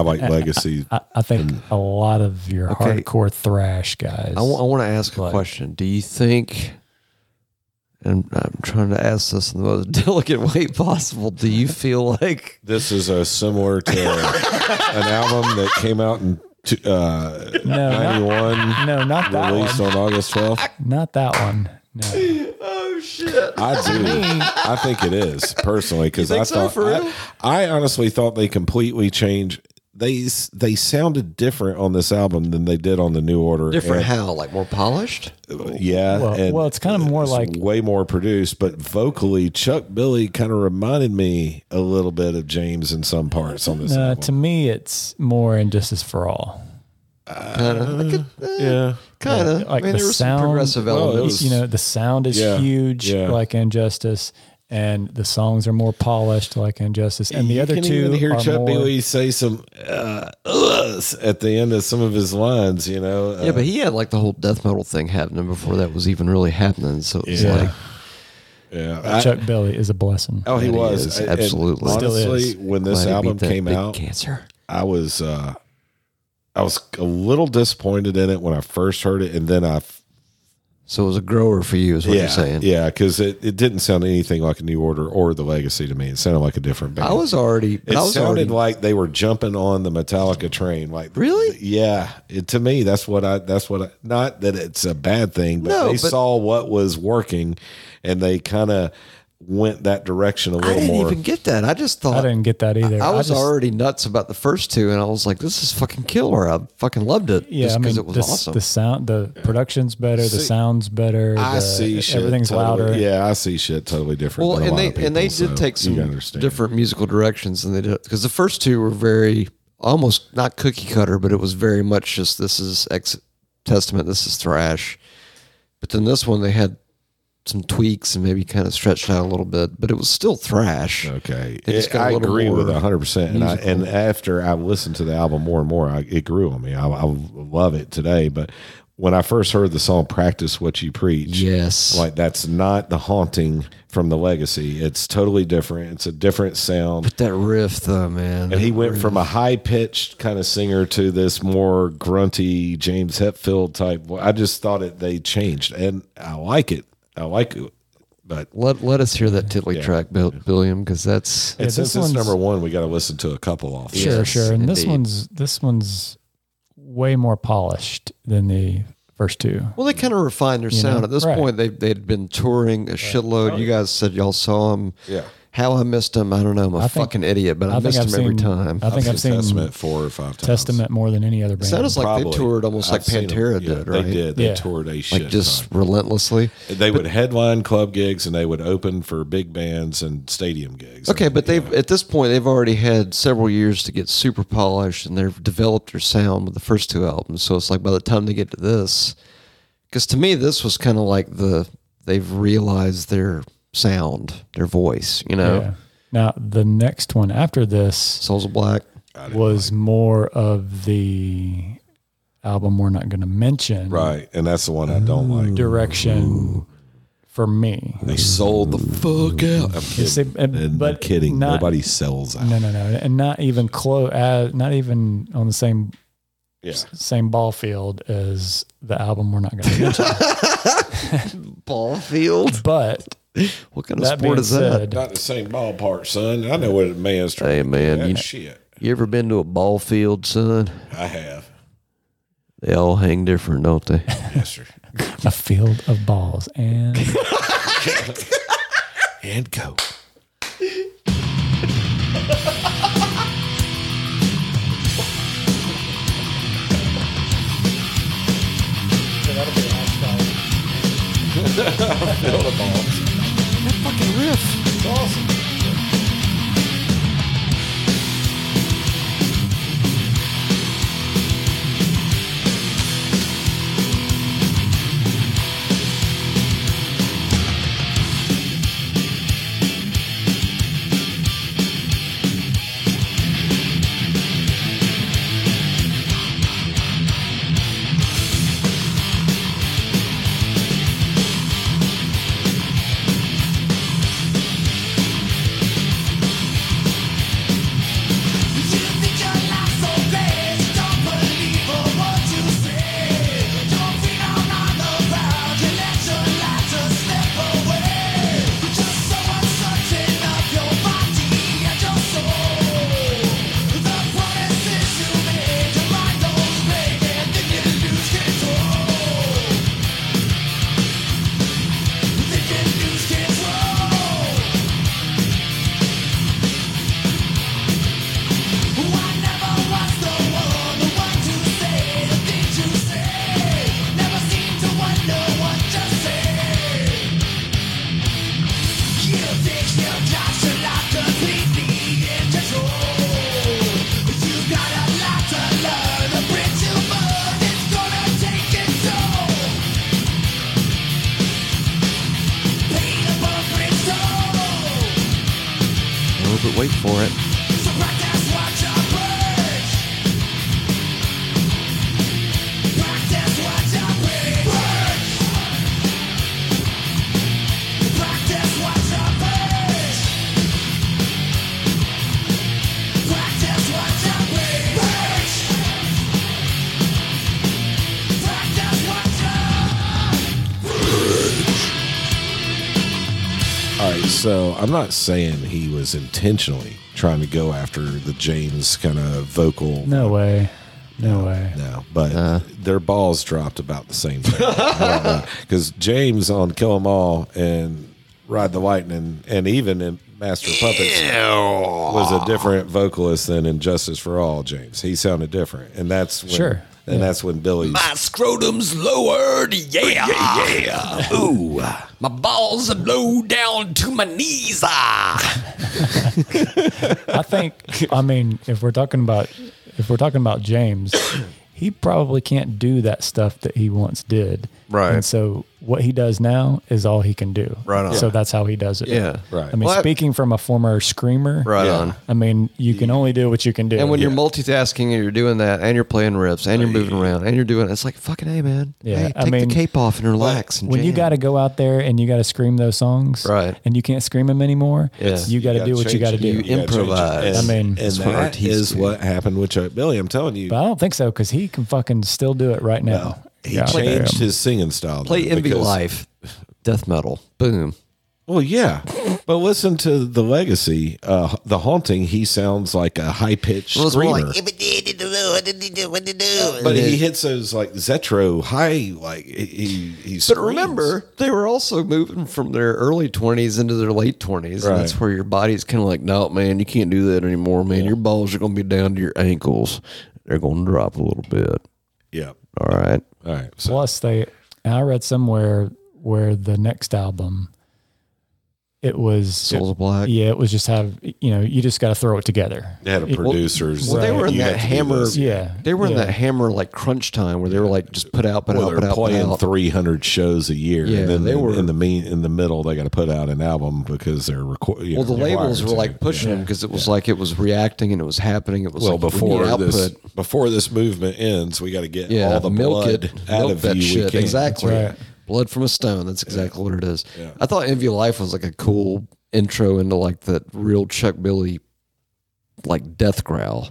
[SPEAKER 1] (laughs)
[SPEAKER 2] like legacy.
[SPEAKER 1] I, I think
[SPEAKER 2] Mm.
[SPEAKER 1] a lot of your
[SPEAKER 3] Okay.
[SPEAKER 1] hardcore thrash guys.
[SPEAKER 3] I want to ask a question. Do you think and I'm trying to ask this in the most (laughs) delicate way possible. Do you feel like
[SPEAKER 2] This is a similar to
[SPEAKER 1] (laughs)
[SPEAKER 2] an album that came out in t- uh,
[SPEAKER 1] No, not, (laughs)
[SPEAKER 2] 91,
[SPEAKER 1] no, not that
[SPEAKER 2] released
[SPEAKER 1] one.
[SPEAKER 2] on August
[SPEAKER 1] (laughs)
[SPEAKER 2] 12th.
[SPEAKER 1] Not that one.
[SPEAKER 2] (laughs)
[SPEAKER 1] No.
[SPEAKER 2] I do. I think it is personally because I
[SPEAKER 3] so,
[SPEAKER 2] thought
[SPEAKER 3] for real?
[SPEAKER 2] I, I honestly thought they completely changed. They s- they sounded different on this album than they did on the New Order.
[SPEAKER 3] different?
[SPEAKER 2] and-
[SPEAKER 3] How like more polished?
[SPEAKER 2] yeah.
[SPEAKER 1] Well,
[SPEAKER 2] and
[SPEAKER 1] well, it's kind of more
[SPEAKER 2] it's
[SPEAKER 1] like
[SPEAKER 2] way more produced, but vocally, Chuck Billy kind of reminded me a little bit of James in some parts on this.
[SPEAKER 1] uh,
[SPEAKER 2] album.
[SPEAKER 1] to me, it's more injustice for all.
[SPEAKER 2] yeah,
[SPEAKER 3] Kind of.
[SPEAKER 1] Like
[SPEAKER 3] I mean,
[SPEAKER 1] the
[SPEAKER 3] there was
[SPEAKER 1] sound,
[SPEAKER 3] some progressive
[SPEAKER 2] Well, it
[SPEAKER 3] elements.
[SPEAKER 2] was-
[SPEAKER 1] you know, the sound is
[SPEAKER 2] Yeah,
[SPEAKER 1] huge,
[SPEAKER 2] yeah.
[SPEAKER 1] like injustice, and the songs are more polished, like injustice, and the
[SPEAKER 2] You
[SPEAKER 1] other
[SPEAKER 2] can
[SPEAKER 1] two
[SPEAKER 2] even hear
[SPEAKER 1] are
[SPEAKER 2] Chuck
[SPEAKER 1] more.
[SPEAKER 2] Billy say some uh, "Ughs" at the end of some of his lines. You know, Uh,
[SPEAKER 3] yeah, but he had like the whole death metal thing happening before that was even really happening. So it was
[SPEAKER 2] Yeah.
[SPEAKER 3] like
[SPEAKER 2] yeah, I-
[SPEAKER 1] Chuck Billy is a blessing.
[SPEAKER 2] Oh, he
[SPEAKER 3] And he
[SPEAKER 2] was
[SPEAKER 3] is,
[SPEAKER 2] And
[SPEAKER 3] absolutely.
[SPEAKER 1] Still
[SPEAKER 2] honestly,
[SPEAKER 1] is.
[SPEAKER 2] when this
[SPEAKER 3] glad he beat
[SPEAKER 2] album
[SPEAKER 3] that
[SPEAKER 2] came
[SPEAKER 3] big
[SPEAKER 2] out,
[SPEAKER 3] cancer.
[SPEAKER 2] I was uh, I was a little disappointed in it when I first heard it, and then I f-
[SPEAKER 3] So it was a grower for you, is what
[SPEAKER 2] yeah
[SPEAKER 3] you're saying.
[SPEAKER 2] yeah because it, it didn't sound anything like a New Order or the Legacy to me. It sounded like a different band.
[SPEAKER 3] I was already.
[SPEAKER 2] It
[SPEAKER 3] But I was already,
[SPEAKER 2] sounded like they were jumping on the Metallica train. Like
[SPEAKER 3] Really?
[SPEAKER 2] yeah. It, to me, that's what I. That's what I. Not that it's a bad thing, but
[SPEAKER 3] No,
[SPEAKER 2] they
[SPEAKER 3] but-
[SPEAKER 2] saw what was working, and they kind of went that direction a
[SPEAKER 3] I
[SPEAKER 2] little
[SPEAKER 3] didn't
[SPEAKER 2] more.
[SPEAKER 3] even get that. I just thought
[SPEAKER 1] I didn't get that either.
[SPEAKER 3] I was
[SPEAKER 1] just-
[SPEAKER 3] already nuts about the first two, and I was like, "This is fucking killer." I fucking loved it.
[SPEAKER 1] Yeah,
[SPEAKER 3] just
[SPEAKER 1] I mean,
[SPEAKER 3] because it was
[SPEAKER 1] the,
[SPEAKER 3] awesome.
[SPEAKER 1] the sound, the production's better, the
[SPEAKER 2] See,
[SPEAKER 1] sound's better.
[SPEAKER 2] I
[SPEAKER 1] the-
[SPEAKER 2] see shit.
[SPEAKER 1] Everything's
[SPEAKER 2] totally-
[SPEAKER 1] louder.
[SPEAKER 2] Yeah, I see shit totally different.
[SPEAKER 3] well,
[SPEAKER 2] than a
[SPEAKER 3] and
[SPEAKER 2] lot
[SPEAKER 3] they
[SPEAKER 2] of people,
[SPEAKER 3] and they did
[SPEAKER 2] so
[SPEAKER 3] take
[SPEAKER 2] you
[SPEAKER 3] some
[SPEAKER 2] understand.
[SPEAKER 3] different musical directions than they did because the first two were very almost not cookie cutter, but it was very much just this is X Testament, this is thrash. But then this one they had some tweaks and maybe kind of stretched out a little bit, but it was still thrash.
[SPEAKER 2] Okay,
[SPEAKER 3] They just
[SPEAKER 2] It-
[SPEAKER 3] got a
[SPEAKER 2] I
[SPEAKER 3] little
[SPEAKER 2] agree
[SPEAKER 3] more
[SPEAKER 2] with hundred percent. And I, and after I listened to the album more and more, I, it grew on me. I, I love it today. But when I first heard the song "Practice What You Preach,"
[SPEAKER 3] Yes.
[SPEAKER 2] like that's not the haunting from the Legacy. It's totally different. It's a different sound.
[SPEAKER 3] that riff though, man.
[SPEAKER 2] And he went from a high pitched kind of singer to this more grunty James Hetfield type. vo- I just thought it they changed, and I like it. I like it, but
[SPEAKER 3] let let us hear that tiddly
[SPEAKER 2] Yeah.
[SPEAKER 3] track, Bill, Billiam, because that's
[SPEAKER 2] and
[SPEAKER 1] this
[SPEAKER 2] since it's
[SPEAKER 1] one's-
[SPEAKER 2] number one, we got to listen to a couple off.
[SPEAKER 1] Sure,
[SPEAKER 3] Yes,
[SPEAKER 1] sure. And this
[SPEAKER 3] indeed.
[SPEAKER 1] one's this one's way more polished than the first two.
[SPEAKER 3] Well, they kind of refined their sound. At this
[SPEAKER 1] right.
[SPEAKER 3] point, they they'd been touring a shitload. You guys said y'all saw them.
[SPEAKER 2] Yeah.
[SPEAKER 3] How I missed them, I don't know. I'm a
[SPEAKER 1] I think-
[SPEAKER 3] fucking idiot, but I,
[SPEAKER 1] I think
[SPEAKER 3] missed
[SPEAKER 1] I've
[SPEAKER 3] them every
[SPEAKER 1] seen-
[SPEAKER 3] time.
[SPEAKER 1] I think
[SPEAKER 2] I've
[SPEAKER 1] I've
[SPEAKER 2] seen
[SPEAKER 1] seen
[SPEAKER 2] Testament four or five times.
[SPEAKER 1] Testament more than any other band.
[SPEAKER 3] sounds like
[SPEAKER 2] Probably.
[SPEAKER 3] they toured almost
[SPEAKER 2] I've
[SPEAKER 3] like
[SPEAKER 2] seen 'em.
[SPEAKER 3] Pantera
[SPEAKER 2] Yeah,
[SPEAKER 3] did, right?
[SPEAKER 2] They did. They
[SPEAKER 1] Yeah.
[SPEAKER 2] toured a shit.
[SPEAKER 3] Like just relentlessly.
[SPEAKER 2] ton. they would headline club gigs and they would open for big bands and stadium gigs.
[SPEAKER 3] Okay, but
[SPEAKER 2] Yeah.
[SPEAKER 3] they've at this point they've already had several years to get super polished, and they've developed their sound with the first two albums. So it's like by the time they get to this, because to me this was kind of like the they've realized their sound, their voice. You know,
[SPEAKER 1] Yeah. Now the next one after this
[SPEAKER 3] Souls of Black.
[SPEAKER 1] was more of the album we're not going to mention
[SPEAKER 2] right, and that's the one I don't like.
[SPEAKER 1] direction for me.
[SPEAKER 2] They sold the fuck out. I'm kidding.
[SPEAKER 1] See, and-
[SPEAKER 2] And
[SPEAKER 1] but
[SPEAKER 2] I'm kidding.
[SPEAKER 1] not-
[SPEAKER 2] Nobody sells out.
[SPEAKER 1] No, no, no, and not even close. Uh, not even on the same
[SPEAKER 2] Yeah.
[SPEAKER 1] same ball field as the album we're not going to mention.
[SPEAKER 3] (laughs) Ball field.
[SPEAKER 1] but
[SPEAKER 3] What kind of
[SPEAKER 1] that
[SPEAKER 3] sport
[SPEAKER 1] being
[SPEAKER 3] is that?
[SPEAKER 1] said,
[SPEAKER 2] Not the same ballpark, son. I know what a man's trying
[SPEAKER 3] Hey
[SPEAKER 2] to
[SPEAKER 3] man,
[SPEAKER 2] do.
[SPEAKER 3] you,
[SPEAKER 2] That shit.
[SPEAKER 3] you ever been to a ball field, son?
[SPEAKER 2] I have.
[SPEAKER 3] They all hang different, don't
[SPEAKER 1] (laughs)
[SPEAKER 3] they?
[SPEAKER 2] Yes, sir.
[SPEAKER 1] a field of balls and
[SPEAKER 2] and go.
[SPEAKER 9] Thank
[SPEAKER 3] Wait for it.
[SPEAKER 2] All right, so I'm not saying he was intentionally trying to go after the James kind of vocal.
[SPEAKER 1] No way. No way.
[SPEAKER 2] No, but their balls dropped about the same time. Because James on Kill 'Em All and Ride the Lightning, and even in Master of Puppets, was a different vocalist than in Justice for All. James, he sounded different, and that's when,
[SPEAKER 1] Sure.
[SPEAKER 2] and that's when Billy.
[SPEAKER 6] My scrotum's lowered, yeah, yeah, yeah. Ooh, my balls are low down to my knees. Ah,
[SPEAKER 1] I think. I mean, if we're talking about if we're talking about James, he probably can't do that stuff that he once did.
[SPEAKER 3] Right.
[SPEAKER 1] And so what he does now is all he can do.
[SPEAKER 3] Right on.
[SPEAKER 1] So that's how he does it.
[SPEAKER 3] Yeah.
[SPEAKER 2] Right.
[SPEAKER 1] I mean,
[SPEAKER 3] Well, I-
[SPEAKER 1] speaking from a former screamer.
[SPEAKER 3] Right on.
[SPEAKER 1] I mean, you can only do what you can do.
[SPEAKER 3] And when you're multitasking and you're doing that and you're playing riffs and you're moving around and you're doing it's like fucking hey man.
[SPEAKER 1] Yeah,
[SPEAKER 3] Hey, take
[SPEAKER 1] I mean,
[SPEAKER 3] the cape off and relax. and
[SPEAKER 1] when you
[SPEAKER 3] jam.
[SPEAKER 1] got to go out there and you got to scream those songs,
[SPEAKER 3] Right.
[SPEAKER 1] And you can't scream them anymore.
[SPEAKER 3] Yeah.
[SPEAKER 1] You got to do what you got to
[SPEAKER 2] to
[SPEAKER 1] do.
[SPEAKER 3] You improvise.
[SPEAKER 1] I mean,
[SPEAKER 2] and
[SPEAKER 1] That's
[SPEAKER 3] what
[SPEAKER 2] that
[SPEAKER 3] artists
[SPEAKER 2] is
[SPEAKER 3] do.
[SPEAKER 2] what happened with Chuck Billy. I'm telling you,
[SPEAKER 1] but I don't think so because he can fucking still do it right now.
[SPEAKER 2] he
[SPEAKER 1] God
[SPEAKER 2] changed
[SPEAKER 1] damn.
[SPEAKER 2] his singing style.
[SPEAKER 3] play
[SPEAKER 2] though,
[SPEAKER 3] Envy
[SPEAKER 2] because-
[SPEAKER 3] Life. Death metal. Boom.
[SPEAKER 2] Well, yeah, but listen to the legacy, uh, the haunting. He sounds like a high pitched
[SPEAKER 3] Well, it's more
[SPEAKER 2] screamer,
[SPEAKER 3] like
[SPEAKER 2] but he hits those like Zetro high, like he. he he
[SPEAKER 3] But
[SPEAKER 2] screams.
[SPEAKER 3] remember, they were also moving from their early 20s into their late 20s.
[SPEAKER 2] Right.
[SPEAKER 3] And that's where your body's kind of like, no, man, you can't do that anymore, man. Your balls are going to be down to your ankles. They're going to drop a little bit.
[SPEAKER 2] yeah.
[SPEAKER 3] All right.
[SPEAKER 2] All right, so
[SPEAKER 1] Plus, they and I read somewhere where the next album, it was
[SPEAKER 3] Souls of Black.
[SPEAKER 1] yeah, it was just have you know you just got to throw it together.
[SPEAKER 2] they had a producers.
[SPEAKER 3] Well, they
[SPEAKER 1] Right.
[SPEAKER 3] were in
[SPEAKER 2] You
[SPEAKER 3] that
[SPEAKER 2] had to do
[SPEAKER 3] hammer.
[SPEAKER 2] this.
[SPEAKER 1] Yeah,
[SPEAKER 3] They were in
[SPEAKER 1] yeah.
[SPEAKER 3] that hammer like crunch time where they were like just put out, put
[SPEAKER 2] Well,
[SPEAKER 3] out, put
[SPEAKER 2] they're
[SPEAKER 3] out, put
[SPEAKER 2] playing
[SPEAKER 3] out.
[SPEAKER 2] 300 shows a year,
[SPEAKER 3] Yeah,
[SPEAKER 2] and then
[SPEAKER 3] they
[SPEAKER 2] in-
[SPEAKER 3] were-
[SPEAKER 2] in the mean in the middle. They got to put out an album because they're recording.
[SPEAKER 3] well, the labels were like pushing them because it was like it was reacting and it was happening. It was
[SPEAKER 2] Well,
[SPEAKER 3] like, we need
[SPEAKER 2] before this
[SPEAKER 3] output.
[SPEAKER 2] before this movement ends, we got to get
[SPEAKER 3] yeah,
[SPEAKER 2] all the
[SPEAKER 3] milk
[SPEAKER 2] blood
[SPEAKER 3] it,
[SPEAKER 2] out
[SPEAKER 3] milk
[SPEAKER 2] of
[SPEAKER 3] that
[SPEAKER 2] you. we
[SPEAKER 3] shit.
[SPEAKER 2] can.
[SPEAKER 3] Exactly,
[SPEAKER 1] That's right.
[SPEAKER 3] blood from a stone. That's exactly what it is.
[SPEAKER 2] Yeah.
[SPEAKER 3] I thought Envy of Life was like a cool intro into like that real Chuck Billy, like death growl.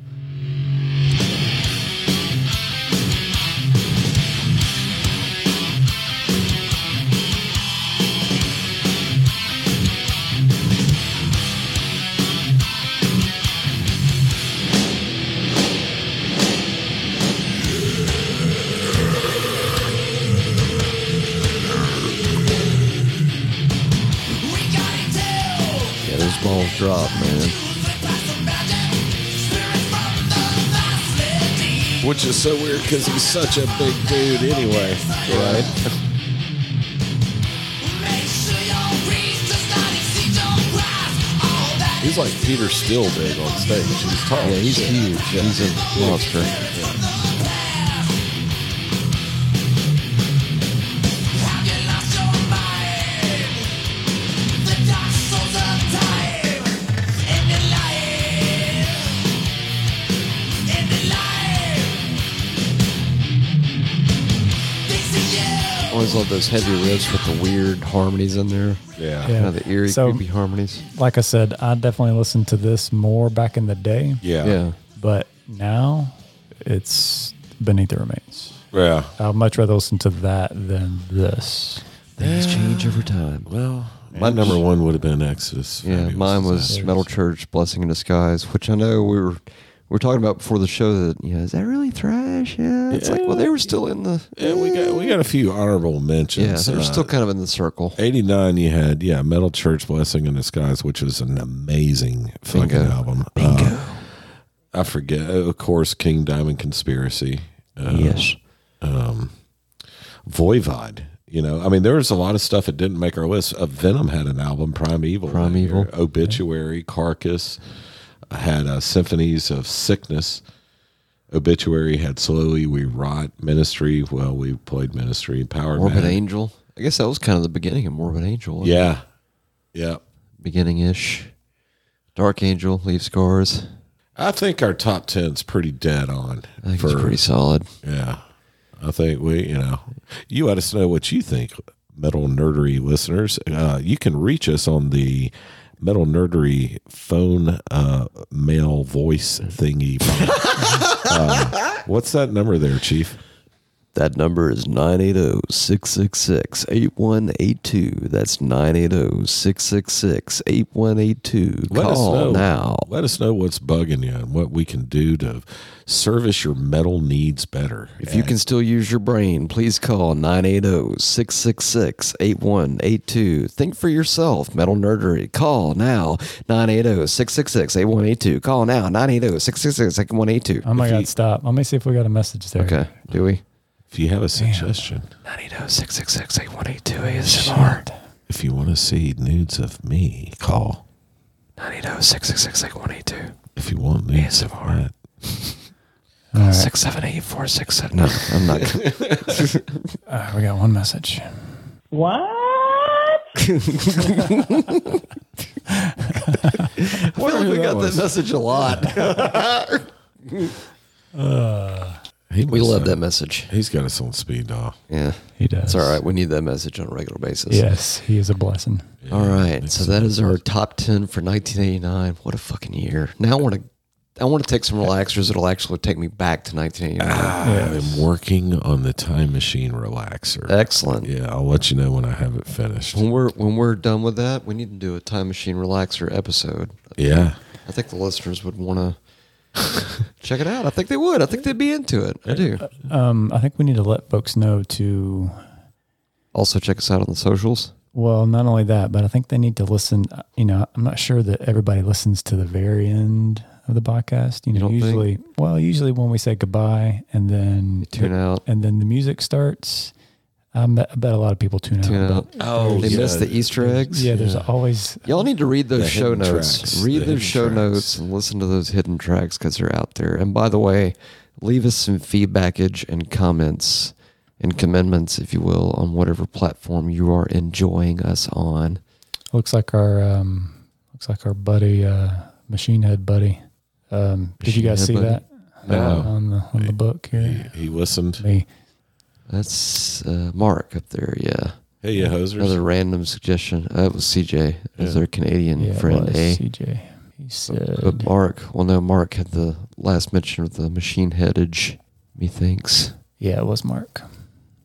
[SPEAKER 3] Yeah, those balls drop, man.
[SPEAKER 2] Which is so weird because he's such a big dude anyway. Right? He's like Peter Steele big on stage. He's tall.
[SPEAKER 3] Yeah, he's huge. He's a monster. I always love those heavy riffs with the weird harmonies in there.
[SPEAKER 1] Yeah.
[SPEAKER 2] Yeah. Yeah.
[SPEAKER 3] Kind of the eerie,
[SPEAKER 1] So-
[SPEAKER 3] creepy harmonies.
[SPEAKER 1] Like I said, I definitely listened to this more back in the day,
[SPEAKER 2] Yeah.
[SPEAKER 3] Yeah.
[SPEAKER 1] but now it's beneath the remains.
[SPEAKER 2] Yeah.
[SPEAKER 1] I'd much rather listen to that than this.
[SPEAKER 3] Things change over time.
[SPEAKER 2] Well, my number one would have been Exodus.
[SPEAKER 3] Yeah,
[SPEAKER 2] Fabulous
[SPEAKER 3] mine was
[SPEAKER 2] Disaster.
[SPEAKER 3] Metal Church Blessing in Disguise, which I know we were we were talking about before the show that you know, is that really thrash? Yeah. It's like well they were still in the
[SPEAKER 2] Yeah, we got we got a few honorable
[SPEAKER 3] Yeah,
[SPEAKER 2] mentions.
[SPEAKER 3] they were
[SPEAKER 2] Uh,
[SPEAKER 3] still kind of in the circle.
[SPEAKER 2] 89 you had yeah metal church blessing in disguise which was an amazing fucking
[SPEAKER 3] Bingo.
[SPEAKER 2] album Bingo. i forget of course king diamond conspiracy uh, um,
[SPEAKER 3] yes.
[SPEAKER 2] voivod you know i mean there was a lot of stuff that didn't make our list uh, venom had an album primeval that
[SPEAKER 3] Primeval.
[SPEAKER 2] year. obituary carcass had uh, symphonies of sickness obituary had slowly we rot ministry well we played ministry power
[SPEAKER 3] Morbid
[SPEAKER 2] Man.
[SPEAKER 3] Angel. I guess that was kind of the beginning of Morbid Angel. wasn't it?
[SPEAKER 2] yeah yeah
[SPEAKER 3] Beginning ish. Dark Angel, Leave Scars.
[SPEAKER 2] I think our top ten's pretty dead on.
[SPEAKER 3] I think it's pretty solid.
[SPEAKER 2] Yeah. I think we, you know, you let us know what you think, metal nerdery listeners. Uh, you can reach us on the metal nerdery phone uh, mail voice thingy.
[SPEAKER 3] Mm-hmm. (laughs)
[SPEAKER 2] Uh, what's that number there, Chief?
[SPEAKER 3] That number is 980 666 8182. That's 980 666 8182.
[SPEAKER 2] Let us know
[SPEAKER 3] Call now.
[SPEAKER 2] Let us know what's bugging you and what we can do to service your metal needs better.
[SPEAKER 3] If you can still use your brain, please call oh, 980 666 8182. Think for yourself, metal nerdery. Call now oh, 980 666 8182. Call now oh, 980 666 8182.
[SPEAKER 1] Oh my God, stop. Let me see if we got a message there.
[SPEAKER 3] Okay, do we?
[SPEAKER 2] if you have a suggestion,
[SPEAKER 3] 980 666 8182 ASMR.
[SPEAKER 2] if you want to see nudes of me, call.
[SPEAKER 3] 980 666 8182.
[SPEAKER 2] If you want nudes of
[SPEAKER 3] ASMR.
[SPEAKER 2] that.
[SPEAKER 1] All right.
[SPEAKER 3] Six seven eight four six seven. No, I'm not.
[SPEAKER 1] Uh, we got one message.
[SPEAKER 5] What?
[SPEAKER 3] (laughs) I feel like we got
[SPEAKER 1] was.
[SPEAKER 3] that message a lot.
[SPEAKER 2] He
[SPEAKER 3] (laughs) We
[SPEAKER 2] must
[SPEAKER 3] love
[SPEAKER 2] have-
[SPEAKER 3] that message.
[SPEAKER 2] He's got us on speed dial.
[SPEAKER 3] Yeah,
[SPEAKER 1] He does.
[SPEAKER 3] it's all right. We need that message on a regular basis.
[SPEAKER 1] Yes, he is a blessing.
[SPEAKER 3] All right. So that is our top ten for 1989. What a fucking year! Now I want to, I want to take some relaxers that'll actually take me back to
[SPEAKER 1] Ah,
[SPEAKER 3] 1989.
[SPEAKER 2] I'm working on the time machine
[SPEAKER 3] Uh,
[SPEAKER 2] relaxer.
[SPEAKER 3] Excellent.
[SPEAKER 2] yeah, I'll let you know when I have it finished.
[SPEAKER 3] When we're when we're done with that, we need to do a time machine relaxer episode.
[SPEAKER 2] Yeah.
[SPEAKER 3] I think the listeners would want to check it out. I think they would. I think they'd be into it. I do.
[SPEAKER 1] Um, I think we need to let folks know to
[SPEAKER 3] Also, check us out on the socials.
[SPEAKER 1] Well, not only that, but I think they need to listen. uh, You know, I'm not sure that everybody listens to the very end of the podcast. You know,
[SPEAKER 3] don't think?
[SPEAKER 1] usually, well, usually when we say goodbye and then
[SPEAKER 3] tune out.
[SPEAKER 1] and then the music starts, I bet, I bet a lot of people tune,
[SPEAKER 3] Tune
[SPEAKER 1] out.
[SPEAKER 3] out.
[SPEAKER 2] Oh,
[SPEAKER 3] They missed the Easter eggs.
[SPEAKER 1] Yeah, there's always
[SPEAKER 3] Y'all need to read those
[SPEAKER 2] The
[SPEAKER 3] show
[SPEAKER 2] hidden
[SPEAKER 3] notes.
[SPEAKER 2] tracks. The
[SPEAKER 3] Read
[SPEAKER 2] hidden
[SPEAKER 3] those show
[SPEAKER 2] tracks.
[SPEAKER 3] notes and listen to those hidden tracks because they're out there. And by the way, leave us some feedbackage and comments and commendments, if you will, on whatever platform you are enjoying us on.
[SPEAKER 1] looks like our um, looks like our buddy uh, Machine Head buddy. Um, did you
[SPEAKER 3] Machine
[SPEAKER 1] guys
[SPEAKER 3] Head
[SPEAKER 1] see
[SPEAKER 3] Buddy?
[SPEAKER 1] that uh, on the on the book here?
[SPEAKER 2] He, he listened.
[SPEAKER 1] Me.
[SPEAKER 3] That's uh, Mark up there. Yeah.
[SPEAKER 2] Hey, you hosers.
[SPEAKER 3] Another random suggestion. Uh, it was CJ. It was their Canadian
[SPEAKER 1] Yeah, it
[SPEAKER 3] friend,
[SPEAKER 1] was
[SPEAKER 3] eh?
[SPEAKER 1] CJ. He said,
[SPEAKER 3] But Mark, well, no, Mark had the last mention of the machine headage, methinks.
[SPEAKER 1] "Yeah, it was Mark." (laughs)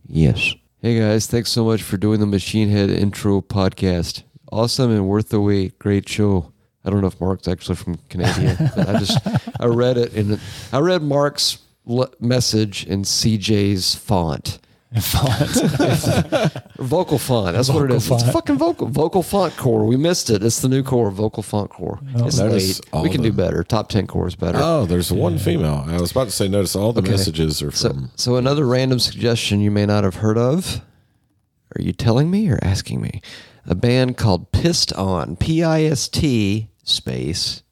[SPEAKER 3] Yes. Hey guys, thanks so much for doing the Machine Head intro podcast. Awesome and worth the wait. Great show. I don't know if Mark's actually from Canada, but I just I read it and I read Mark's le- message in CJ's font, vocal font. That's what it
[SPEAKER 1] Vocal
[SPEAKER 3] is. It's
[SPEAKER 1] font.
[SPEAKER 3] fucking vocal vocal font core. We missed it. It's the new core, vocal font core. It's
[SPEAKER 2] Notice
[SPEAKER 3] late.
[SPEAKER 2] all
[SPEAKER 3] We can
[SPEAKER 2] the-
[SPEAKER 3] do better. Top ten core is better.
[SPEAKER 2] Oh, there's one female. I was about to say, notice all the messages are
[SPEAKER 3] So,
[SPEAKER 2] from.
[SPEAKER 3] so another random suggestion you may not have heard of. Are you telling me or asking me? A band called Pissed On. P I S T space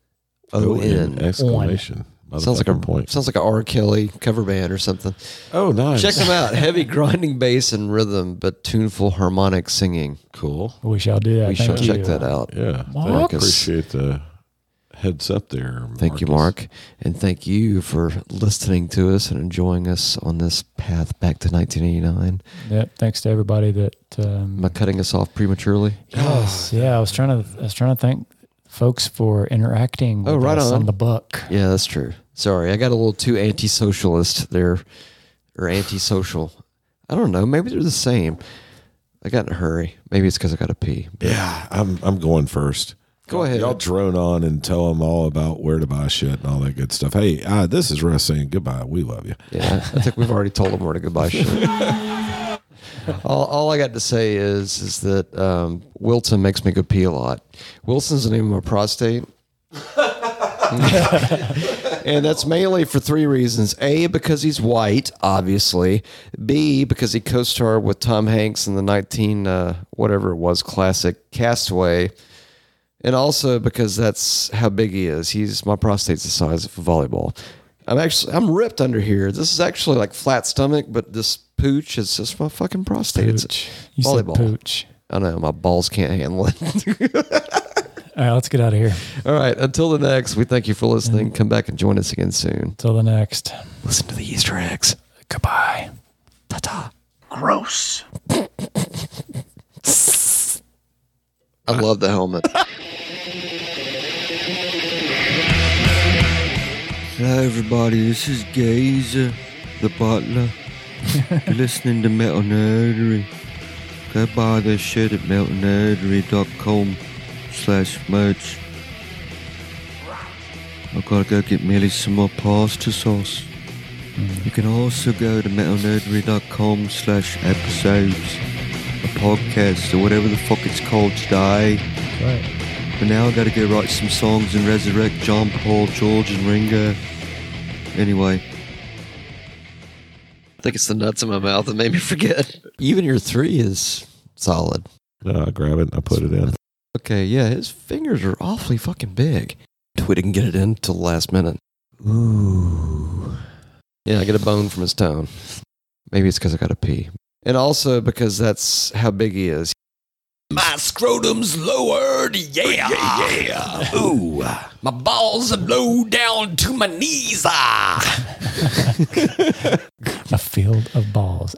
[SPEAKER 3] O
[SPEAKER 2] in
[SPEAKER 3] N.
[SPEAKER 2] exclamation.
[SPEAKER 3] oh, Sounds like a
[SPEAKER 2] Motherfucking point.
[SPEAKER 3] Sounds like a R. Kelly cover band or something.
[SPEAKER 2] Oh, nice.
[SPEAKER 3] Check them out. Heavy grinding bass and rhythm, but tuneful harmonic singing.
[SPEAKER 2] Cool.
[SPEAKER 1] We shall do that.
[SPEAKER 3] We
[SPEAKER 1] Thank
[SPEAKER 3] should
[SPEAKER 1] you.
[SPEAKER 3] check that out.
[SPEAKER 2] Yeah.
[SPEAKER 3] Marcus.
[SPEAKER 2] I appreciate the heads up there.
[SPEAKER 3] Thank you,
[SPEAKER 2] Marcus.
[SPEAKER 3] Mark. And thank you for listening to us and enjoying us on this path back to 1989.
[SPEAKER 1] Yep. Thanks to everybody that.
[SPEAKER 3] Am I
[SPEAKER 1] Um,
[SPEAKER 3] cutting us off prematurely?
[SPEAKER 1] yes. Yeah. I was trying to. I was trying to thank folks for interacting. With
[SPEAKER 3] Oh, right
[SPEAKER 1] us on.
[SPEAKER 3] on.
[SPEAKER 1] the book.
[SPEAKER 3] Yeah, that's true. Sorry, I got a little too anti-socialist there, or anti-social. I don't know. Maybe they're the same. I got in a hurry. Maybe it's because I got to pee.
[SPEAKER 2] Yeah, I'm I'm going first.
[SPEAKER 3] Go
[SPEAKER 2] Y'all-
[SPEAKER 3] ahead.
[SPEAKER 2] Y'all drone on and tell them all about where to buy shit and all that good stuff. Hey, uh, this is Russ saying goodbye. We love you.
[SPEAKER 3] Yeah, I think we've already told them where to go buy shit. all, all I got to say is is that um, Wilson makes me go pee a lot. Wilson's the name of my prostate. and that's mainly for three reasons. A, because he's white, obviously. B, because he co starred with Tom Hanks in the 19, uh, whatever it was, classic Castaway. And also because that's how big he is. He's my prostate's the size of a volleyball. I'm actually I'm ripped under here. This is actually like flat stomach, but this pooch is just my fucking prostate.
[SPEAKER 1] Pooch.
[SPEAKER 3] It's
[SPEAKER 1] You
[SPEAKER 3] volleyball.
[SPEAKER 1] said pooch.
[SPEAKER 3] I know my balls can't handle it.
[SPEAKER 1] All right, let's get out of here.
[SPEAKER 3] (laughs) All right. Until the next, we thank you for listening.
[SPEAKER 1] Mm.
[SPEAKER 3] Come back and join us again soon.
[SPEAKER 1] Till the next.
[SPEAKER 3] Listen to the Easter eggs.
[SPEAKER 1] Goodbye.
[SPEAKER 3] Ta ta.
[SPEAKER 5] Gross.
[SPEAKER 3] I love the helmet.
[SPEAKER 7] Hello, everybody. This is Gazer, the butler. You're listening to Metal Nerdery. Go buy their shit at metalnerdery.com slash merch. I've got to go get Millie some more pasta sauce. You can also go to metalnerdery.com slash episodes, a podcast, or whatever the fuck it's called today.
[SPEAKER 1] Right.
[SPEAKER 7] But now I gotta go write some songs and resurrect John Paul, George, and Ringo. Anyway.
[SPEAKER 3] I think it's the nuts in my mouth that made me forget. Even your three is solid.
[SPEAKER 2] No, I grab it and I put it in.
[SPEAKER 3] Okay, yeah, his fingers are awfully fucking big. We didn't get it in till the last minute. Ooh. Yeah, I get a bone from his tone. Maybe it's because I got to pee. And also because that's how big he is.
[SPEAKER 6] My scrotum's lowered, yeah, yeah, yeah. Ooh, my balls are low down to my knees, ah.
[SPEAKER 1] A field of balls.